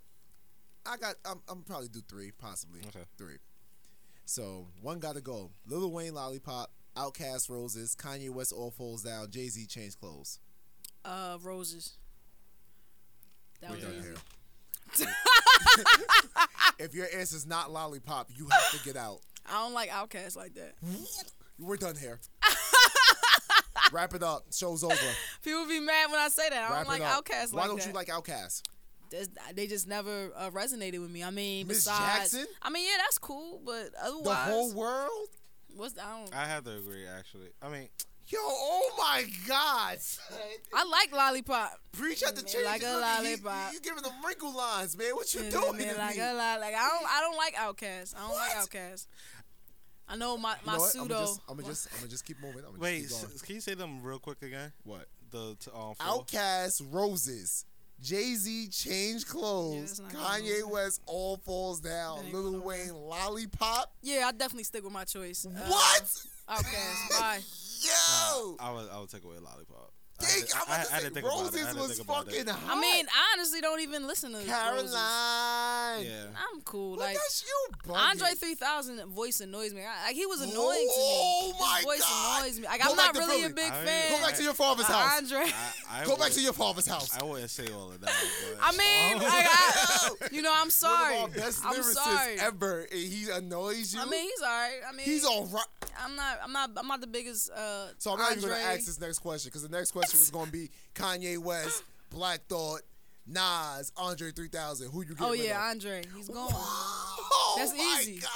S2: I got. I'm, I'm probably do three, possibly
S3: Okay.
S2: three. So one gotta go. Lil Wayne, Lollipop, Outkast, Roses, Kanye West, All Falls Down, Jay Z, Change Clothes.
S4: Uh, roses. That
S2: We're
S4: was
S2: done
S4: easy.
S2: here. if your answer's not Lollipop, you have to get out.
S4: I don't like outcasts like that.
S2: We're done here. Wrap it up. Show's over.
S4: People be mad when I say that. I
S2: Wrap
S4: don't like
S2: it up.
S4: outcasts
S2: Why
S4: like
S2: don't
S4: that.
S2: you like Outkast?
S4: That's- they just never uh, resonated with me. I mean,
S2: Miss
S4: besides,
S2: Jackson?
S4: I mean, yeah, that's cool, but otherwise,
S2: The whole world?
S4: what's I don't.
S3: I have to agree. Actually, I mean,
S2: Yo, oh my God.
S4: I like lollipop.
S2: Preach at the
S4: Man,
S2: change.
S4: like a
S2: Look, he-
S4: lollipop.
S2: You, giving them wrinkle lines, man. What you
S4: Man,
S2: doing?
S4: man,
S2: to
S4: like
S2: me?
S4: a lot. Like I don't. I don't like outcasts. I don't like
S2: What?
S4: outcasts. I know my my
S2: I'm
S4: pseudo.
S2: gonna just, I'm gonna just, I'm gonna just keep moving. I'm gonna
S3: wait,
S2: just keep going.
S3: s- can you say them real quick again?
S2: what?
S3: The t- um, four?
S2: Outcast, Roses, Jay Z, Change
S4: Yeah,
S2: Clothes,
S4: that's not
S2: Kanye
S4: gonna
S2: West, All Falls Down,
S4: That ain't
S2: Lil
S4: gonna work.
S2: Wayne, Lollipop.
S4: yeah, I definitely stick with my choice. Uh,
S2: what?
S4: Outcast. Bye.
S2: Yo,
S3: I would I would take away lollipop. I had
S2: Dang,
S3: to-
S2: I'm
S3: I-
S2: about
S3: I had
S2: to
S3: to
S2: say
S3: think about it. I
S2: Roses
S3: had to
S2: was
S3: think about it.
S2: fucking hot.
S4: I mean, I honestly don't even listen to Roses.
S2: Caroline.
S3: Yeah.
S4: I'm cool.
S2: Like,
S4: Like
S2: that's you, bugging.
S4: Andre 3000 voice annoys me. I, like he was annoying to me.
S2: Oh, my
S4: His voice
S2: God.
S4: annoys me. Like
S2: Go
S4: I'm
S2: back
S4: not
S2: to
S4: really a
S2: Philly.
S4: big
S3: I-
S4: fan.
S2: Go back to your father's
S4: of
S2: house.
S4: uh, Andre.
S3: I, I
S2: Go back
S3: would-
S2: to your father's house.
S3: I wouldn't say all of that. But
S4: I mean, like, I, you know, I'm sorry.
S2: Oh. One of our best
S4: I'm
S2: lyricists
S4: sorry.
S2: ever, and he annoys you.
S4: I mean, he's alright. I mean,
S2: he's all right.
S4: I'm not. I'm not. I'm not the biggest. Uh,
S2: So I'm not even
S4: Andre.
S2: gonna ask this next question because the next question was gonna be Kanye West, Black Thought, Nas, Andre 3000. Who you getting
S4: Oh
S2: rid
S4: yeah,
S2: of?
S4: Andre. He's gone.
S2: Oh,
S4: That's
S2: my
S4: easy.
S2: God.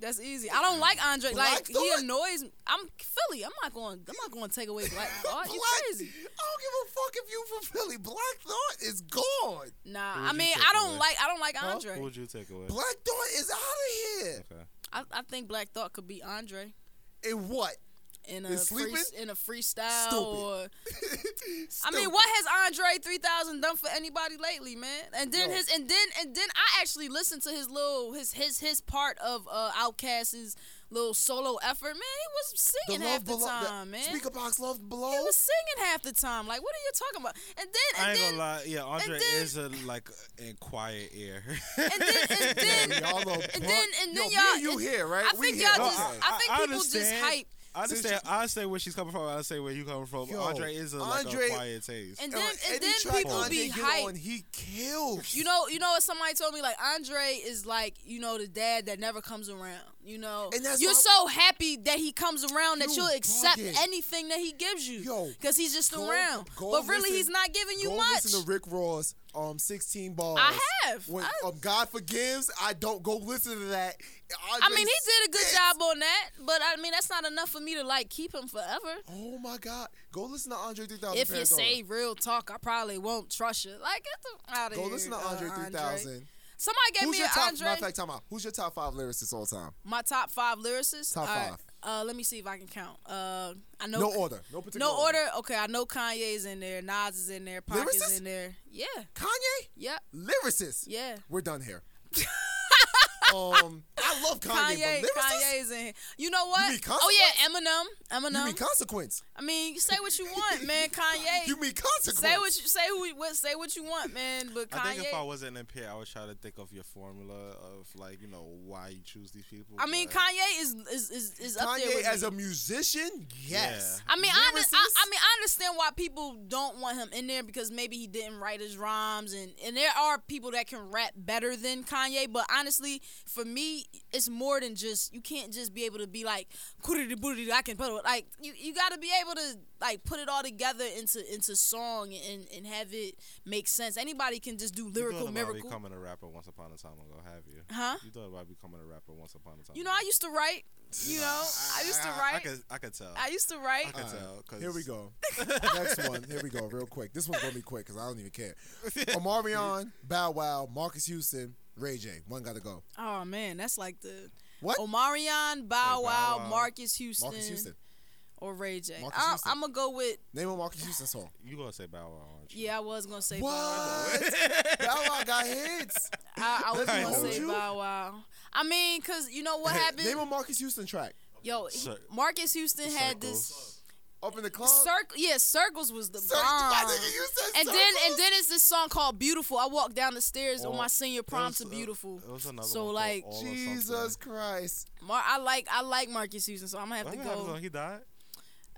S4: That's easy. I don't like Andre.
S2: Black
S4: like he
S2: Thought?
S4: annoys. me. I'm Philly. I'm not going. I'm not going to take away Black Thought. You
S2: Black-
S4: crazy?
S2: I don't give a fuck if you from Philly. Black Thought is gone.
S4: Nah.
S3: Who would
S4: I
S3: you
S4: mean,
S3: take
S4: I don't
S3: away?
S4: like. I don't like
S3: who
S4: Andre.
S3: would you take away?
S2: Black Thought is out of here.
S3: Okay.
S4: I, I think Black Thought could be Andre
S2: In what?
S4: in a
S2: Is
S4: free,
S2: sleeping?
S4: in a freestyle.
S2: Stupid.
S4: Or, I
S2: Stupid.
S4: mean, what has Andre 3000 done for anybody lately, man? And then
S2: Yo.
S4: his and then and then I actually listened to his little his his his part of uh Outkast's little solo effort. Man, he was
S2: The
S4: singing half
S2: love
S4: the
S2: below.
S4: time,
S2: the
S4: man.
S2: Speaker box love below.
S4: He was singing half the time. Like, what are you talking about? And then
S3: I
S4: and
S3: ain't
S4: then,
S3: gonna lie. Yeah, Andre
S4: then-
S3: is a like in quiet ear.
S4: and then and then
S2: Y'all a
S4: and
S2: punk.
S4: then and
S2: Yo,
S4: then
S2: me
S4: y'all
S2: and you
S4: and-
S2: here, right?
S4: I
S2: We
S4: think
S2: here.
S4: y'all
S2: Okay.
S4: just I think
S3: Uh-uh. I
S4: people just
S3: understand.
S4: hype.
S3: I understand. I understand where she's coming from. I understand where you coming from.
S2: Yo,
S3: Andre is a, like
S2: Andre-
S3: a quiet taste.
S4: And
S2: Yo,
S4: then
S2: any
S4: and then
S2: track
S4: people
S2: Andre
S4: be
S2: get
S4: hyped.
S2: on, he kills.
S4: You know, you know what somebody told me like Andre is like you know the dad that never comes around. You know,
S2: And that's
S4: you're
S2: why-
S4: so happy that he comes around that
S2: You
S4: you'll accept
S2: bugging.
S4: anything that he gives you
S2: Yo,
S4: because he's just
S2: go-
S4: around.
S2: go
S4: but really,
S2: listen-
S4: he's not giving you
S2: Go
S4: much.
S2: listen to Rick Ross, um, 16 bars.
S4: I have.
S2: When
S4: I-
S2: um, God forgives, I don't go listen to that.
S4: I
S2: Andre
S4: mean, he did a good
S2: spits.
S4: job on that, but I mean that's not enough for me to like keep him forever.
S2: Oh my God, go listen to Andre 3000.
S4: If you
S2: Pandora.
S4: say real talk, I probably won't trust you. Like get the out of
S2: go
S4: here.
S2: listen to
S4: uh,
S2: Andre 3000.
S4: Somebody gave
S2: Who's
S4: me
S2: your
S4: an
S2: top?
S4: Andre.
S2: Matter of fact, time out. Who's your top five lyricists all time?
S4: my top five lyricists.
S2: Top
S4: All right.
S2: five.
S4: Uh, let me see if I can count. Uh, I know
S2: No order. No particular.
S4: No order. Okay, I know Kanye's in there, Nas is in there, Pac
S2: Lyricist?
S4: is in there. Yeah,
S2: Kanye,
S4: yeah,
S2: lyricist.
S4: yeah.
S2: We're done here. um, I love Kanye,
S4: Kanye,
S2: but lyricist.
S4: Kanye's in here. You know what?
S2: mean
S4: oh yeah, Eminem,
S2: You
S4: Eminem.
S2: mean consequence?
S4: I mean, you say what you want, man. Kanye.
S2: You mean consequence?
S4: say what you say. Who, what say what you want, man. But Kanye.
S3: I think if I wasn't impaired, I would try to think of your formula of like you know why you choose these people.
S4: I mean,
S3: but-
S4: Kanye is is is, is up there
S2: Kanye
S4: with
S2: as
S4: me.
S2: a musician, yes.
S4: I mean, I, under- I,
S2: Lyricist?
S4: I mean, I understand why people don't want him in there because maybe he didn't write his rhymes, and and there are people that can rap better than Kanye. But honestly, for me, it's more than just you can't just be able to be like "Koodity boodity, I can put it like you you got to be able to like put it all together into into song and and have it make sense. Anybody can just do
S3: You thought
S4: lyrical
S3: about
S4: miracle.
S3: becoming a rapper once upon a time ago, have you?
S4: Huh?
S3: You thought about becoming a rapper once upon a time.
S4: You know, I used to write. You know, I used to
S3: I
S4: write.
S3: could, I could tell.
S4: I used to write.
S3: I could tell. 'cause-
S2: Here we go. Next one. Here we go. Real quick. This one's gonna be quick because I don't even care. Omarion, Bow Wow, Marcus Houston, Ray J. One gotta go.
S4: Oh man, that's like the
S2: What?
S4: Omarion,
S3: Bow
S4: Bow Wow,
S3: Wow.
S4: Marcus Houston,
S2: Marcus Houston.
S4: or Ray J.
S2: Marcus
S4: I'm,
S2: Houston.
S4: I'm gonna go with
S2: Name a Marcus Houston song.
S3: You gonna say Bow Wow? aren't you?
S4: yeah. I was gonna say
S2: What?
S4: Bow Wow.
S2: Bow Wow got hits.
S4: I, I was
S2: Let me
S4: gonna
S2: hold
S4: say
S2: you.
S4: Bow Wow. I mean, cause you know what
S2: Name a
S4: happened?
S2: Marcus Houston track.
S4: Yo, he-
S3: Cir-
S4: Marcus Houston had
S3: Circles.
S4: this
S2: Up in the club.
S4: circle. Yeah, circles was the
S2: Cir-
S4: bomb.
S2: My nigga, you said
S4: And then and
S2: Circles?
S4: then it's this song called Beautiful. I walked down the stairs on
S3: All-
S4: my senior
S3: It
S4: prom
S3: was-
S4: to
S3: uh,
S4: Beautiful.
S3: It was another
S4: So,
S3: one called
S4: like,
S3: All or something.
S2: Jesus Christ.
S4: Mar- I like I like Marcus Houston, so I'm gonna have
S3: What
S4: to
S3: happened
S4: go.
S3: when he died?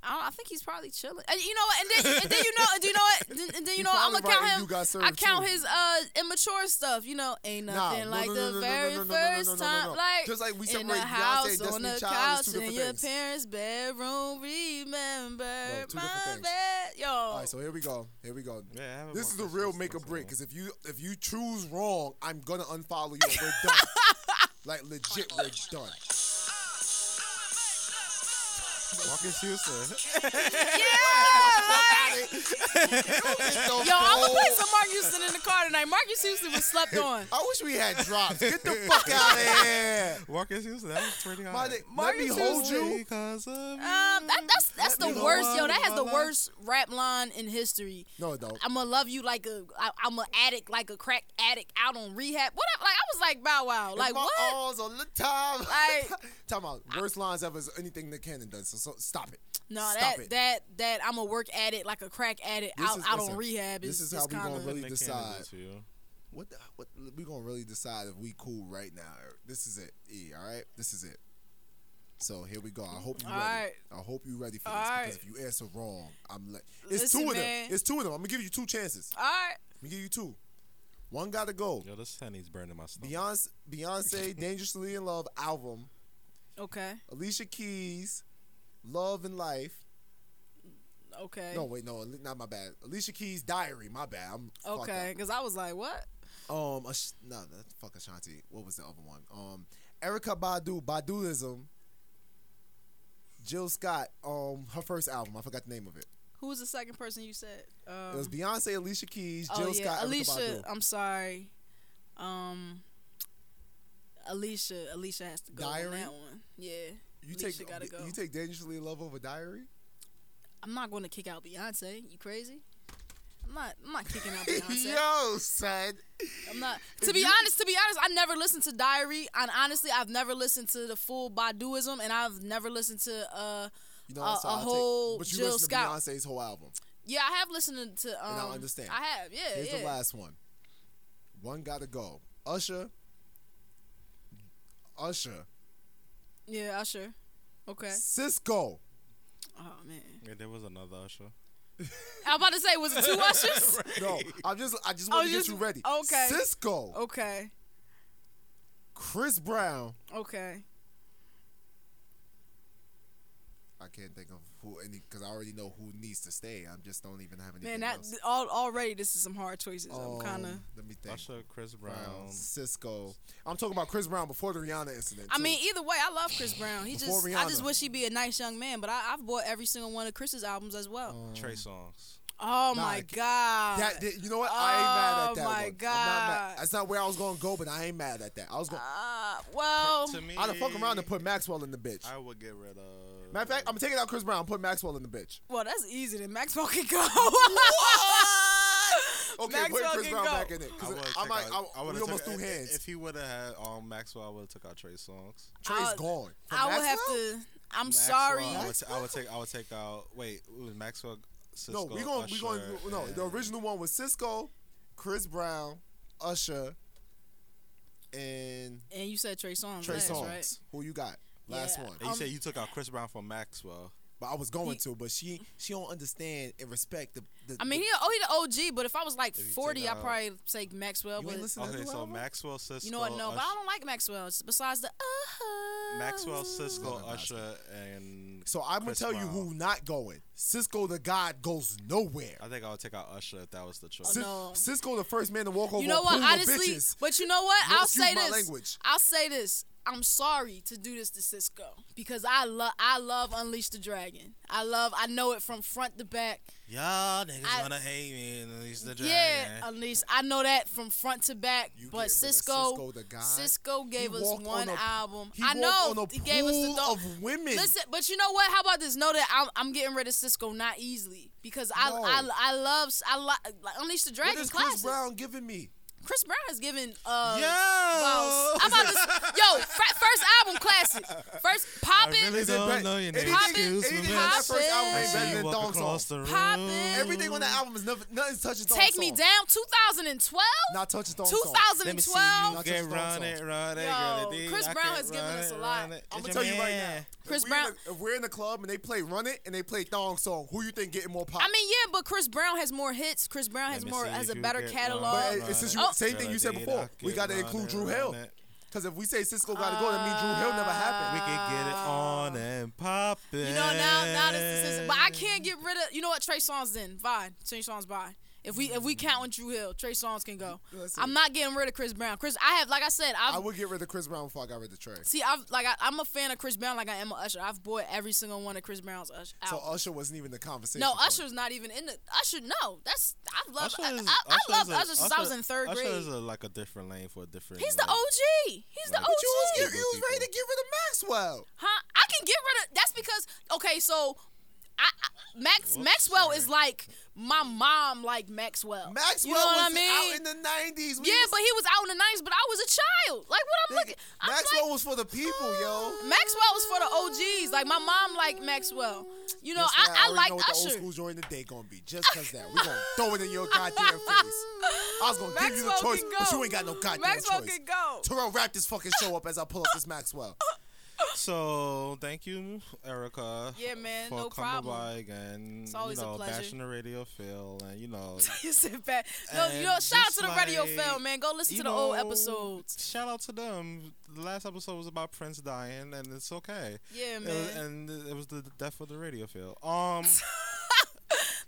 S4: I, don't, I think he's probably chilling. And you know what? And then, and then you know, and do you know what? And then- And then you know what? I'm
S2: probably
S4: gonna count
S2: right,
S4: him.
S2: you got served
S4: I count
S2: too.
S4: his uh immature stuff. You know, ain't
S2: Nah,
S4: nothing
S2: no,
S4: like
S2: no,
S4: the
S2: no, no, no,
S4: very
S2: no, no, no, no,
S4: first
S2: no, no, no,
S4: time.
S2: no.
S4: Like
S2: Just like we
S4: in the
S2: separate Beyonce,
S4: house,
S2: Destiny
S4: on the
S2: Child, it's
S4: couch,
S2: two
S4: in
S2: different
S4: your
S2: things.
S4: parents' bedroom. Remember
S2: No, two different
S4: my
S2: things.
S4: bed, yo.
S2: All right, so here we go. Here we go.
S3: Yeah, I have a
S2: this is the
S3: Marcus
S2: real
S3: Houston
S2: make or
S3: song.
S2: break. Because if you if you choose wrong, I'm gonna unfollow you. and We're done. like legit, we're done.
S3: Marcus Houston.
S4: yeah, like,
S2: Yo,
S4: yo, I'm gonna play some Mark Houston in the car tonight. Marcus Houston was slept on.
S2: I wish we had drops. Get the fuck out of here.
S3: Marcus Houston. That was pretty
S2: My
S3: hard.
S2: nigga, let me hold you.
S3: Because of
S2: Ah.
S3: you.
S4: Um, that, that's
S3: Let
S4: that's the
S3: me go
S4: worst,
S3: on
S4: yo. That
S3: with
S4: has
S3: my
S4: the
S3: life.
S4: worst rap line in history.
S2: No, it don't.
S4: I'm gonna love you like a I, I'm an addict, like a crack addict out on rehab. What up? Like I was like Bow Wow, like
S2: my
S4: what?
S2: Arms all the time.
S4: Like-
S2: time out. Worst lines ever is anything Nick Cannon does. So, so stop it.
S4: no,
S2: stop
S4: that
S2: it.
S4: that that I'm a work addict, like a crack addict
S2: This
S4: out
S2: is-
S4: out
S2: listen,
S4: on rehab.
S2: this
S4: Is,
S2: is how we
S4: kind
S2: gonna
S4: of
S2: really-
S3: Nick Cannon
S2: decide.
S3: did to you.
S2: What the, what we gonna really decide if we cool right now? This is it, E. All right, this is it. So here we go. I hope you
S4: All
S2: ready.
S4: right.
S2: I hope you ready for this
S4: All
S2: because
S4: right.
S2: if you answer wrong, I'm like, it's
S4: Listen,
S2: two of
S4: man.
S2: them. It's two of them. I'm gonna give you two chances.
S4: All right.
S2: I'm gonna give you two. One gotta go.
S3: Yo, this honey's burning my stomach.
S2: Beyonce, Beyonce, Dangerously in Love album.
S4: Okay.
S2: Alicia Keys, Love and Life.
S4: Okay.
S2: No, wait, no, not my bad. Alicia Keys Diary. My bad. I'm fucked
S4: okay. Because I was like, what?
S2: up. Um, Ash- no, that's fuck Ashanti. What was the other one? Um, Erica Badu, Baduism. Jill Scott, um, her first album. I forgot the name of it.
S4: Who was the second person you said? Um,
S2: It was Beyonce, Alicia Keys, Jill
S4: oh yeah,
S2: Scott,
S4: Alicia.
S2: Erica Badu.
S4: I'm sorry. Um, Alicia. Alicia has to go on
S2: Diary?
S4: that one. Yeah.
S2: You
S4: Alicia
S2: take
S4: gotta go.
S2: you take Dangerously in Love over Diary.
S4: I'm not going to kick out Beyonce. You crazy? I'm not. I'm not kicking out Beyonce.
S2: Yo, son.
S4: I'm not. To be honest, to be honest, I never listened to Diary, and honestly, I've never listened to the full Baduism, and I've never listened to. uh
S2: You know,
S4: A-
S2: so
S4: a
S2: I'll take-
S4: whole
S2: But you
S4: Jill
S2: listen
S4: Scott.
S2: to Beyonce's whole album.
S4: Yeah, I have listened to. Um,
S2: And I understand.
S4: I have. Yeah,
S2: Here's
S4: yeah.
S2: the last one. One gotta go. Usher. Usher.
S4: Yeah, Usher. Okay.
S2: Cisco.
S4: Oh man.
S3: Yeah, there was another Usher.
S4: I'm about to say, was it two Ushers?
S2: No, I'm just I just
S4: Oh,
S2: want to get
S4: just-
S2: you ready.
S4: okay. Oh.
S2: Cisco.
S4: Okay.
S2: Chris Brown.
S4: Okay.
S2: I can't think of who any because I already know who needs to stay. I'm just don't even have anything
S4: Man, that
S2: else.
S4: all, already this is some hard choices. I'm kind of.
S2: Um, let me think.
S3: Usher, Chris Brown.
S2: Brown, Cisco. I'm talking about Chris Brown before the Rihanna incident.
S4: I
S2: too.
S4: mean, either way, I love Chris Brown. He
S2: Before
S4: just, I
S2: Rihanna.
S4: just wish he'd be a nice young man. But I, I've bought every single one of Chris's albums as well.
S3: Trey Songs.
S4: oh
S2: nah, I
S4: my
S2: can't-
S4: god.
S2: That, that- you know what? I ain't mad
S4: Oh,
S2: at that
S4: my
S2: one. I'm not mad.
S4: God.
S2: That's not where I was gonna go, but I ain't mad at that. I was gonna.
S4: uh, well,
S3: to me,
S2: Oh. I'd have fuck around and put Maxwell in the bitch.
S3: I would get rid of.
S2: Matter of fact, I'm taking out Chris Brown, put Maxwell in the bitch.
S4: well, that's easy. Then Maxwell can go.
S2: Okay, put
S4: Maxwell
S2: Chris
S4: can
S2: Brown
S4: go.
S2: back in it. 'cause
S3: would've
S2: I,
S3: took
S2: might.
S3: out-
S2: I,
S3: would've
S2: we almost
S3: took-
S2: threw
S3: if-
S2: hands.
S3: If he would have had um, Maxwell, I would have took out Trey Songs.
S2: Trey's
S4: I'll-
S2: gone. For
S4: I would have
S2: Maxwell?
S4: to. I'm
S3: Maxwell,
S4: sorry.
S3: I would, t- I would take. I would take out. Wait, it was Maxwell. Cisco,
S2: No, we going. We going.
S3: Usher,
S2: No, the
S3: and-
S2: original one was Cisco, Chris Brown, Usher, and
S4: And you said Trey Songz.
S2: Trey
S4: last,
S2: Songz.
S4: right?
S2: Who you got? Last
S4: Yeah.
S2: one.
S3: And you
S4: um,
S3: said you took out Chris Brown from Maxwell.
S2: But I was going
S4: He-
S2: to, but she she don't understand and respect the. the
S4: I mean, he oh he the OG, but if I was like
S3: If you take
S4: 40, I'd
S3: out-
S4: probably take Maxwell.
S2: uh, You
S4: but
S2: ain't listen to that
S3: Okay,
S2: new
S3: so
S2: album?
S3: Maxwell, Cisco,
S4: you know what? No, but I
S3: Usher-
S4: don't like Maxwell. It's Besides the uh
S3: Maxwell, Cisco,
S2: Maxwell.
S3: Usher, and
S2: So I'm gonna
S3: Chris
S2: tell you
S3: Brown.
S2: who not going. Cisco the God goes nowhere.
S3: I think I would take out Usher if that was the choice.
S2: Cis-
S4: Oh, no.
S2: Cisco the first man to walk over.
S4: You know
S2: a
S4: what?
S2: pool of
S4: Honestly,
S2: bitches.
S4: but you know what?
S2: No,
S4: I'll
S2: excuse
S4: say
S2: my
S4: this.
S2: language.
S4: I'll say this. I'm sorry to do this to Cisco because I love I love Unleash the Dragon. I love I know it from front to back.
S3: Y'all niggas
S4: I-
S3: wanna hate me and he's the dragon.
S4: Yeah, Unleash. I know that from front to back.
S2: You get rid
S4: but
S2: of
S4: Cisco,
S2: Cisco the God.
S4: Cisco gave
S2: He
S4: us
S2: walked
S4: one
S2: on a-
S4: album.
S2: he
S4: I
S2: walked
S4: know
S2: on a
S4: he gave us the
S2: pool
S4: tho-
S2: of women.
S4: Listen, but you know what? How about this? Know that I'm, I'm getting rid of Cisco not easily because I
S2: No.
S4: I, I love I li- like Unleash the
S2: what
S4: Dragon.
S2: is
S4: classic.
S2: Chris Brown giving me?
S4: Chris Brown has given uh
S3: Yo!
S4: Bounce. I'm about to yo fir- first album classic. First poppin',
S3: really
S2: it
S3: don't
S2: better-
S3: know your name.
S2: anything-
S4: Poppin',
S2: anything on
S4: Poppin'.
S2: that first album ain't
S4: I
S2: better
S4: see
S2: than
S3: walk
S2: Thong Song.
S3: across the room.
S4: Poppin'.
S2: Everything on that album is nothing, nothing's touching Thong
S4: Take Me
S2: Song.
S4: Down 2012.
S2: Not touching Thong Song.
S3: Let me see you
S4: 2012.
S2: Not
S3: get
S2: just Thong
S3: run
S2: Song.
S3: it, run it,
S4: Yo,
S3: girl, it,
S4: Chris
S3: I
S4: Brown
S3: can
S4: has given
S3: run
S4: us a
S3: it,
S4: lot.
S3: run it.
S2: I'm
S3: It's
S2: gonna tell
S3: your
S2: you right
S3: man.
S2: now.
S4: Chris
S2: if
S4: Brown-
S2: We're in the, if we're in the club and they play Run It and they play Thong Song, who you think getting more pop?
S4: I mean, yeah, but Chris Brown has more hits. Chris Brown has
S3: Let me
S4: more
S3: see
S4: has
S3: if
S4: a
S3: you
S4: better
S3: get
S4: catalog.
S3: run
S2: But it's just
S3: it,
S2: you-
S4: Oh.
S2: same thing
S3: girl,
S2: you said
S3: it, I
S2: before. We
S3: can
S2: gotta
S3: run
S2: include
S3: it,
S2: Drew
S3: run
S2: Hill.
S3: it.
S2: Because if we say Cisco got to go, that means Drew Hill never happened.
S4: uh,
S3: We can get it on and pop it.
S4: Ah. You know now now this is but I can't get rid of you know what Trey Songz then fine Trey Songz bye. If we if we count on Drew Hill, Trey Songz can go.
S2: Listen.
S4: I'm not getting rid of Chris Brown. Chris, I have like I said, I've
S2: I would get rid of Chris Brown before I got rid of Trey.
S4: See, I've like I, I'm a fan of Chris Brown, like I am of Usher. I've bought every single one of Chris Brown's Usher.
S2: So
S4: albums.
S2: Usher wasn't even the conversation.
S4: no,
S2: point.
S4: Usher's not even in the Usher. No, that's I've loved.
S3: Usher
S4: I,
S3: is-
S4: I, I
S3: Usher is
S4: loved
S3: a-
S4: Usher since I was
S3: Usher-
S4: in third
S3: Usher
S4: grade.
S3: is a, like a different lane for a different.
S4: He's the
S3: like,
S4: OG. He's the
S3: Right. But
S2: You was,
S4: OG.
S2: get- you was ready to get rid of Maxwell.
S4: Huh? I can get rid of. That's because okay, so I, I Max
S3: Whoops,
S4: Maxwell
S3: sorry.
S4: is like my mom liked Maxwell.
S2: Maxwell
S4: you know
S2: was
S4: what I mean?
S2: out in the nineties.
S4: yeah, but he was out in the nineties, but I was a child. Like what I'm looking, I'm
S2: Maxwell
S4: like, oh.
S2: was for the people, yo.
S4: Maxwell was for the OGs. Like my mom liked Maxwell. You know,
S2: Just that
S4: I, I
S2: already
S4: like
S2: know what the old
S4: Usher.
S2: school joint today gonna be just cause that. We gonna throw it in your goddamn face. I was gonna give you the
S4: Maxwell
S2: choice,
S4: can
S2: but
S4: go.
S2: you ain't got no goddamn
S4: Maxwell
S2: choice.
S4: could go.
S2: Terrell, wrap this fucking show up as I pull up this Maxwell.
S3: So thank you, Erica.
S4: Yeah, man,
S3: for
S4: no
S3: coming
S4: problem.
S3: by again. It's
S4: always a
S3: you know,
S4: pleasure.
S3: Bashing the radio field, and you know,
S4: You said bad. No, you know,
S3: And
S4: shout out
S3: just
S4: to the radio
S3: like,
S4: film, man. Go listen
S3: you
S4: to the old
S3: know,
S4: episodes.
S3: Shout out to them. The last episode was about Prince dying, and it's okay.
S2: uh,
S4: Yeah,
S3: It-
S4: man.
S3: and it was the death of the radio field. Um,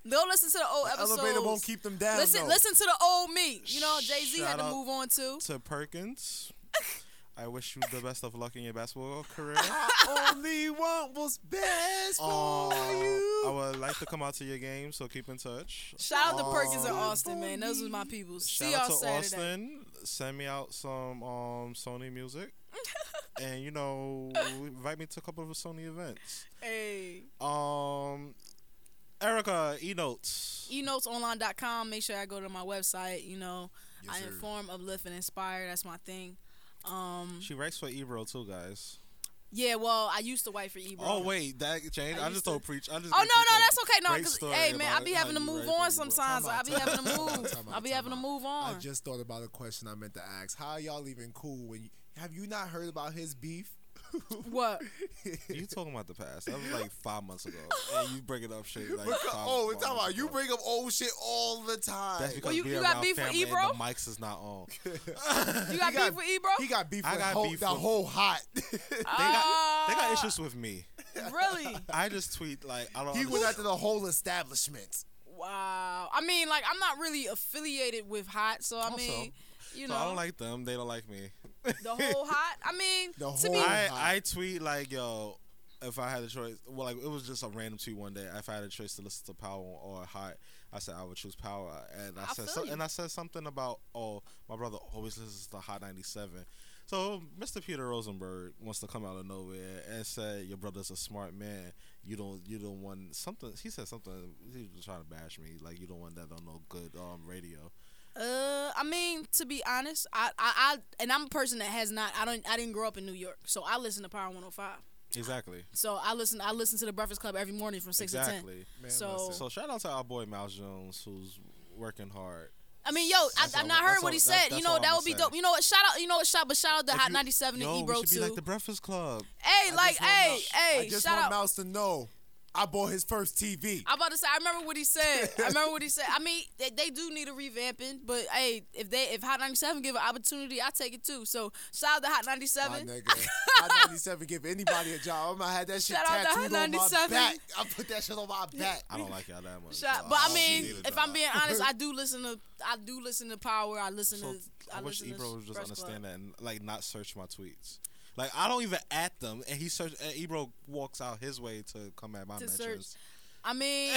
S4: Go listen to the old episodes.
S2: Elevator won't keep them down.
S4: listen,
S2: though.
S4: listen to the old me. You know, Jay Z
S3: Shout
S4: had to
S3: out
S4: move on too.
S3: to Perkins, I wish you the best of luck in your basketball career.
S2: I only want what's best for you.
S3: Um, I would like to come out to your game, so keep in touch.
S4: Shout out to Perkins and Austin, man. Those was my peoples.
S3: Shout
S4: See y'all
S3: out to
S4: Saturday.
S3: Austin. Send me out some um Sony music. and you know, invite me to a couple of Sony events.
S4: Hey.
S3: Um Erica, E notes.
S4: eNotesOnline.com. Make sure I go to my website. You know,
S2: Yes,
S4: I
S2: sir.
S4: inform, uplift, and inspire. That's my thing. Um,
S3: She writes for Ebro too, guys.
S4: yeah, well, I used to write for Ebro.
S3: Oh wait, that Jane, I,
S4: used
S3: just
S4: to-
S3: don't preach. I just
S4: Oh no,
S3: give people
S4: no, that's okay. No,
S3: great
S4: cause
S3: story
S4: hey man, I
S3: about
S4: be
S3: how
S4: having to
S3: you
S4: move
S3: write for
S4: on
S3: Ebro.
S4: sometimes. I be having to move.
S2: Time out,
S4: I be
S2: time
S4: having to
S2: out.
S4: move
S2: I
S4: on.
S2: just thought about a question I meant to ask. How y'all even cool when you have you not heard about his beef?
S4: What?
S3: You talking about the past? That was like five months ago, and you bring it up shit like.
S2: Because-
S3: five,
S2: oh,
S3: five
S2: it's talking
S3: months
S2: about you
S3: ago.
S2: bring up old shit all the time.
S3: That's because
S4: you-
S3: we
S4: you
S3: are
S4: got
S3: around
S4: beef with
S3: family and
S4: Ebro?
S3: The mics is not on.
S4: You got
S2: He got-
S4: beef with Ebro?
S2: he got beef
S3: I
S2: with
S3: got
S2: whole,
S3: beef
S2: the
S3: with-
S2: whole hot.
S3: They got, they got
S2: Ah.
S4: Uh,
S3: issues with me.
S4: Ah, Really?
S3: I just tweet like I don't.
S2: he went
S3: understand.
S2: after the whole establishment.
S4: Wow. I mean, like, I'm not really affiliated with Hot, so I
S3: Also,
S4: mean, you
S3: Oh, So
S4: know,
S3: I don't like them. They don't like me.
S4: the whole Hot. I mean,
S2: The
S4: to me,
S2: whole-
S3: I
S2: hot.
S3: I tweet like yo, if I had a choice, well, like it was just a random tweet one day. If I had a choice to listen to Power or Hot, I said I would choose Power, and I,
S4: I
S3: said
S4: feel
S3: so,
S4: you.
S3: and I said something about oh my brother always listens to Hot ninety seven. So Mr. Peter Rosenberg wants to come out of nowhere and say your brother's a smart man. You don't you don't want something. He said something. He was trying to bash me like you don't want that on no good um radio.
S4: uh, I mean, to be honest, I, I, I, and I'm a person that has not, I don't, I didn't grow up in New York, so I listen to Power 105.
S3: Exactly.
S4: So I listen, I listen to the Breakfast Club every morning from six to ten.
S3: Exactly.
S4: So
S3: So shout out to our boy Miles Jones who's working hard.
S4: I mean, yo, I,
S3: That's
S4: I
S3: all-
S4: not heard
S3: that's
S4: what he
S3: all- that's-
S4: said. you
S3: that's
S4: know
S3: all
S4: that
S3: I'ma
S4: would be
S3: say.
S4: dope. You know what? Shout out, you know what? Shout, but shout out to
S3: If
S4: Hot
S3: you-
S4: 97
S3: yo,
S4: and Ebro
S3: we should
S4: too.
S3: be like the Breakfast Club.
S4: hey, like,
S2: just want
S4: hey,
S2: Mouse- I
S4: hey,
S2: just
S4: shout
S2: want
S4: out.
S2: Mouse to know I bought his first TV.
S4: I'm about to say. I remember what he said. I remember what he said. I mean, they, they do need a revamping, but hey, if they if Hot 97 give an opportunity, I take it too. So shout out to Hot 97.
S2: My nigga. I 97 give anybody a job. I had that shit
S4: Shout out to
S2: tattooed on my
S4: 97.
S2: back. I put that shit on my back.
S3: I don't like y'all that much.
S4: Shout-
S3: so
S4: but I
S3: don't
S4: mean,
S3: Oh, need it,
S4: if
S3: nah.
S4: I'm being honest, I do listen to I do listen to Power. I listen
S3: so,
S4: to I,
S3: I, wish
S4: listen
S3: Ebro
S4: to
S3: would just
S4: Breakfast Club.
S3: understand that and like not search my tweets. Like I don't even at them, and he search. And Ebro walks out his way to come at my
S4: To search-
S3: mentions,
S4: I mean,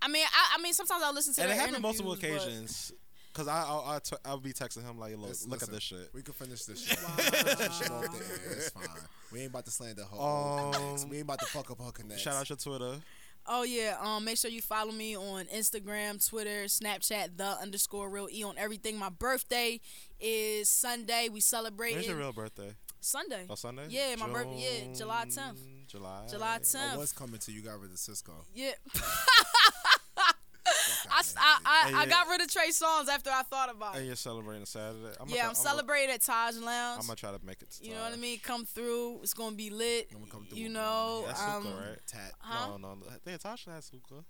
S4: I mean, I, I mean, sometimes I listen to.
S3: and it
S4: their
S3: happened multiple
S4: interviews, but-
S3: occasions. Cause I I'll, I'll, t- I'll be texting him like, look,
S2: Listen,
S3: look
S2: listen,
S3: at this shit.
S2: We can finish this shit. We can finish this shit off the air. It's fine. We ain't about to slander her. old
S3: Um,
S2: connects. we ain't about to fuck up her connects.
S3: Shout out your Twitter.
S4: Oh yeah. Um, make sure you follow me on Instagram, Twitter, Snapchat, the underscore real e on everything. My birthday is Sunday. We celebrate
S3: When's your real birthday?
S4: Sunday.
S3: Oh, Sunday.
S4: Yeah, my birth- yeah, July 10th.
S3: June- July. Oh,
S4: July
S2: I
S4: 10th.
S2: was coming to you got rid of Cisco.
S4: Yeah. I, s- I- I-
S3: And
S4: I
S3: you-
S4: got rid of Trey Songz after I thought about
S3: And
S4: it.
S3: you're celebrating Saturday. I'm
S4: Yeah, I'm celebrating at Taj
S3: I'm
S4: Lounge.
S3: gonna try to make it. To
S4: You know what I
S3: time.
S4: mean? Come through. It's gonna be lit.
S2: I'ma come through
S4: You
S2: with
S4: know,
S3: That's
S4: um,
S3: hookah, right?
S2: Tat.
S4: huh?
S3: No, no, no. Yeah, Tasha has hookah.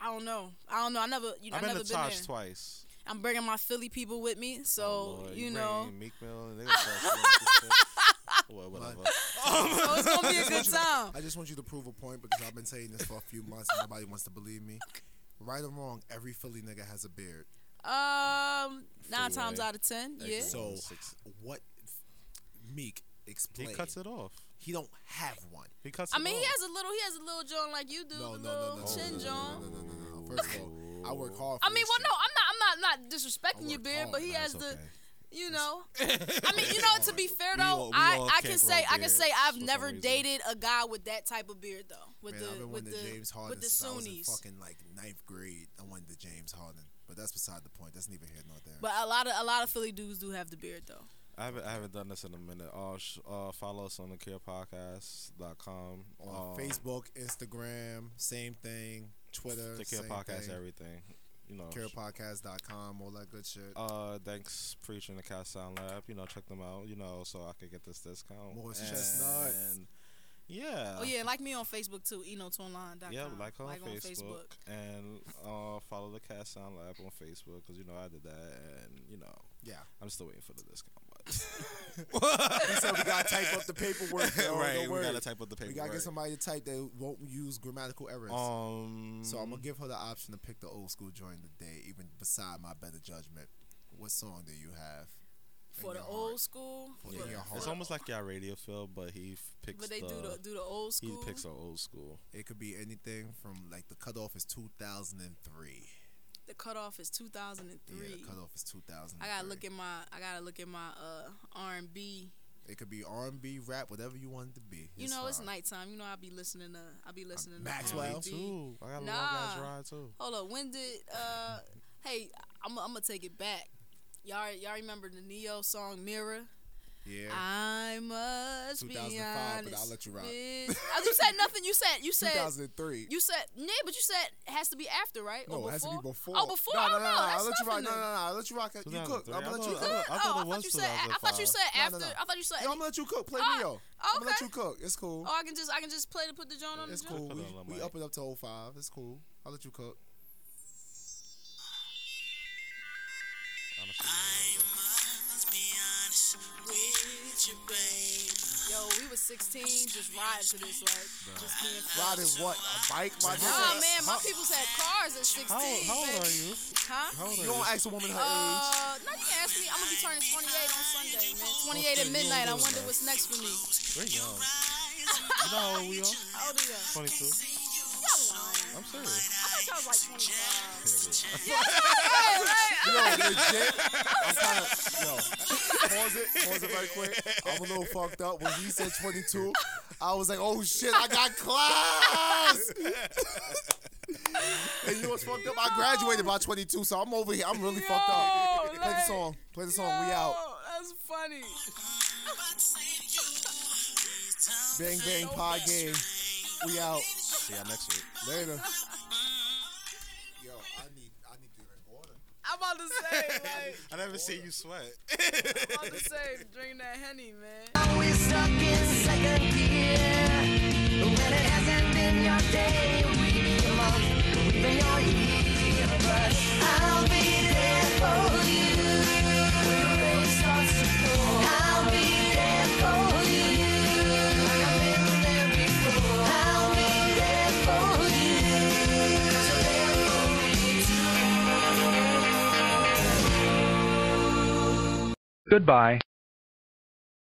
S4: I don't know. I don't know. I never, you know,
S3: I've been
S4: I've never
S3: to
S4: been
S3: Tosh
S4: there.
S3: twice.
S4: I'm bringing my Philly people with me, so
S3: Lord,
S4: Oh, you
S3: bring
S4: know,
S3: Meek Mill and they gonna start singing this shit. Well, whatever.
S4: so it's gonna be a good time.
S2: I just want you to prove a point because I've been saying this for a few months and nobody wants to believe me. Right or wrong, every Philly nigga has a beard.
S4: Um, nine times
S3: Freeway.
S4: out of ten, yeah.
S3: Excellent.
S2: So
S3: Six.
S2: what Meek
S3: He
S2: explained?
S3: cuts it off.
S2: He don't have one.
S3: He cuts.
S4: I
S3: it
S4: mean, he
S3: off.
S4: has a little, he has a little joint like you do,
S2: No, no,
S4: the
S2: no,
S4: little
S2: no, no,
S4: chin
S2: no, no,
S4: joint.
S2: no, no, no, no, no, no. First of all, I work hard. For
S4: I mean,
S2: this
S4: well,
S2: shit.
S4: no, I'm not, I'm not, not
S2: I
S4: disrespecting your
S2: work
S4: beard,
S2: hard,
S4: but he
S2: man,
S4: has
S3: It's
S4: the,
S3: okay.
S4: You know, I mean, you know. To be fair
S3: We
S4: though,
S3: all- we all
S4: I, I
S3: can't
S4: can
S3: grow
S4: say I can
S3: beards
S4: say I've
S3: for some
S4: never
S3: reason.
S4: dated a guy with that type of beard though. With
S2: Man, I've
S4: the
S2: been
S4: with
S2: wanting the James
S4: the
S2: Harden
S4: with the
S2: since I was in
S4: Sunnis.
S2: fucking like ninth grade. I wanted the James Harden, but that's beside the point. That's neither here nor there.
S4: But a lot of a lot of Philly dudes do have the beard though.
S3: I haven't, I haven't done this in a minute. Uh, sh- uh, follow us on the carepodcast.com.
S2: on Uh, Facebook, Instagram, same thing. Twitter,
S3: The Care
S2: same
S3: Podcast,
S2: thing.
S3: everything. You know.
S2: CarePodcast.com, all that good shit.
S3: Uh, thanks, Preacher and the Cat Sound Lab. You know, check them out. You know, so I could get this discount.
S2: Morris
S3: And-
S2: Chestnut.
S3: Yeah.
S2: Uh,
S4: Oh yeah, and like me on Facebook too, enotonline.com.
S3: Yeah, like her on, Facebook, and uh, follow the Cat Sound Lab on Facebook because you know I did that, and you know
S2: yeah.
S3: I'm still waiting for the discount. But
S2: So we gotta type up the paperwork. Yo,
S3: right,
S2: don't
S3: we
S2: worry.
S3: gotta type up the paperwork.
S2: We gotta get somebody to type that won't use grammatical errors.
S3: Um,
S2: so
S4: Mm-hmm.
S2: I'm gonna give her the option to pick the old school joint today, even beside my better judgment. What song do you have? in
S4: For the
S2: your heart?
S4: old school,
S2: In your
S4: for-
S2: heart.
S3: It's almost like y'all radio Phil, but he f- picks
S4: but they
S3: the,
S4: do the do the old
S3: he
S4: school.
S3: picks the old school.
S2: It could be anything from like the cutoff is 2003.
S4: The cutoff is two thousand and
S2: Yeah,
S4: three.
S2: the cutoff is 2003.
S4: I gotta look at my I gotta look at my uh R and B.
S2: It could be R&B, rap, whatever you want it to be.
S4: You know it's
S2: fine.
S4: nighttime. You know I'll be listening to I'll be listening to
S2: Maxwell.
S4: R&B.
S3: Ooh, I got a long ass
S4: Nah.
S3: ride too.
S4: Hold up, when did uh hey I'm I'm gonna take it back. Y'all y'all remember the Neo song Mirror?
S2: Yeah.
S4: I must be
S2: 2005,
S4: honest.
S2: but I'll let you rock.
S4: bitch. Oh, you said nothing. You said you said
S2: 2003.
S4: you said yeah, but you said it has to be after, right?
S2: no,
S4: or
S2: it has to be before.
S4: before. Oh, before.
S2: No,
S4: oh,
S2: no, no,
S4: no,
S2: no. I'll
S4: that's
S2: let you rock.
S4: nothing.
S2: No, no, no. I'll let you rock. You cook. I'm
S3: 2003.
S2: gonna
S3: I
S2: let you
S3: thought-
S2: cook.
S3: I thought
S4: oh,
S3: it
S4: I thought
S3: was
S4: you said. I thought
S3: 2005.
S4: you said
S2: No,
S4: after.
S2: no, no.
S4: I thought you said.
S2: Yo, I'm gonna let you cook. Play
S4: Oh,
S2: Neo. I'm gonna let
S4: okay.
S2: you cook. It's cool.
S4: oh, I can just I can just play to put the joint on.
S2: It's
S4: the joint?
S2: cool.
S3: Put it on
S2: We,
S3: the
S2: we
S3: mic.
S2: up it up to 05. It's cool. I'll let you cook.
S3: Honestly,
S4: Yo, we was 16, just riding to this, like just being. fun.
S2: Riding what? A bike? My
S4: Nah,
S2: nigga?
S4: man, my
S2: How-
S4: people's had cars at 16.
S3: How, how old
S4: baby.
S3: are you?
S4: Huh?
S3: How old are
S2: You
S3: you?
S2: don't ask a woman her age.
S4: Uh, no, you can ask me. I'm gonna be turning 28 on Sunday, man. 28 at midnight. I wonder what's next for me.
S3: We're young. you know how old we are?
S4: How old are y'all?
S3: 22.
S4: Y'all lying.
S3: I'm serious.
S4: I thought y'all was like 25.
S3: Period.
S4: Hey, right?
S2: Yo, legit. I'm kind of yo. Pause it. Pause it right quick. I'm a little fucked up. When he said 22, I was like, oh shit, I got class. and you know what's fucked up? I graduated by 22, so I'm over here. I'm really fucked up.
S4: Yo,
S2: Play the
S4: like,
S2: song. Play the song. Oh, We out.
S4: Yo, That's funny.
S2: Bang bang pod game. We out.
S3: See y'all next week.
S2: Later. Yo, I need I need to drink water.
S4: I'm about to say, like,
S3: I never seen you sweat.
S4: I'm about to say, drink that henny, man.
S1: Always stuck in second gear. When it hasn't been your day, week, your month, even your year. But I'll be there for you. When the rain starts to pour, I'll be there for you. Like I've been there before. I'll be there for you. So there for me too.
S8: Goodbye.